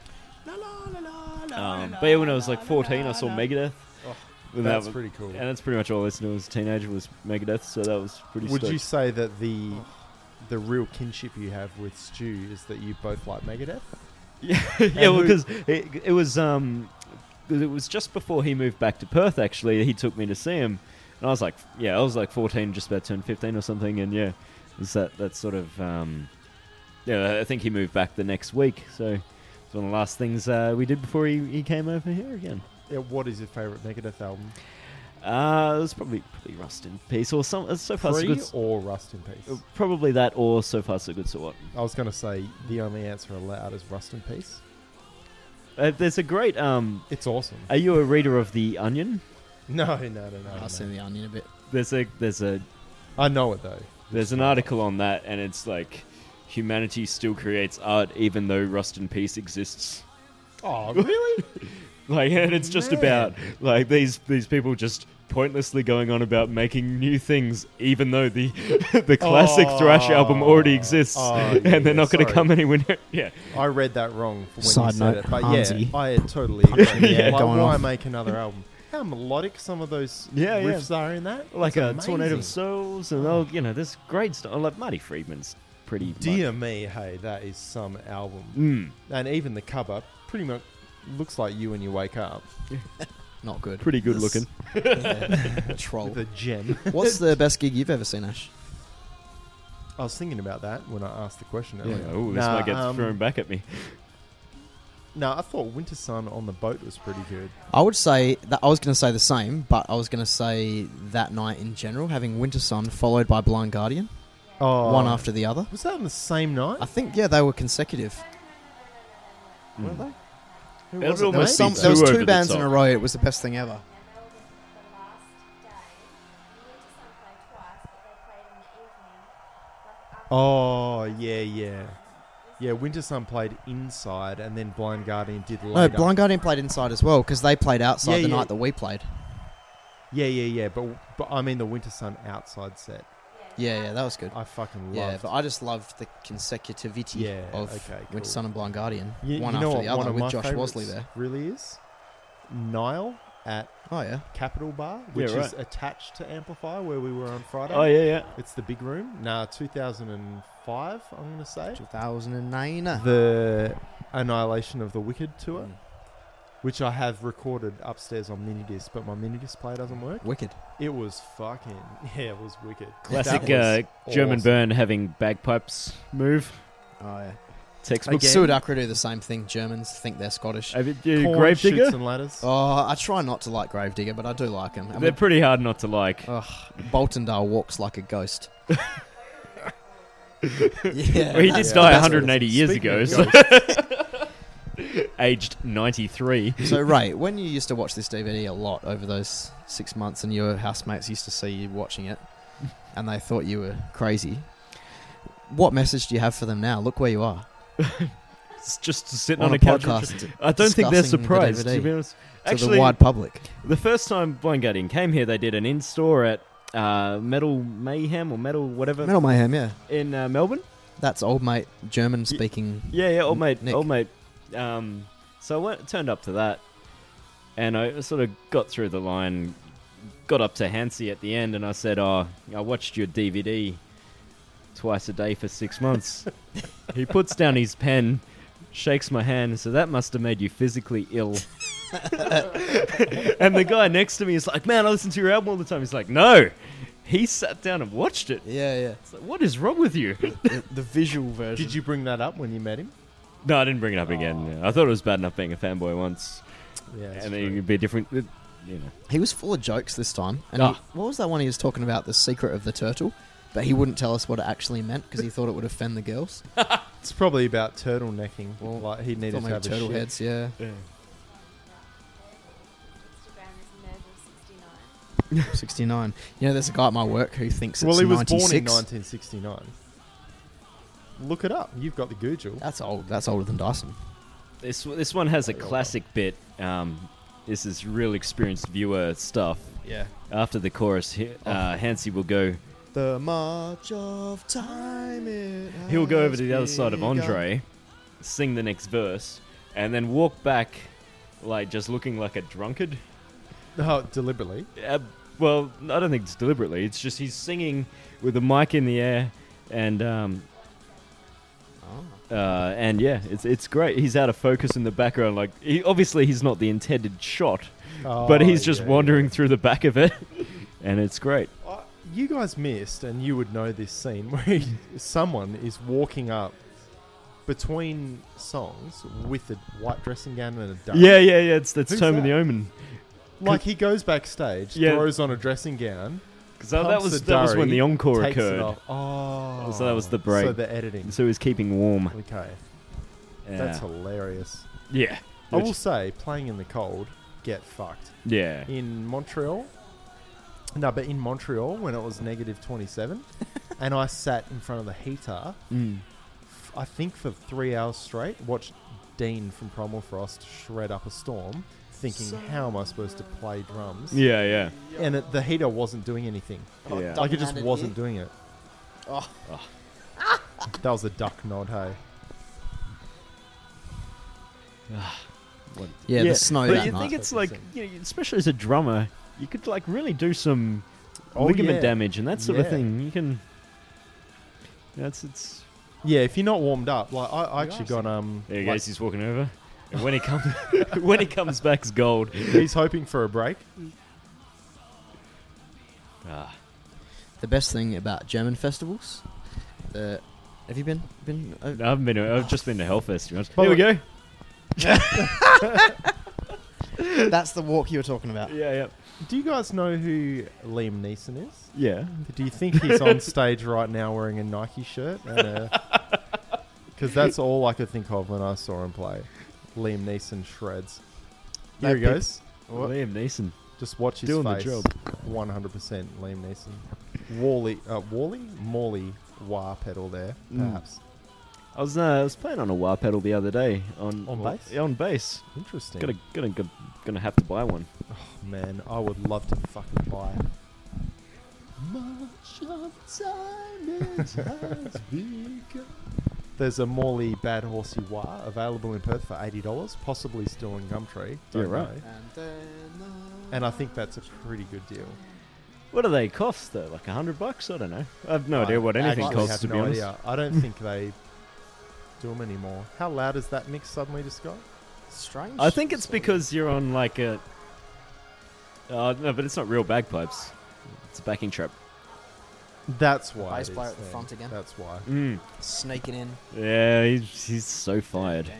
S4: Um, but yeah, when I was like 14, I saw Megadeth.
S2: Oh,
S4: And that
S2: That's
S4: was-
S2: pretty cool.
S4: And that's pretty much all I listened to as a teenager was Megadeth, so that was pretty.
S2: Would you
S4: stoked.
S2: say that the the real kinship you have with Stu is that you both like Megadeth?
S4: <laughs> yeah,
S2: And
S4: well,
S2: who-
S4: because it, it was um, 'cause it was just before he moved back to Perth. Actually, he took me to see him, and I was like, yeah, I was like 14, just about turned 15 or something, and yeah, it was that that sort of um, yeah. I think he moved back the next week, so it's one of the last things uh, we did before he, he came over here again.
S2: Yeah, what is your favourite Megadeth album?
S4: Uh, it was probably probably Rust in Peace or some. uh, So far, so
S2: Free
S4: good. Oh.
S2: or Rust in Peace?
S4: Probably that or so far so good so what.
S2: I was going to say the only answer allowed is Rust in Peace.
S4: Uh, there's a great um.
S2: It's
S4: <laughs>
S2: awesome.
S4: Are you a reader of the Onion?
S2: No, no, no, no. no.
S3: I've seen the onion a bit.
S4: There's a there's a
S2: I know it though.
S4: There's an article on that, and it's like humanity still creates art even though Rust in Peace exists.
S2: Oh, really?
S4: <laughs> Like, and it's just about like these these people just pointlessly going on about making new things, even though the <laughs> the classic thrash album already exists,
S2: Oh, yeah,
S4: <laughs> and they're not going to
S2: sorry.
S4: come anywhere near. Yeah,
S2: <laughs> I read that wrong for when
S3: Side
S2: you
S3: note,
S2: said it, but
S3: Hansi.
S2: yeah, I totally
S4: <laughs>
S2: agree.
S3: Yeah,
S2: like,
S3: going
S2: why
S3: off.
S2: make another album? How melodic some of those
S4: Yeah, yeah.
S2: riffs are in that.
S4: like
S2: It's
S4: a tornado of
S2: amazing.
S4: souls, and oh, you know, this great stuff. Like Marty Friedman's pretty. much-
S2: Dear me, hey, that is some album.
S4: Mm,
S2: And even the cover pretty much looks like you when you wake up.
S3: Not good.
S4: pretty good
S3: This-
S4: looking.
S3: yeah,
S4: <laughs>
S3: troll.
S4: Oh.
S2: The gem.
S3: What's the best gig you've ever seen, Ash?
S2: <laughs> I was thinking about that when I asked the question
S4: Yeah.
S2: earlier.
S4: Oh, this
S2: Nah,
S4: might get
S2: um,
S4: thrown back at me.
S2: No, I thought Winter Sun on the boat was pretty good.
S3: I would say that I was going to say the same, but I was going to say that night in general, having Winter Sun followed by Blind Guardian,
S2: Oh,
S3: one after the other.
S2: Was that on the same night?
S3: I think yeah, they were consecutive.
S2: Were they? Who
S4: It
S2: was
S4: would
S2: it?
S3: There was,
S4: Must be
S3: some, there was
S4: two over
S3: two
S4: the
S3: bands in
S4: top.
S3: a row. It
S5: It was
S3: was
S5: the best thing ever.
S2: Oh yeah, yeah, yeah. Winter Sun played inside, and then Blind Guardian did
S4: Oh,
S3: no
S2: later.
S3: Blind Guardian played inside as well because they played outside
S2: Yeah,
S3: the
S2: yeah.
S3: night that we played.
S2: Yeah, yeah, yeah. But but I mean the Winter Sun outside set.
S3: Yeah, yeah, that was good.
S2: I fucking love.
S3: Yeah, but I just loved the consecutivity
S2: Yeah,
S3: of
S2: okay, cool.
S3: Winter Sun and Blind Guardian,
S2: you,
S3: one
S2: you know
S3: after
S2: what
S3: the
S2: one
S3: other,
S2: of my
S3: with Josh
S2: favourites
S3: Worsley there.
S2: Really is Nile at
S3: Oh yeah,
S2: Capital Bar, which
S4: Yeah,
S2: is
S4: right.
S2: attached to Amplify, where we were on Friday.
S4: Oh yeah, yeah.
S2: It's the big room. Nah, 2005. I'm gonna say
S3: 2009.
S2: the Annihilation of the Wicked tour,
S3: Mm.
S2: which I have recorded upstairs on minidisc, but my minidisc player doesn't work.
S3: Wicked.
S2: It was fucking <laughs> yeah, it was wicked.
S4: Classic uh,
S2: That
S4: German
S2: awesome.
S4: burn having bagpipes move.
S3: Oh yeah.
S4: Textbook.
S3: Again? Suidakra do the same thing. Germans think they're Scottish.
S4: Have you-
S2: was
S4: do
S2: corn,
S4: Gravedigger?
S2: shoots and ladders.
S3: Oh, I try not to like Gravedigger, but I do like him. I
S4: They're
S3: mean,
S4: pretty hard not to like.
S3: ugh, Boltondale walks like
S2: <laughs>
S3: a ghost. yeah,
S4: well, he did
S3: that's-
S4: die
S3: that's what it is.
S4: 180 years
S2: Speaking
S4: ago,
S2: of
S4: so <laughs> aged 93.
S3: <laughs> So, Ray, when you used to watch this DVD a lot over those six months, and your housemates used to see you watching it, and they thought you were crazy, what message do you have for them now? Look where you are
S4: It's just sitting
S3: on,
S4: on,
S3: a,
S4: couch.
S3: podcast to
S4: I don't think
S3: discussing
S4: they're
S3: the
S4: surprised,
S3: DVD
S4: to be honest.
S3: the
S4: Actually,
S3: wide public.
S4: the first time Blind Guardian came here, they did an in store at uh, Metal Mayhem or Metal whatever
S3: Metal Mayhem, yeah,
S4: in uh, Melbourne.
S3: that's old mate German speaking.
S4: Yeah, yeah, old
S3: N-
S4: mate,
S3: Nick.
S4: old mate. Um, so I went, turned up to that, and I sort of got through the line, got up to Hansi at the end, and I said, "Oh, I watched your DVD twice a day for
S3: <laughs>
S4: six months." he puts down his pen, shakes my hand, so that must have made you physically
S3: <laughs>
S4: ill. and the guy next to me is like, "Man, I listen to your album all the time." He's like, "No." He sat down and watched it.
S3: <laughs> Yeah,
S4: It's like, what is wrong with you?
S5: the, the visual version.
S2: Did you bring that up when you met him?
S4: No, I didn't bring it up again. I thought it was bad enough being a fanboy once,
S2: Yeah, that's
S4: and then
S2: true.
S4: it'd be different. It, you know,
S3: He was full of jokes this time. And
S4: Ah.
S3: he- what was that one he was talking about? The secret of the turtle. But he wouldn't tell us what it actually meant because he thought it would offend the girls.
S2: it's probably about turtlenecking. Well, like he
S3: Thought
S2: needed to
S3: maybe
S2: have a
S3: turtle
S2: shit.
S3: heads, yeah. Sixty-nine. You know, there's a guy at my work who thinks it's
S2: Well, he was born
S3: 96.
S2: in 1969. Look it up. You've got the Google.
S3: That's old. That's older than Dyson.
S4: this this one has a classic bit. Um, this is real experienced viewer stuff.
S5: Yeah.
S4: After the chorus, he, uh, Hansi will go.
S5: The march of time. It
S4: He will go over
S5: has
S4: to the other side of
S5: begun.
S4: Andre, sing the next verse, and then walk back, like just looking like a drunkard.
S2: Oh, deliberately.
S4: Uh, well, I don't think it's deliberately. It's just he's singing with the mic in the air, and um,
S2: Oh.
S4: uh, and yeah, it's it's great. He's out of focus in the background. Like he, obviously he's not the intended shot, <laughs> but
S2: Oh,
S4: he's just
S2: yeah,
S4: wandering through the back of it, <laughs> and it's great.
S2: yeah. Uh, You guys missed, and you would know this scene <laughs> where he, someone is walking up between songs with a white dressing gown and a duck.
S4: Yeah, yeah, yeah. It's that's
S2: Who's
S4: Tome
S2: that?
S4: of the Omen.
S2: Like he goes backstage,
S4: Yeah.
S2: throws on a dressing gown,
S4: Because uh, that, that
S2: Pumps
S4: was
S2: the
S4: that was when
S2: durry,
S4: the encore
S2: takes it
S4: occurred.
S2: off. Oh.
S4: So that was the break.
S2: So the
S4: <laughs>
S2: editing.
S4: So he's keeping warm.
S2: Okay.
S4: Yeah.
S2: That's hilarious.
S4: yeah.
S2: I will
S4: Which-
S2: say, playing in the cold, get fucked.
S4: yeah.
S2: in Montreal. No, but in Montreal when it was negative
S4: <laughs>
S2: 27, and I sat in front of the heater,
S4: Mm.
S2: f- I think for three hours straight, watched Dean from Primal Frost shred up a storm thinking, how am I supposed to play drums?
S4: Yeah, yeah.
S2: And it, the heater wasn't doing anything.
S4: Yeah.
S2: Like it just wasn't doing it.
S5: Oh.
S2: That was a duck nod, hey.
S3: Yeah, the snow
S4: But
S3: that
S4: you
S3: night.
S4: think it's
S2: That's
S4: like,
S2: the
S4: you know, especially as a drummer, you could like really do some
S2: Oh,
S4: ligament
S2: yeah.
S4: damage and that sort of
S2: Yeah.
S4: thing. You can. That's it's.
S2: Yeah, if you're not warmed up, like I, I actually got um.
S4: There he
S2: like,
S4: goes. He's walking over. And when he comes, <laughs> when he comes back, it's gold.
S2: he's hoping for a break.
S4: Ah,
S3: the best thing about German festivals. The have you been been?
S4: <laughs>
S3: o-
S4: I haven't been. to- I've just been to Hellfest. to be honest.
S2: By
S4: Here we
S2: the-
S4: go.
S5: That's the walk you were talking about.
S4: Yeah, yeah,
S2: Do you guys know who Liam Neeson is?
S4: yeah.
S2: Do you think he's on stage right now wearing a Nike shirt? Because that's all I could think of when I saw him play. Liam Neeson shreds. Here
S5: That
S2: he
S5: peop-
S2: goes.
S5: What?
S4: Liam Neeson.
S2: Just watch his
S4: Doing the
S2: face.
S4: job.
S2: 100% Liam Neeson. Wally, uh, Wally, Morley, wah pedal there,
S5: Mm.
S2: perhaps.
S4: I was uh, I was playing on a wah pedal the other day on
S2: On bass?
S4: Yeah, on bass.
S2: Interesting.
S4: Gonna gonna go- gonna have to buy one.
S2: Man, I would love to fucking buy it. <laughs> There's a Morley Bad Horsey Wah available in Perth for eighty dollars, possibly still in Gumtree. Don't
S4: Yeah, right.
S2: know.
S5: And then
S2: And I think that's a pretty good deal.
S4: What do they cost though? Like a hundred bucks? I don't know. I've no
S2: I
S4: idea what anything
S2: actually
S4: costs
S2: have
S4: to be
S2: no
S4: honest.
S2: idea. I don't think they do them anymore. How loud is that mix suddenly to Scott?
S5: strange.
S4: I think it's because you're on like a. Uh, no, but it's not real bagpipes. It's a backing trap.
S2: That's why.
S5: Bass
S2: it
S5: player
S2: is
S5: at the
S2: then.
S5: front again.
S2: That's why.
S4: Mm.
S5: sneaking in.
S4: Yeah, he's, he's so fired.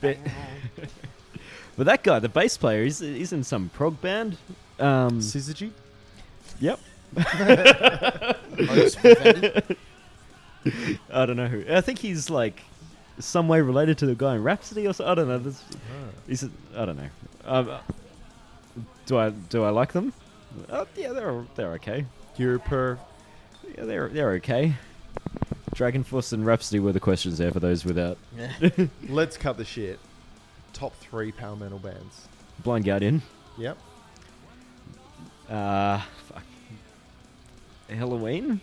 S4: Bit- But that guy, the bass player, he's, he's in some prog band. Um,
S2: Syzygy?
S4: yep.
S5: Most offended.
S4: I don't know who. I think he's like some way related to the guy in Rhapsody or so. I don't know. This, he's a, I don't know. Um, uh, do I do I like them? Uh, yeah, they're they're okay.
S2: You're per
S4: Yeah, they're they're okay. Dragon Force and Rhapsody were the questions there for those without
S5: Yeah.
S2: Let's cut the shit. Top three power metal bands.
S4: Blind Guardian.
S2: Yep.
S4: Uh, fuck. Halloween.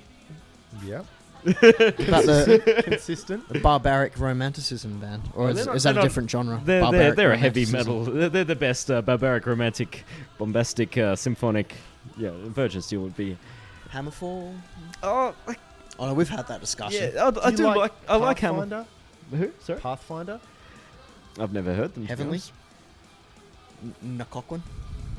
S4: <laughs>
S2: Yep.
S3: About the,
S2: Consistent.
S3: the barbaric romanticism band, or
S4: Oh,
S3: is,
S4: they're not-
S3: is that
S4: they're
S3: a
S4: not-
S3: different genre?
S4: They're, they're,
S3: Barbaric
S4: they're a heavy
S3: romanticism.
S4: metal. They're, they're the best uh, barbaric, romantic, bombastic, uh, symphonic. Yeah, Virgin Steel would be.
S5: Hammerfall.
S4: Oh, like,
S5: Oh no, we've had that discussion.
S4: yeah, I, I
S2: you
S4: do like, I like Hammer.
S2: Pathfinder?
S4: Who? Sorry,
S2: Pathfinder.
S4: I've never heard them. to be
S5: Heavenly?
S4: honest.
S5: N-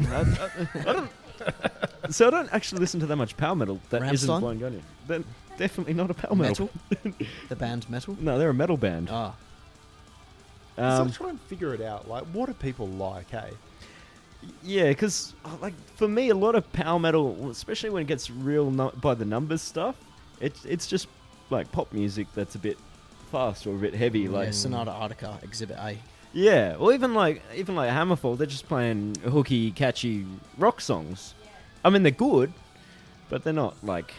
S5: Nakokwan.
S4: <laughs> So I don't actually listen to that much power metal. That
S5: Rammstein?
S4: not Blind Guardian. They're definitely not a power metal. Oh.
S5: the band metal.
S4: No, they're a metal band.
S5: Ah,
S2: Um,
S4: Um,
S2: so try and figure it out. Like, what do people like? Hey,
S4: Yeah, because like for me, a lot of power metal, especially when it gets real nu- by the numbers stuff, it's it's just like pop music that's a bit fast or a bit heavy. Like
S5: yeah, Sonata Arctica, Exhibit A.
S4: yeah, or even like even like Hammerfall, they're just playing hooky, catchy rock songs. I mean, they're good, but they're not like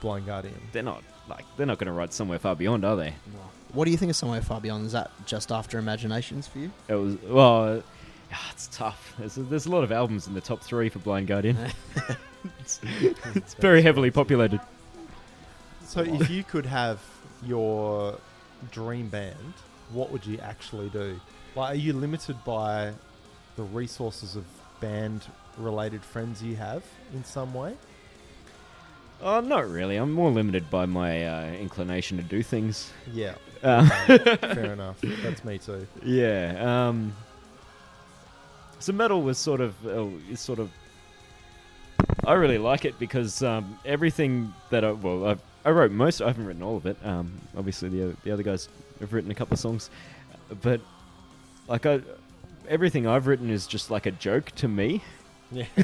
S2: Blind Guardian.
S4: they're not like they're not going to ride somewhere far beyond, are they?
S5: What do you think of Somewhere Far Beyond? Is that just after Imaginations for you?
S4: It was well, ah, it's tough. There's a, there's a lot of albums in the top three for
S5: <laughs>
S4: Blind Guardian. <laughs> it's, it's very heavily populated.
S2: So, if you could have your dream band, what would you actually do? Like, are you limited by the resources of band-related friends you have in some way?
S4: Oh, not really. I'm more limited by my uh, inclination to do things.
S2: Yeah.
S4: Uh,
S2: Fair enough. That's me too.
S4: yeah. Um, so metal was sort of uh, is sort of. I really like it because um, everything that I well I, I wrote most. I haven't written all of it. Um, obviously the other, the other guys have written a couple of songs, but like I, everything I've written is just like a joke to me.
S2: Yeah.
S4: <laughs>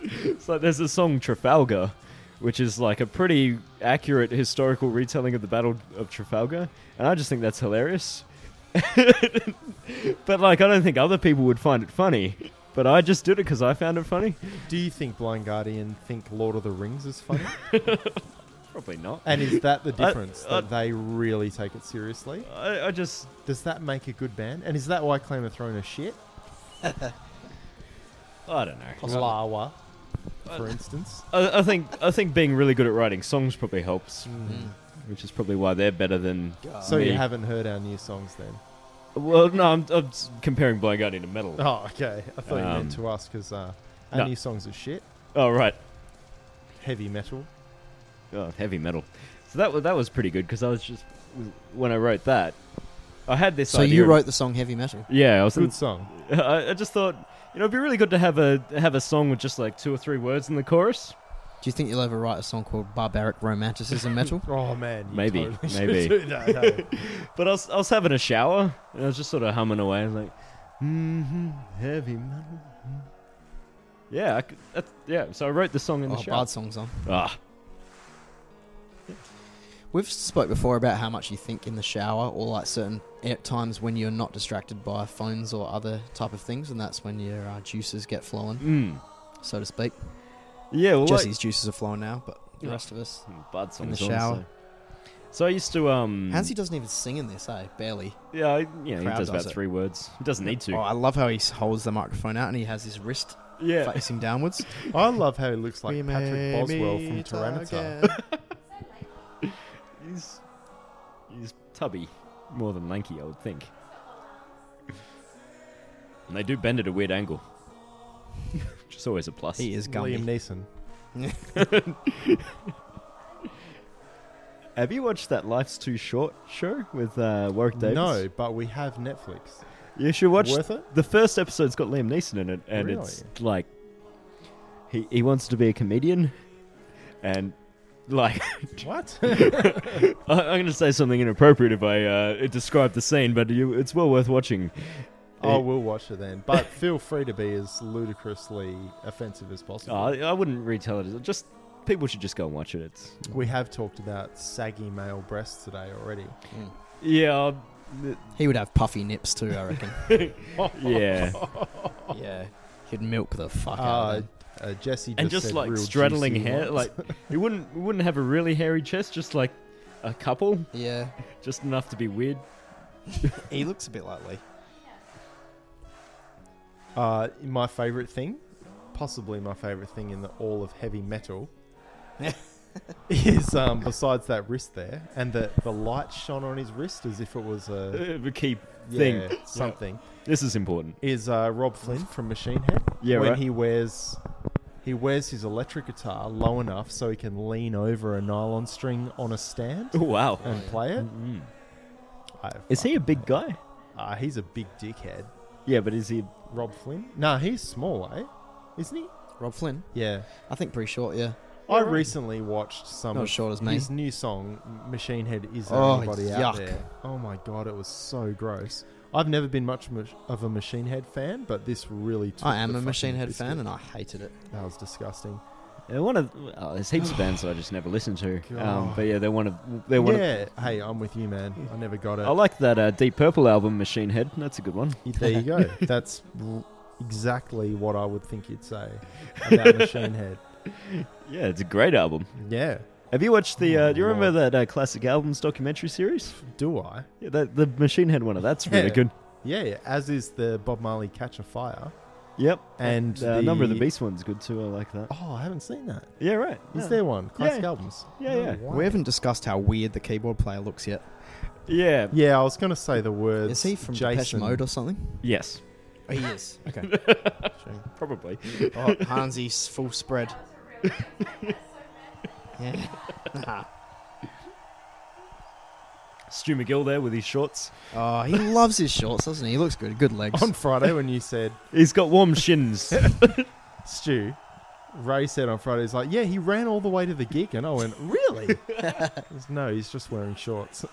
S4: It's like there's a song Trafalgar, which is like a pretty accurate historical retelling of the Battle of Trafalgar, and I just think that's hilarious. but like, I don't think other people would find it funny. But I just did it because I found it funny.
S2: Do you think Blind Guardian think Lord of the Rings is funny?
S4: Probably not.
S2: And is that the
S4: <laughs> I-
S2: difference
S4: I-
S2: that they really take it seriously?
S4: I, I just
S2: Does that make a good band? And is that why Clan of Throne is shit?
S4: I don't know.
S2: Lawa, for
S4: Uh,
S2: instance.
S4: I, I think I think being really good at writing songs probably helps,
S3: Mm.
S4: which is probably why they're better than.
S2: So
S4: uh, Me.
S2: you haven't heard our new songs then?
S4: Well, no, I'm, I'm s- comparing Blind Guardian to metal.
S2: Oh, okay. I thought you
S4: Um,
S2: meant to us because uh, our
S4: no.
S2: new songs are shit.
S4: Oh right,
S2: Heavy metal.
S4: oh, heavy metal. So that was that was pretty good because I was just when I wrote that, I had this.
S3: So
S4: idea
S3: you
S4: in-
S3: wrote the song Heavy Metal.
S4: Yeah, I was.
S2: Good song.
S4: I, I just thought you know it'd be really good to have a have a song with just like two or three words in the chorus.
S3: Do you think you'll ever write a song called Barbaric Romanticism Metal?
S2: Oh man, you
S4: Maybe,
S2: totally should
S4: maybe.
S2: do that, hey?
S4: But I was, I was having a shower and I was just sort of humming away. I was like, <laughs> mm-hmm, heavy metal. mm." Yeah, I could, that's, yeah. So I wrote the song in the
S3: oh,
S4: shower.
S3: Bard songs on.
S4: Ah,
S3: We've spoke before about how much you think in the shower, or like certain a- times when you're not distracted by phones or other type of things, and that's when your uh, juices get flowing,
S4: mm.
S3: so to speak.
S4: yeah. Well, like-
S3: Jesse's juices are flowing now, but the
S4: Yeah.
S3: rest of us.
S4: Bud songs
S3: In the
S4: on,
S3: shower.
S4: So. So I used to um.
S3: Hansi doesn't even sing in this, eh? Barely.
S4: Yeah, I- yeah. He
S3: Crowd
S4: does about
S3: does it.
S4: three words. He doesn't need to.
S3: Oh, I love how he s- holds the microphone out and he has his wrist
S4: yeah.
S3: facing downwards.
S2: I love how he looks like
S5: We
S2: Patrick
S5: may
S2: Boswell from
S5: meet
S2: Tyranitar.
S5: again.
S4: He's he's tubby, more than lanky, I would think. And they do bend at a weird angle, <laughs> which is always a plus.
S3: He is
S2: Liam
S3: gummy.
S2: Neeson.
S4: Have you watched that Life's Too Short show with uh, Warwick Davis?
S2: No, but we have Netflix.
S4: You should watch.
S2: Worth it?
S4: The first episode's got Liam Neeson in it, and it's like he he wants to be a comedian, and like <laughs>
S2: What?
S4: I, I'm going to say something inappropriate if I uh, describe the scene, but you, it's well worth watching.
S2: <laughs> I
S4: <laughs>
S2: will watch it then. But feel free to be as ludicrously offensive as possible.
S4: Oh, I, I wouldn't retell it. Just people should just go and watch it. It's
S2: we have talked about saggy male breasts today already.
S3: Mm.
S4: yeah, <laughs> I'll-
S3: He would have puffy nips too, I reckon. <laughs>
S4: yeah,
S3: yeah. He'd milk the fuck out
S2: Uh,
S3: of them.
S2: uh, Jesse just
S4: and just
S2: said
S4: like
S2: real
S4: straddling
S2: juicy
S4: hair.
S2: ones.
S4: <laughs> Like he wouldn't he wouldn't have a really hairy chest, just like a couple,
S3: Yeah.
S4: just enough to be <laughs> weird.
S5: He looks a bit like Lee.
S2: Uh, my favorite thing, possibly my favorite thing in the all of heavy
S4: <laughs>
S2: metal, is um, besides that wrist there, and the the light shone on his wrist as if it was a
S4: Uh, but keep
S2: yeah,
S4: thing.
S2: something.
S4: This is important.
S2: Is uh, Rob Flynn from Machine Head?
S4: Yeah,
S2: when
S4: right.
S2: he wears he wears his electric guitar low enough so he can lean over a nylon string on a stand
S4: wow.
S2: and play it.
S4: Mm.
S2: I
S4: Is he a big guy?
S2: Uh, he's a big dickhead.
S4: Yeah, but is he?
S2: Rob Flynn? No, he's small, eh? Isn't he?
S3: Rob Flynn.
S2: Yeah.
S3: I think pretty short, yeah.
S2: I recently watched some
S3: Not
S2: of
S3: as short as me.
S2: his new song, M- Machine Head Is There
S3: Oh,
S2: Anybody
S3: yuck.
S2: Out There? Oh my god, it was so gross. I've never been much mach- of a Machine Head fan, but this really took
S3: I am
S2: the
S3: a Machine
S2: fucking
S3: Head
S2: biscuit.
S3: fan and I hated it.
S2: That was disgusting.
S4: They're one of oh, there's heaps of bands that I just never listened to. Um,
S2: <sighs> God.
S4: but yeah, they're one of they're one of.
S2: yeah, hey, I'm with you, man. I never got it.
S4: I like that uh, Deep Purple album, Machine Head. That's a good one.
S2: there you
S4: <laughs>
S2: go. That's r- exactly what I would think you'd say about
S4: <laughs>
S2: Machine Head.
S4: Yeah, it's a great album.
S2: Yeah.
S4: Have you watched the?
S2: Oh,
S4: Uh, do you remember
S2: Lord.
S4: that uh, classic albums documentary series?
S2: Do I?
S4: Yeah, that, the Machine Head one of that's really
S2: Yeah.
S4: good.
S2: Yeah, yeah, as is the Bob Marley Catch a Fire.
S4: Yep,
S2: And
S4: uh, Number of the
S2: the-
S4: Beast one's good too. I like that.
S2: Oh, I haven't seen that.
S4: Yeah, right.
S2: Is
S4: yeah.
S2: there one? Classic
S4: Yeah.
S2: albums.
S4: Yeah,
S2: No
S4: yeah.
S2: way.
S3: We haven't discussed how weird the keyboard player looks yet.
S4: Yeah.
S2: Yeah, I was going to say the words.
S3: Is he from Depeche
S2: Jason.
S3: Mode or something?
S4: <laughs> Yes.
S3: Oh, he is. Okay.
S4: Probably.
S3: Oh, Hansi's full spread. yeah.
S4: Stu McGill there with his shorts.
S3: Oh, he loves his shorts, doesn't he? He looks good. Good
S2: <laughs>
S3: legs.
S2: On Friday, when you said
S4: He's got
S2: <laughs>
S4: warm shins.
S2: Stu, Ray said on Friday, he's like, yeah, he ran all the way to the gig, and I went, really?
S3: <laughs>
S2: He's, no, he's just wearing shorts.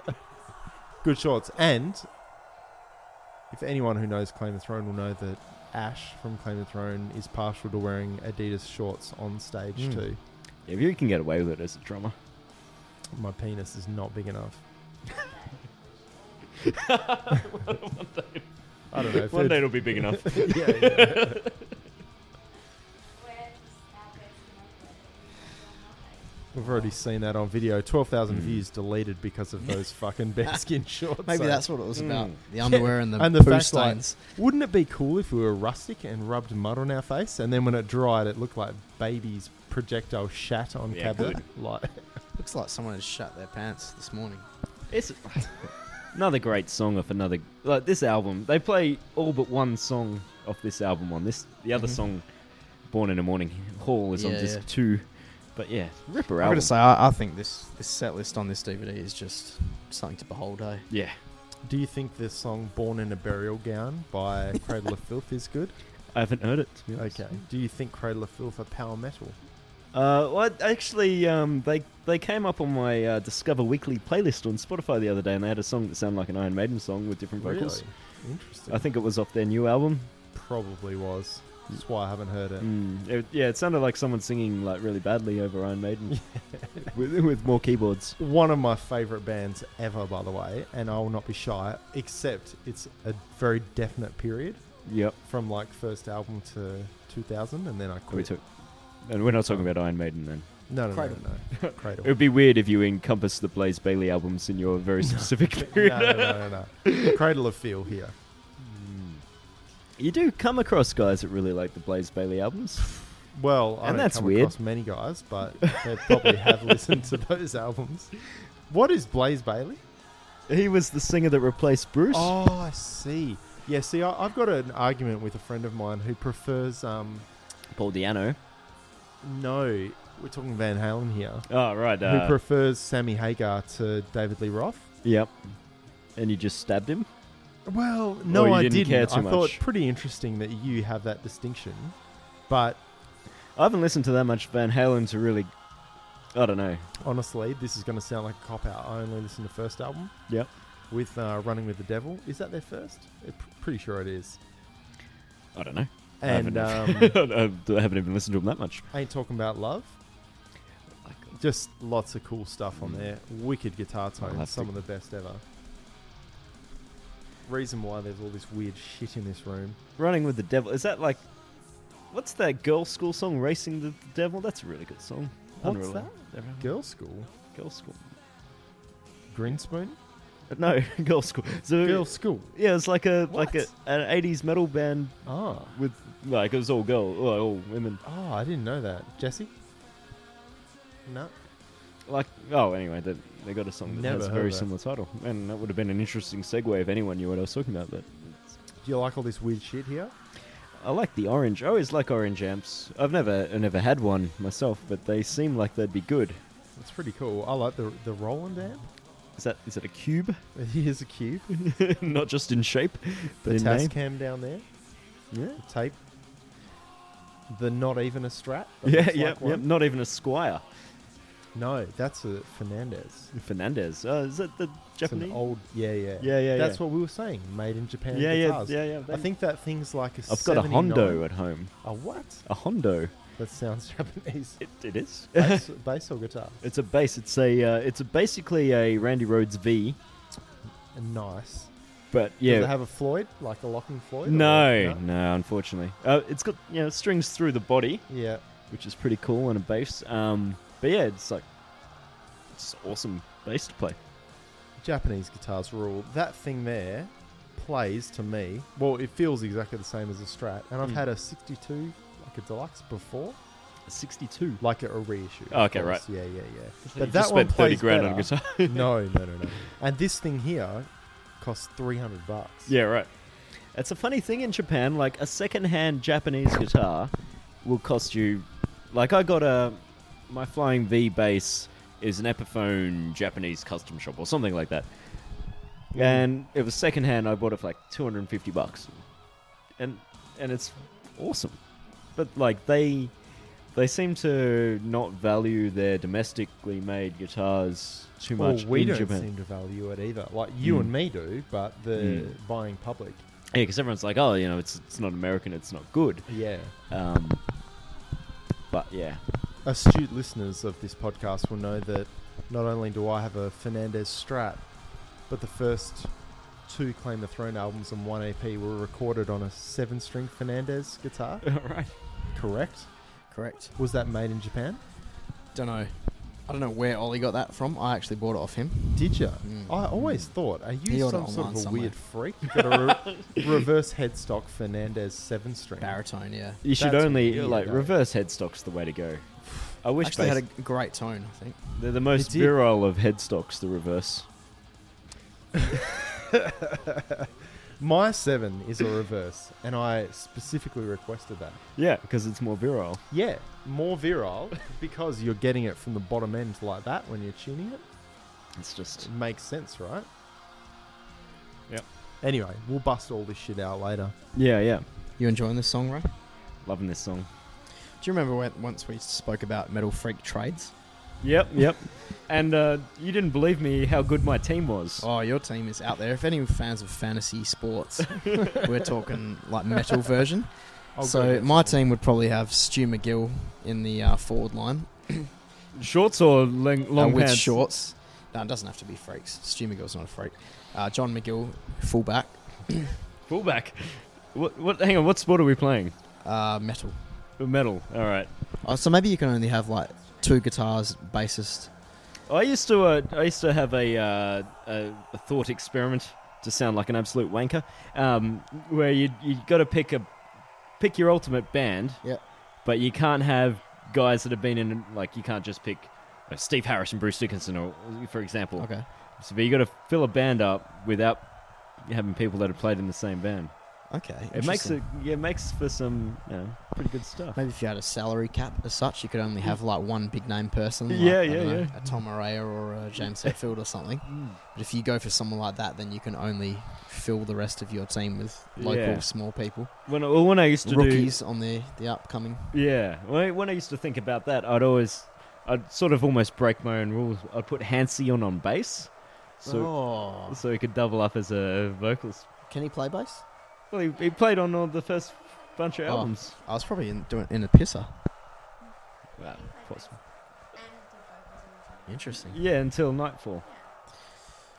S2: <laughs> Good shorts, and if anyone who knows Claim of Throne will know that Ash from Claim of Throne is partial to wearing Adidas shorts on stage
S3: Mm.
S2: too.
S4: if you can get away with it as a drummer.
S2: My penis is not big
S3: <laughs>
S2: enough. <laughs> I don't know. if
S4: One
S2: it-
S4: day it'll be big enough.
S2: <laughs> yeah, yeah. We've already seen that on video. 12,000
S4: Hmm.
S2: views deleted because of
S4: <laughs>
S2: those fucking bearskin shorts.
S3: Maybe
S2: so-
S3: that's what it was about.
S4: Mm.
S3: <laughs> The underwear hmm. and the
S2: and the
S3: poo
S2: fact that-
S3: stains.
S2: Wouldn't it be cool if we were rustic and rubbed mud on our face, and then when it dried, it looked like baby's projectile shat on
S4: Yeah,
S2: cabinet? <laughs> Like,
S3: Looks like someone has shat their pants this morning.
S4: It's another great song off another like this album. They play all but one song off this album on this. The other
S3: Mhm.
S4: song, "Born in the Morning Hall," is on
S3: Yeah,
S4: disc
S3: yeah.
S4: two. But yeah, Ripper
S3: I'm
S4: album.
S3: gonna say I, I think this this set list on this DVD is just something to behold. Eh?
S4: yeah,
S2: do you think the song "Born in a Burial Gown" by Cradle of Filth is
S4: <laughs>
S2: good?
S4: I haven't heard it. to be honest.
S2: Okay. Do you think Cradle of Filth are power metal?
S4: Uh, well, I- actually, um, they they came up on my uh, Discover Weekly playlist on Spotify the other day, and they had a song that sounded like an Iron Maiden song with different vocals.
S2: Really? Interesting.
S4: I think it was off their new album.
S2: probably was. That's why I haven't heard it.
S4: Mm, it- yeah, it sounded like someone singing like really badly over Iron Maiden with, with more keyboards.
S2: One of my favourite bands ever, by the way, and I will not be shy, except it's a very definite period
S4: Yep.
S2: from like first album to 2000, and then I
S4: We
S2: quit.
S4: took. And we're not talking about Iron Maiden then.
S2: No, no,
S3: Cradle.
S2: no,
S4: <laughs>
S2: no, no. Cradle.
S4: It would be weird if you encompass the Blaze Bailey albums in your <laughs> very specific
S2: no,
S4: period.
S2: no, no, no, no. Cradle of Feel here.
S4: You do come across guys that really like the Blaze Bailey albums.
S2: Well, I
S4: And
S2: don't
S4: that's
S2: come
S4: weird.
S2: across many guys, but they probably have listened to those albums. What is Blaze Bailey?
S4: <sighs> He was the singer that replaced Bruce.
S2: Oh, I see. Yeah, see, I, I've got an argument with a friend of mine who prefers. Um,
S4: Paul Diano.
S2: no, we're talking Van Halen here.
S4: Oh, right.
S2: who
S4: Uh,
S2: prefers Sammy Hagar to David Lee Roth?
S4: yep. And you just stabbed him?
S2: Well, no,
S4: you
S2: I
S4: didn't
S2: didn't.
S4: care too
S2: I thought
S4: much.
S2: pretty interesting that you have that distinction, but
S4: I haven't listened to that much Van Halen to really. I don't know.
S2: honestly, this is going to sound like a cop out. I only listened to first album.
S4: Yep.
S2: With uh, Running with the Devil, is that their first? I'm pr- pretty sure it is.
S4: I don't know. I
S2: And
S4: haven't. <laughs>
S2: um,
S4: I haven't even listened to him that much.
S2: ain't talking about love. Just lots of cool stuff on
S4: Mm.
S2: there. Wicked guitar
S4: I'll have
S2: tones, some
S4: to-
S2: of the best ever. Reason why there's all this weird shit in this room.
S4: Running with the Devil. Is that like. What's that girl school song, Racing the Devil? That's a really good song.
S2: What's
S4: Unreli- Hmm.
S2: Girl school,
S4: Girl school.
S2: Greenspoon,
S4: No, <laughs> girl school. So,
S2: girl school.
S4: Yeah, it's like a like a,
S2: What?
S4: an eighties metal band
S2: Ah,
S4: with like it was all girl, all, all women.
S2: oh, I didn't know that. Jesse. No.
S4: Like oh, anyway, they, they got a song that
S2: Never
S4: has a
S2: heard
S4: very
S2: that.
S4: similar title, and that would have been an interesting segue if anyone knew what I was talking about. But
S2: Do you like all this weird shit here?
S4: I like the orange. I always like orange amps. I've never I never had one myself, but they seem like they'd be good.
S2: It's pretty cool. I like the the Roland amp.
S4: Is that is it a cube?
S2: <laughs> Here's a cube.
S4: <laughs> Not just in shape, but
S2: The
S4: in name.
S2: Tascam down there.
S4: Yeah.
S2: The tape. The not even a strat. that
S4: Yeah,
S2: looks like
S4: yeah, yeah.
S2: one.
S4: Not even a squire.
S2: No, that's a Fernandez.
S4: Fernandez. Uh, is that the
S2: It's
S4: Japanese?
S2: an old, yeah, yeah,
S4: Yeah, yeah,
S2: That's
S4: yeah.
S2: what we were saying. Made in Japan.
S4: yeah, yeah,
S2: guitars.
S4: yeah, yeah.
S2: I think that thing's like a.
S4: I've got a
S2: 79.
S4: Hondo at home.
S2: A what?
S4: A Hondo.
S2: That sounds <laughs> Japanese.
S4: It, it <laughs> is.
S2: bass, bass or guitar? <laughs>
S4: It's a bass. It's a. Uh, it's a basically a Randy Rhodes V.
S2: Nice.
S4: But
S2: Does it
S4: yeah.
S2: have a Floyd, like a locking Floyd? or-
S4: No, no, unfortunately. Uh, it's got you know strings through the body,
S2: Yeah.
S4: which is pretty cool, and a bass. Um, but yeah, it's like it's awesome bass to play.
S2: Japanese guitars rule. That thing there plays to me. Well, it feels exactly the same as a Strat, and I've
S4: Mm.
S2: had a 62, like a deluxe before,
S4: Sixty-two.
S2: like a, a reissue.
S4: Oh,
S2: of
S4: okay,
S2: course.
S4: right.
S2: Yeah, yeah, yeah.
S4: You
S2: But that
S4: just
S2: one
S4: spent thirty
S2: plays
S4: grand
S2: better.
S4: on a guitar.
S2: <laughs>
S4: <laughs>
S2: no, no, no, no. And this thing here costs 300 bucks.
S4: yeah, right. It's a funny thing in Japan. Like a second-hand Japanese guitar will cost you. Like I got a my Flying V bass is an Epiphone Japanese custom shop or something like that.
S2: Mm.
S4: and it was secondhand. I bought it for like 250 bucks, and and it's awesome. But like they they seem to not value their domestically made guitars too
S2: Well,
S4: much
S2: we
S4: in
S2: don't
S4: Japan.
S2: seem to value it either. Like you
S4: Mm.
S2: and me do, but the
S4: Mm.
S2: buying public.
S4: Yeah, because everyone's like, oh, you know, it's it's not American, it's not good.
S2: Yeah.
S4: Um, but yeah,
S2: Astute listeners of this podcast will know that not only do I have a Fernandez Strat, but the first two Claim the Throne albums and one EP were recorded on a seven string Fernandez
S3: <laughs>
S2: guitar.
S4: <laughs> all right.
S2: Correct?
S3: Correct.
S2: Was that made in Japan?
S3: Don't know. I don't know where Ollie got that from. I actually bought it off him.
S2: Did you?
S3: Mm.
S2: I always thought, are
S3: He
S2: you
S3: ordered
S2: some sort of a
S3: online somewhere.
S2: weird freak? You've got a
S3: <laughs>
S2: re- reverse headstock Fernandez seven string.
S3: Baritone, yeah.
S4: You should
S2: That's
S4: only
S2: weird,
S4: like
S2: though.
S4: reverse headstock's the way to go. I wish
S3: actually
S4: they
S3: had a g- great tone, I think.
S4: they're the most
S2: It did.
S4: virile of headstocks. The reverse.
S2: My seven is a reverse, and I specifically requested that.
S4: Yeah, because it's more virile.
S2: Yeah, more virile <laughs> because you're getting it from the bottom end like that when you're tuning it.
S4: It's just
S2: It makes sense, right?
S4: Yep.
S2: Anyway, we'll bust all this shit out later.
S4: yeah, yeah.
S3: You enjoying this song, Ray? Do
S4: Loving this song.
S3: you remember when, once we spoke about metal freak trades?
S4: <laughs> Yep, yep. and uh, you didn't believe me how good my team <laughs> was.
S3: Oh, your team is out there. If any fans of fantasy
S4: <laughs>
S3: sports, we're talking like metal version.
S4: Oh,
S2: I'll go
S3: so
S2: next
S3: my
S2: one.
S3: team would probably have Stu McGill in the uh, forward line
S4: Shorts or ling-
S3: uh,
S4: long
S3: with
S4: pants?
S3: shorts. No, it doesn't have to be freaks. Stu McGill's not a freak. Uh, John McGill, fullback,
S4: Fullback. What? What? Hang on. What sport are we playing?
S3: uh, metal.
S4: Metal. All right.
S3: Oh, so maybe you can only have like two guitars, bassist.
S4: I used to. Uh, I used to have a, uh, a a thought experiment to sound like an absolute wanker, um, where you you got to pick a pick your ultimate band.
S3: Yeah.
S4: But you can't have guys that have been in like you can't just pick uh, Steve Harris and Bruce Dickinson, or for example.
S3: Okay.
S4: So, but you got to fill a band up without having people that have played in the same band.
S3: Okay.
S4: It makes
S3: interesting.
S4: it yeah, it makes for some you know, pretty good stuff.
S3: Maybe if you had a salary cap as such, you could only have like one big name person. Like,
S4: Yeah,
S3: I
S4: yeah,
S3: don't know,
S4: yeah.
S3: A Tom Araya or a <laughs> James Hetfield or something. But if you go for someone like that, then you can only fill the rest of your team with local
S4: Yeah.
S3: small people,
S4: When I, well, when I used to
S3: rookies on the the upcoming.
S4: do yeah, when I, when I used to think about that, I'd always I'd sort of almost break my own rules. I'd put Hansi on on bass, so
S3: oh,
S4: so he could double up as a vocalist.
S3: can he play bass?
S4: Well, he, he played on all the first bunch of
S3: Oh.
S4: albums.
S3: I was probably in, doing in a pisser.
S4: Wow, possible.
S3: Interesting.
S4: Yeah, until Nightfall.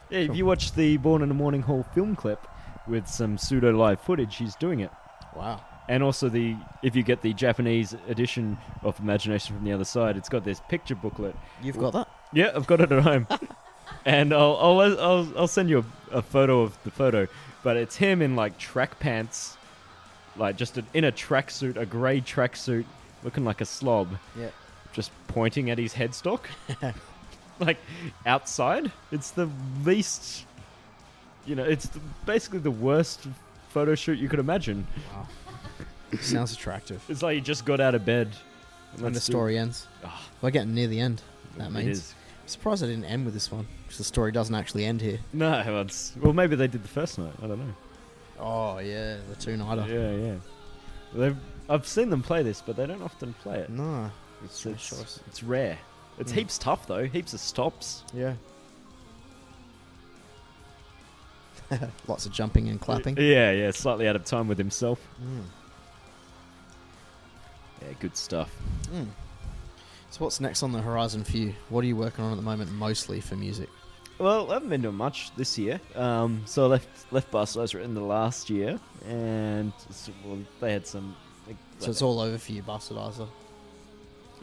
S4: Yeah,
S3: Cool.
S4: if you watch the Born in the Morning Hall film clip with some pseudo live footage, he's doing it.
S3: Wow.
S4: and also the if you get the Japanese edition of Imagination from the Other Side, it's got this picture booklet.
S3: You've got that.
S4: Yeah, I've got it at home, and I'll I'll I'll, I'll send you a, a photo of the photo, but it's him in like track pants, like just a, in a tracksuit, a grey tracksuit, looking like a slob.
S3: Yeah.
S4: just pointing at
S3: <laughs>
S4: his headstock, like outside. It's the least, you know, it's the, basically the worst photo shoot you could imagine.
S3: Wow. <laughs> Sounds attractive.
S4: It's like you just got out of bed.
S3: And the
S4: Let's do-
S3: story ends.
S4: Ah.
S3: We're getting near the end. That
S4: It
S3: means.
S4: is.
S3: I'm surprised I didn't end with this one because the story doesn't actually end here.
S4: No, well, it's, well, maybe they did the first night. I don't know.
S3: Oh yeah, the two nighter.
S4: Yeah, yeah. They've, I've seen them play this, but they don't often play it.
S3: No.
S4: It's,
S3: nice
S4: it's,
S3: choice.
S4: it's rare. It's
S3: Mm.
S4: heaps tough, though. Heaps of stops.
S3: Yeah. <laughs> Lots of jumping and clapping.
S4: Yeah, yeah. Slightly out of time with himself.
S3: Mm.
S4: Yeah, good stuff.
S3: Mm. So what's next on the horizon for you? What are you working on at the moment, mostly for music?
S4: Well, I haven't been doing much this year. Um, so I left left Bar Slicer in the last year, and so, well, they had some. like,
S3: So it's all over for you, Bastardizer.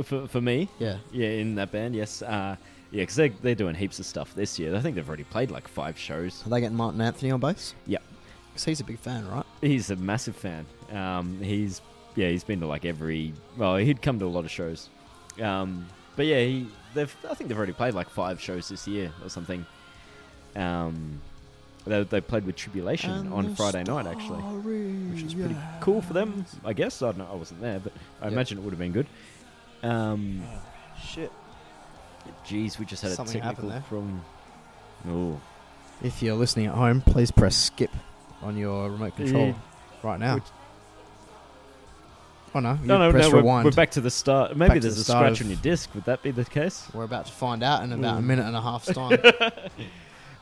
S4: for, for me.
S3: Yeah.
S4: Yeah, in that band, yes. Uh, yeah, because they're, they're doing heaps of stuff this year. I think they've already played like five shows.
S3: Are they getting Martin Anthony on bass?
S4: Yeah.
S3: Because he's a big fan, right?
S4: He's a massive fan. Um, he's yeah, he's been to like every. Well, he'd come to a lot of shows. Um, but yeah, he they've I think they've already played like five shows this year or something. Um, they, they played with Tribulation on Friday night actually, which was pretty cool for them. I guess I don't know. I wasn't there, but I
S3: Yep.
S4: imagine it would have been good. Um,
S3: Ah, Shit.
S4: Jeez, we just had
S3: Something
S4: a technical
S3: happened there.
S4: problem. Oh,
S3: If you're listening at home, please press skip on your remote control right now.
S4: Which-
S3: oh no, you
S4: no, no,
S3: press
S4: no. We're,
S3: rewind.
S4: we're back to the start. Maybe
S3: to
S4: there's
S3: the
S4: a
S3: start
S4: scratch
S3: of-
S4: on your disc. Would that be the case?
S3: We're about to find out in about a
S4: Mm.
S3: minute and a half's
S4: <laughs>
S3: time.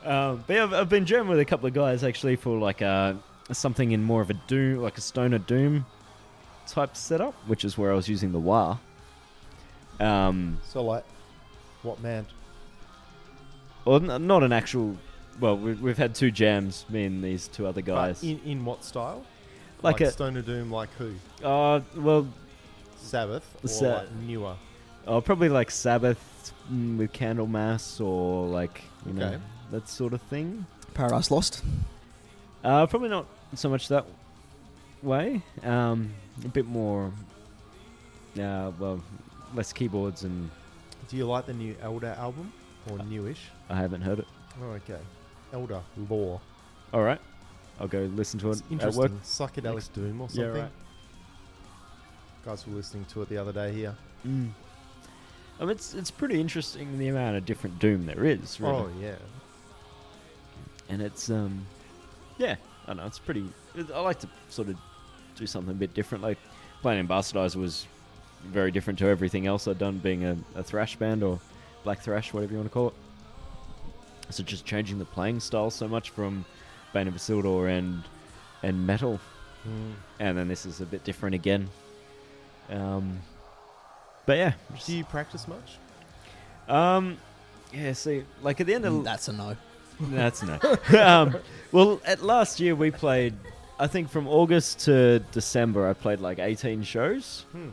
S4: Um, but yeah, I've, I've been jamming with a couple of guys actually for like uh something in more of a doom, like a stoner doom type setup, which is where I was using the wah. Um,
S2: So like, what man?
S4: or n- not an actual. Well, we, we've had two jams, me and these two other guys.
S2: But in in what style?
S4: like
S2: like
S4: a,
S2: Stone of Doom, like who?
S4: uh, well,
S2: Sabbath or
S4: Sa-
S2: like newer?
S4: Oh, probably like Sabbath mm, with Candlemass or like you know
S3: Okay.
S4: that sort of thing.
S3: Paradise Lost.
S4: Uh, probably not so much that way. Um, a bit more. Uh, well, less keyboards and
S2: Do you like the new Elder album or newish?
S4: I haven't heard it.
S2: Oh, okay. Elder Law.
S4: All right, I'll go listen to it
S2: It's
S4: at
S2: interesting.
S4: work.
S2: Psychedelic
S4: Next-
S2: Doom or
S4: Yeah,
S2: something.
S4: right.
S2: Guys were listening to it the other day here.
S4: Mm. Um, it's it's pretty interesting the amount of different Doom there is, really.
S2: Oh, yeah.
S4: and it's um, yeah, I don't know. It's pretty. it- I like to sort of do something a bit different. Like playing Bastardizer was very different to everything else I'd done, being a, a thrash band or black thrash, whatever you want to call it. So just changing the playing style so much from Bane of Isildur and and metal,
S2: Mm.
S4: and then this is a bit different again. Um, but yeah,
S2: Do you practice much?
S4: um, yeah. See, like at the end of
S3: Mm, That's a no.
S4: that's no. <laughs> um, well, at last year we played. I think from August to December, I played like 18 shows,
S2: Hmm.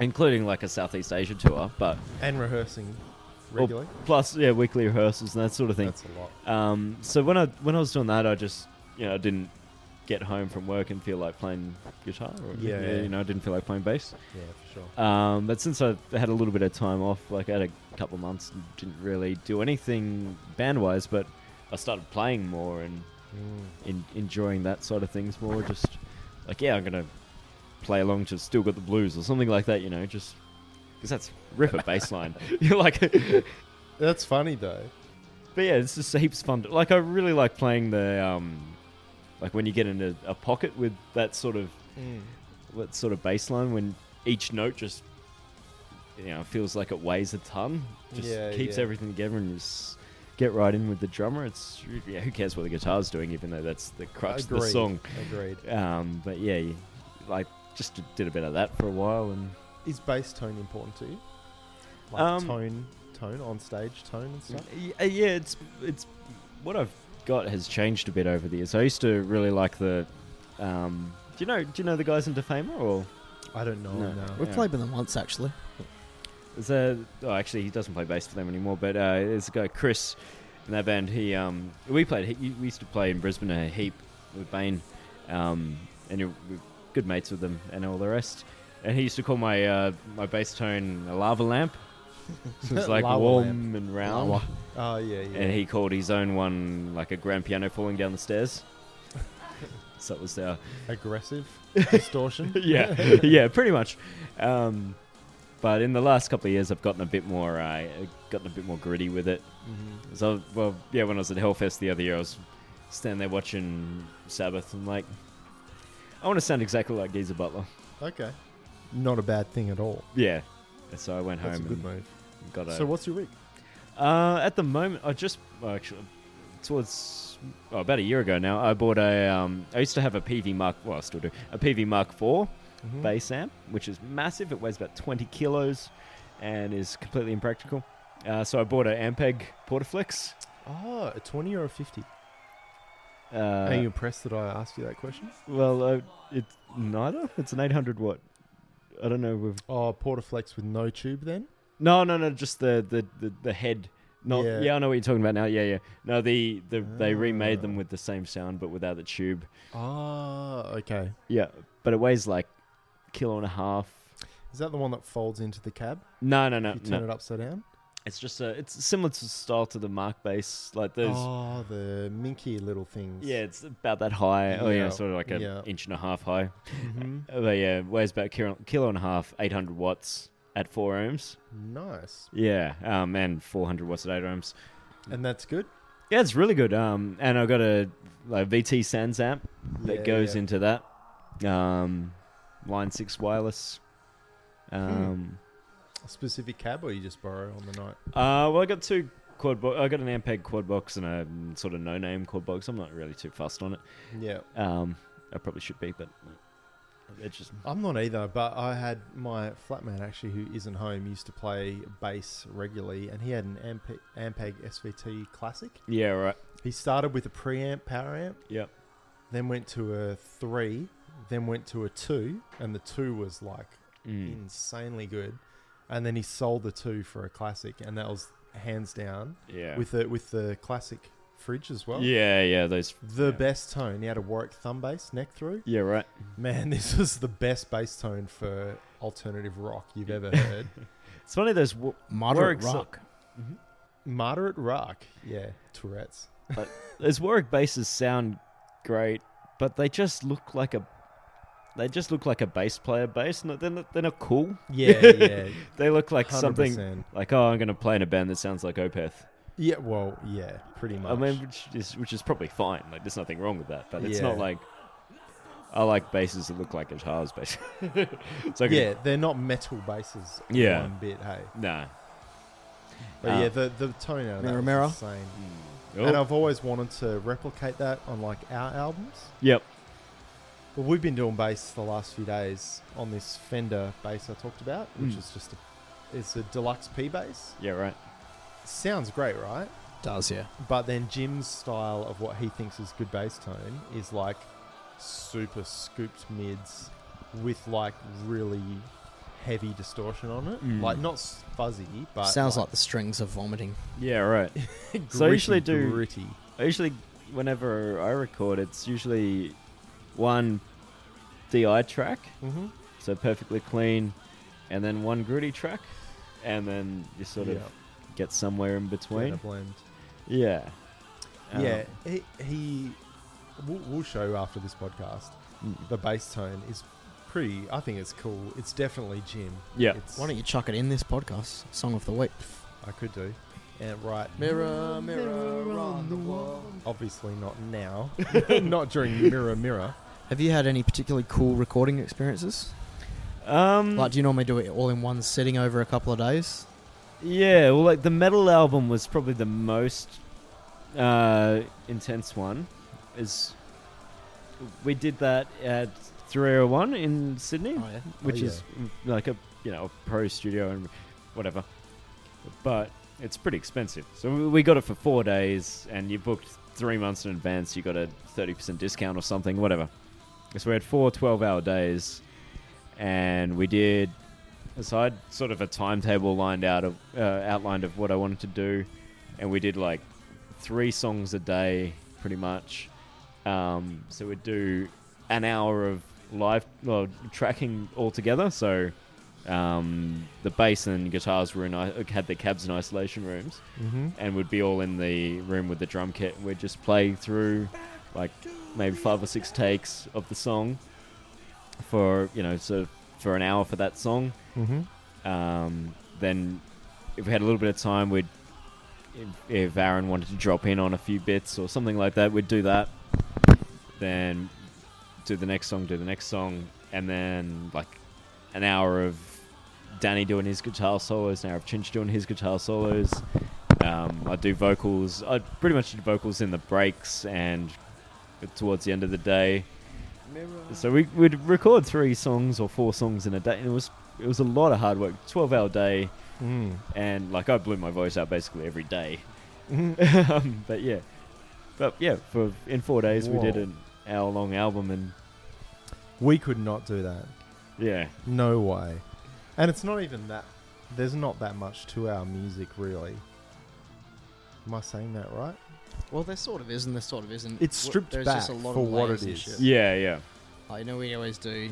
S4: including like a Southeast Asia tour. But
S2: And rehearsing
S4: Well,
S2: regularly?
S4: plus, yeah, weekly rehearsals and that sort of thing.
S2: That's a lot.
S4: Um, so when I when I was doing that, I just you know I didn't get home from work and feel like playing guitar. Or,
S2: Yeah,
S4: you
S2: yeah.
S4: know, I didn't feel like playing bass.
S2: Yeah, for sure.
S4: Um, but since I had a little bit of time off, like I had a couple of months, and didn't really do anything band wise, but I started playing more and
S2: Mm.
S4: in, enjoying that side of things more. Just like, yeah, I'm gonna play along to "Still Got the Blues" or something like that. You know, just because that's ripper
S2: <laughs>
S4: baseline. <laughs> You're like, but
S2: That's funny, though.
S4: yeah, it's just heaps fun. To, like, I really like playing the um, like when you get into a pocket with that sort of
S2: Mm.
S4: that sort of baseline when each note just you know feels like it weighs a ton. Just
S2: Yeah,
S4: keeps
S2: yeah.
S4: everything together and just. Get right in with the drummer. It's yeah. Who cares what the guitar's doing? Even though that's the crux of the
S2: Agreed.
S4: song.
S2: Agreed.
S4: Um, but yeah, you- like just did a bit of that for a while, and
S2: Is bass tone important to you? Like
S4: Um,
S2: tone, tone on stage, tone and stuff.
S4: Y- uh, yeah, it's it's what I've got has changed a bit over the years. I used to really like the. Um, do you know? Do you know the guys in Defamer? Or
S2: I don't know.
S4: No.
S2: No.
S3: We
S4: Yeah.
S3: played with them once actually.
S4: is there? Oh, actually, he doesn't play bass for them anymore. But uh, there's a guy Chris in that band. He um, we played. He, we used to play in Brisbane a heap with Bane, um, and you're, we're good mates with them and all the rest. And he used to call my uh, my bass tone a lava lamp.
S2: <laughs>
S4: So it's like
S2: Lava
S4: warm
S2: lamp.
S4: and round.
S2: Oh yeah, yeah.
S4: And he called his own one like a grand piano falling down
S2: <laughs>
S4: the stairs. so it was uh,
S2: Aggressive <laughs> distortion.
S4: <laughs> yeah, yeah, pretty much. Um, but in the last couple of years, I've gotten a bit more, uh, gotten a bit more gritty with it.
S2: hmm
S4: So, well, yeah, when I was at Hellfest the other year, I was standing there watching Sabbath and like, I want to sound exactly like Geezer Butler.
S2: Okay. Not a bad thing at all.
S4: Yeah. And so I went home
S2: That's a good
S4: and
S2: move.
S4: got a.
S2: So what's your week?
S4: Uh, at the moment, I just well, actually towards oh, about a year ago now, I bought a. Um, I used to have a PV Mark. Well, I still do a PV Mark IV
S2: Mm-hmm.
S4: bass amp, which is massive. It weighs about twenty kilos, and is completely impractical. Uh, so I bought a Ampeg Portaflex.
S2: Oh, a twenty or a fifty?
S4: Uh,
S2: Are you impressed that I asked you that question?
S4: well, uh, it's neither. It's an eight hundred watt. I don't know. With,
S2: Oh, Portaflex with no tube then.
S4: no, no, no. Just the the the, the head. Not,
S2: Yeah.
S4: yeah. I know what you're talking about now. Yeah, yeah. No, the, the they remade them
S2: Ah.
S4: with the same sound but without the tube.
S2: Ah, okay.
S4: Yeah, but it weighs like kilo and a half.
S2: Is that the one that folds into the cab?
S4: No, no,
S2: if
S4: no,
S2: you turn
S4: no.
S2: it upside down.
S4: It's just a. It's similar to style to the Mark base. Like there's.
S2: Oh, the minky little things.
S4: Yeah, it's about that high. Oh yeah,
S2: Yeah,
S4: sort of like an
S2: yeah.
S4: inch and a half high.
S2: hmm
S4: Uh, But yeah, it weighs about kilo, kilo and a half, eight hundred watts at four ohms.
S2: Nice.
S4: Yeah, um, and four hundred watts at eight ohms.
S2: And that's good.
S4: Yeah, it's really good. Um, and I got a like VT Sans amp that
S2: Yeah,
S4: goes
S2: yeah.
S4: into that. Um, line six wireless. Um.
S2: A specific cab, or you just borrow on the night?
S4: Uh, well, I got two quad. Bo- I got an Ampeg quad box and a mm, sort of no-name quad box. I'm not really too fussed on it.
S2: Yeah.
S4: Um, I probably should be, but it's just
S2: I'm not either, but I had my flatmate actually, who isn't home, used to play bass regularly, and he had an Ampe- Ampeg SVT Classic.
S4: yeah, right.
S2: He started with a preamp power amp,
S4: Yep.
S2: then went to a three, then went to a two, and the two was like
S4: Mm.
S2: insanely good. and then he sold the two for a classic, and that was hands down
S4: Yeah.
S2: with the with the classic fridge as well.
S4: yeah, yeah, those.
S2: The
S4: yeah.
S2: best tone. He had a Warwick thumb bass neck through.
S4: Yeah, right.
S2: Man, <laughs> this was the best bass tone for alternative rock you've ever
S4: <laughs>
S2: heard.
S4: It's funny those. W-
S3: Moderate
S4: Works up.
S3: rock.
S2: Moderate rock. Yeah,
S4: <laughs>
S2: Tourette's.
S4: those Warwick basses sound great, but they just look like a. They just look like a bass player bass. No, they're not, they're not cool.
S2: Yeah, yeah.
S4: They look like
S2: 100%.
S4: something like, oh, I'm going to play in a band that sounds like Opeth.
S2: Yeah, well, yeah, pretty much.
S4: I mean, which is which is probably fine. Like, there's nothing wrong with that. But it's
S2: Yeah.
S4: not like I like basses that look like guitars, basically. <laughs> it's like
S2: yeah, they're not metal basses
S4: Yeah.
S2: one bit, hey.
S4: nah.
S2: But
S4: Ah.
S2: yeah, the the tone out of that
S3: Romero?
S2: was insane.
S4: Oh,
S2: And I've always wanted to replicate that on like our albums.
S4: yep.
S2: But we've been doing bass the last few days on this Fender bass I talked about, which
S4: Mm.
S2: is just a it's a deluxe P bass.
S4: Yeah. Right.
S2: Sounds great, right?
S3: Does yeah.
S2: But then Jim's style of what he thinks is good bass tone is like super scooped mids with like really heavy distortion on it.
S4: Mm.
S2: Like not s- fuzzy, but
S3: Sounds like the strings are vomiting.
S4: Yeah. Right.
S2: like <laughs>
S4: so I usually
S2: gritty,
S4: do-
S2: gritty.
S4: I usually, whenever I record, it's usually one DI track,
S2: Mm-hmm.
S4: so perfectly clean, and then one gritty track, and then you sort of
S2: Yeah.
S4: get somewhere in
S2: Kind
S4: between.
S2: of blend.
S4: Yeah. Um,
S2: yeah, he, he we'll, we'll show after this podcast.
S4: Mm.
S2: The bass tone is pretty. I think it's cool. It's definitely Jim.
S4: Yeah.
S2: It's-
S3: Why don't you chuck it in this podcast? Song of the week.
S2: I could do. And right,
S5: Mirror, mirror on the wall.
S2: obviously not <laughs> now, not during Mirror Mirror.
S3: Have you had any particularly cool recording experiences?
S4: Um,
S3: Like, do you normally do it all in one sitting over a couple of days?
S4: Yeah, well, like the metal album was probably the most uh, intense one. Is we did that at 301 in Sydney,
S3: Oh, yeah.
S4: which
S2: yeah.
S4: is mm, like a you know a pro studio and whatever, but it's pretty expensive. So we- we got it for four days, and you booked three months in advance. You got a 30% discount or something, whatever. So we had four 12-hour days, and we did so I had sort of a timetable lined out of uh, outlined of what I wanted to do, and we did like three songs a day, pretty much. Um, so we'd do an hour of live well, tracking all together. So um, the bass and guitars were in i- had the cabs in isolation rooms,
S2: Mm-hmm.
S4: and would be all in the room with the drum kit. and We'd just play through like maybe five or six takes of the song for you know so for an hour for that song
S2: Mm-hmm.
S4: um, then if we had a little bit of time, we'd if, if Aaron wanted to drop in on a few bits or something like that, we'd do that. Then do the next song, do the next song, and then like an hour of Danny doing his guitar solos, an hour of Chinch doing his guitar solos. Um, I do vocals. I pretty much do vocals in the breaks and towards the end of the day. So we would record three songs or four songs in a day, and it was it was a lot of hard work. Twelve hour day,
S2: Mm.
S4: and like I blew my voice out basically every day.
S2: Mhm.
S3: Mm-hmm.
S4: <laughs> um, but yeah, but yeah, for in four days we did
S2: Whoa.
S4: an hour long album, and
S2: We could not do that.
S4: yeah,
S2: No way. And it's not even that. There's not that much to our music, really. Am I saying that right?
S3: Well, there sort of is and there sort of isn't.
S2: It's
S3: Wh-
S2: stripped
S3: there's
S2: back
S3: just a lot
S2: for
S3: of
S2: what
S3: layers
S2: it
S3: and
S2: is.
S3: shit.
S4: yeah, yeah,
S3: I know we always do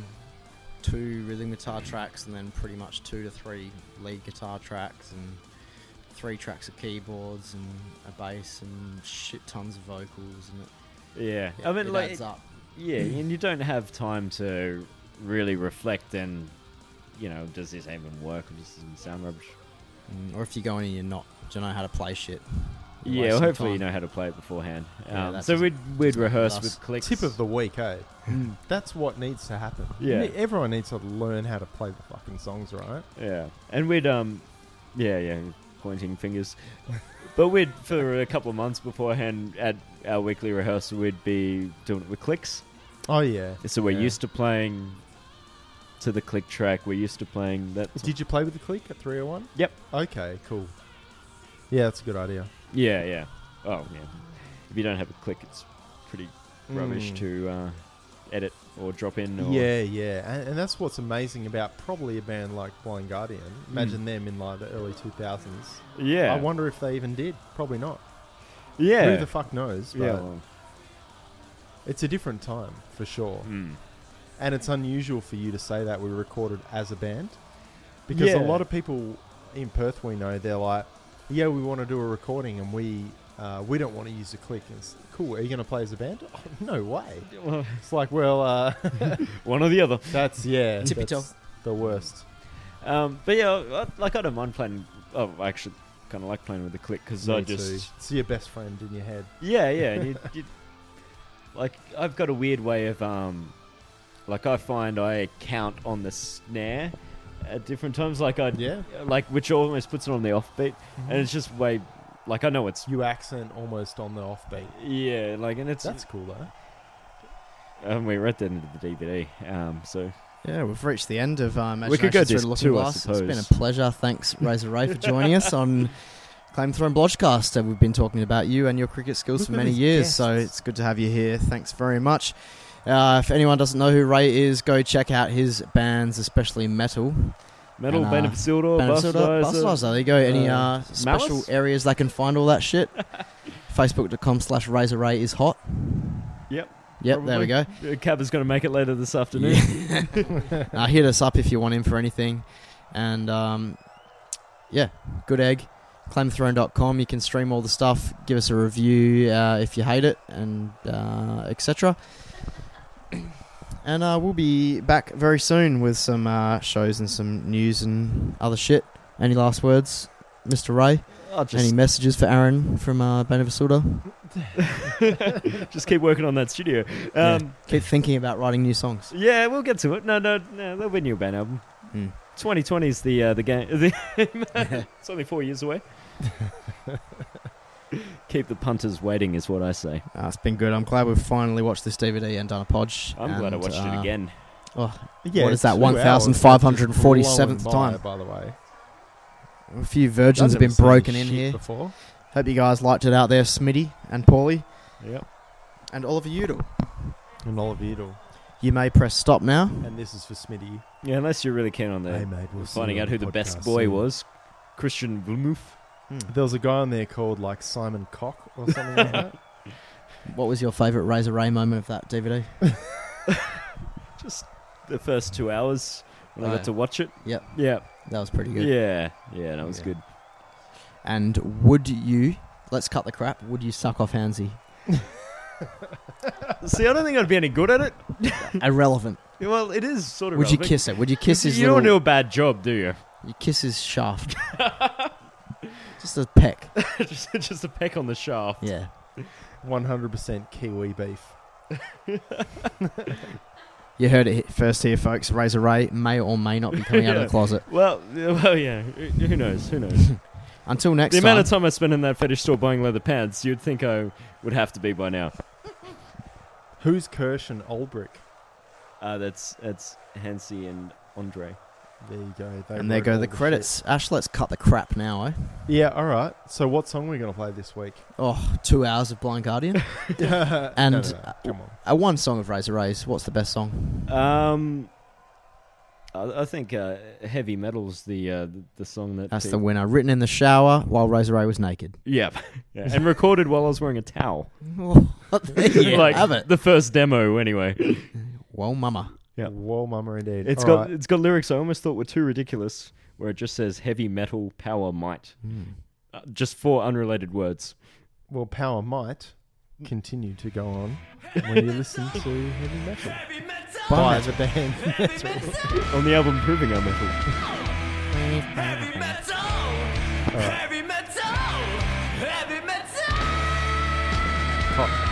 S3: two rhythm guitar tracks and then pretty much two to three lead guitar tracks and three tracks of keyboards and a bass and shit tons of vocals and it,
S4: yeah.
S3: yeah,
S4: I mean,
S3: it
S4: like,
S3: adds up. <laughs>
S4: yeah, and you don't have time to really reflect and you know, does this even work or does this sound rubbish?
S3: Mm, or if you go in and you're not, do you know how to play shit? You're
S4: Yeah,
S3: wasting
S4: hopefully you
S3: time.
S4: know how to play it beforehand.
S3: Yeah,
S4: Um,
S3: that's
S4: so
S3: just-
S4: we'd we'd
S3: just like
S4: rehearse
S3: us.
S4: with clicks.
S2: Tip of the week, eh? That's what needs to happen.
S4: Yeah.
S2: Ne- Everyone needs to learn how to play the fucking songs, right?
S4: Yeah, and we'd um, yeah, yeah, pointing
S2: <laughs>
S4: fingers. but we'd for a couple of months beforehand at our weekly rehearsal, we'd be doing it with clicks.
S2: Oh, yeah.
S4: So we're
S2: Yeah.
S4: used to playing to the click track. We're used to playing that.
S2: Did you play with the click at 301?
S4: Yep.
S2: Okay, cool. Yeah, that's a good idea.
S4: Yeah, yeah. Oh yeah. If you don't have a click, it's pretty rubbish
S2: Mm.
S4: to uh, edit. or drop in. Or,
S2: Yeah, yeah, and, and that's what's amazing about probably a band like Blind Guardian. Imagine them in like the early two thousands.
S4: yeah,
S2: I wonder if they even did. Probably not.
S4: yeah,
S2: Who the fuck knows? But
S4: yeah. well,
S2: it's a different time for sure,
S4: mm.
S2: and it's unusual for you to say that we recorded as a band, because
S4: Yeah.
S2: a lot of people in Perth we know they're like, yeah, we want to do a recording, and we uh, we don't want to use a click. And it's cool. Are you going to play as a band? <laughs> Oh, no way.
S4: Well,
S2: It's like, well, uh, <laughs>
S4: one or the other.
S2: that's yeah,
S6: Tippy
S2: that's the worst.
S4: Um, but yeah, I, like I don't mind playing. Oh, I actually kind of like playing with the click because I
S2: Me too.
S4: just
S2: it's your best friend in your head.
S4: Yeah, yeah.
S3: <laughs>
S4: And you, you, like, I've got a weird way of, um, like, I find I count on the snare at different times. Like, I,
S2: Yeah.
S4: like, which almost puts it on the offbeat,
S3: Mm-hmm.
S4: and it's just way, like, I know it's,
S2: You accent almost on the offbeat.
S4: yeah, like, and it's,
S2: That's cool though.
S4: um, we're at the end of the DVD, um, so
S3: Yeah, we've reached the end of uh,
S4: We could go
S3: Imaginations Through
S4: disc
S3: the Looking
S4: two, I
S3: Glass. It's been a
S4: suppose.
S3: pleasure. Thanks, Razor Ray, for joining us
S4: <laughs>
S3: on Claim Throne Blodgecast. Uh, We've been talking about you and your cricket skills
S2: Look
S3: for
S2: at
S3: many
S2: these
S3: years,
S2: guests.
S3: so it's good to have you here. Thanks very much. Uh, if anyone doesn't know who Ray is, go check out his bands, especially metal.
S4: metal,
S3: And, uh,
S4: Band of Isildur,
S3: Band of Silda-
S4: Bastardizer.
S3: Bastardizer. There you go. Any
S4: Oh, uh,
S3: uh, special
S4: Malice?
S3: areas they can find all that
S4: <laughs>
S3: shit? Facebook.com slash Razor Ray is hot.
S4: Yep,
S3: Yep, there we go.
S4: probably. Uh, Cab is going to make it later this afternoon. <laughs>
S3: Yeah. uh, hit us up if you want in for anything. And um, yeah, good egg. Clamthrone.com. You can stream all the stuff. Give us a review uh, if you hate it, and uh, etc. And uh, we'll be back very soon with some uh, shows and some news and other shit. Any last words, Mr. Ray?
S4: I'll
S3: Any
S4: just,
S3: messages for Aaron from uh, Bane of Isildur?
S4: <laughs> just keep working on that studio. Um,
S3: Yeah. Keep thinking about writing new songs.
S4: Yeah, we'll get to it. No, no, no. There'll be a new band album.
S3: Hmm.
S4: 2020 is the uh, the game. <laughs> it's only four years away. Keep the punters waiting is what I say.
S3: Uh, it's been good. I'm glad we've finally watched this DVD and done a podge.
S4: I'm glad I
S3: And,
S4: watched
S3: uh,
S4: it again.
S2: Yeah,
S3: What is
S2: it's
S3: that,
S2: two
S3: 1,547th
S2: hours,
S3: time?
S2: it's blown by, By the way,
S3: A few virgins
S2: I've
S3: have been
S2: never seen
S3: broken
S2: this
S3: in
S2: shit
S3: here.
S2: before.
S3: Hope you guys liked it out there, Smitty and Paulie
S4: Yep.
S3: and Oliver Udall.
S2: And Oliver Edel.
S3: You may press stop now.
S2: and this is for Smitty.
S4: Yeah, unless you're really keen on the
S2: Hey, mate, we'll see
S4: finding
S2: you
S4: out
S2: on
S4: who the best
S2: podcast
S4: boy
S2: soon.
S4: was. Christian Wilmuth.
S3: Hmm.
S2: There was a guy on there called like Simon Cock or something like that.
S3: What was your favourite Razor Ray moment of that DVD?
S4: Just the first two hours when I
S3: Oh,
S4: got to watch it.
S3: Yep.
S4: Yeah.
S3: That was pretty good.
S4: Yeah. Yeah, that was
S3: Yeah.
S4: good.
S3: And would you, let's cut the crap, would you suck off
S4: <laughs>
S3: Hansy?
S4: See, I don't think I'd be any good at it.
S3: Irrelevant.
S4: Well, it is sort of.
S3: Would you
S4: relevant.
S3: kiss it?
S4: <laughs>
S3: Would you kiss his
S4: You
S3: little,
S4: don't do a bad job, do you?
S3: You kiss his shaft. Just a
S4: <laughs>
S3: peck.
S4: <laughs> just, just a peck on the shaft.
S3: Yeah.
S2: One hundred percent Kiwi beef.
S3: You heard it he- first here, folks. Razor Ray may or may not
S4: <laughs>
S3: be coming out of
S4: Yeah.
S3: the closet.
S4: Well, yeah, well, yeah. Who who knows? Who knows?
S3: Until next
S4: the
S3: time.
S4: amount of time I spent in that fetish store buying leather pants, you'd think I would have to be by now.
S2: Who's Kirsch and Ulbrich?
S4: Uh, that's that's Hansi and Andre.
S2: There you go. They
S3: and there
S2: wrote
S3: go
S2: all
S3: the
S2: shit.
S3: credits. Ash, let's cut the crap now, eh?
S2: Yeah. All right. So what song are we gonna play this week?
S3: Oh, two hours of Blind
S4: <laughs>
S3: Guardian.
S2: and
S3: And, uh,
S2: come on.
S3: uh, one song of Razor Rays. What's the best song?
S4: Um, I, I think uh, heavy metal's the uh, the, the song that.
S3: That's
S4: pe-
S3: the winner. Written in the shower while Razor Ray was
S4: <laughs>
S3: naked. <laughs>
S4: Yep. Yeah, and recorded while I was wearing a towel.
S3: there you
S4: like
S3: have it.
S4: the first demo, anyway.
S3: Well, mama.
S4: yeah.
S2: Whoa, mama, indeed.
S4: It's
S2: All
S4: got
S2: right.
S4: it's got lyrics I almost thought were too ridiculous, where it just says heavy metal power might, uh, just four unrelated words.
S2: Well, power might continue to go on when you listen to heavy metal by the band.
S4: on the album Proving Our Metal.
S7: Heavy metal, heavy metal, heavy metal.
S2: Cock.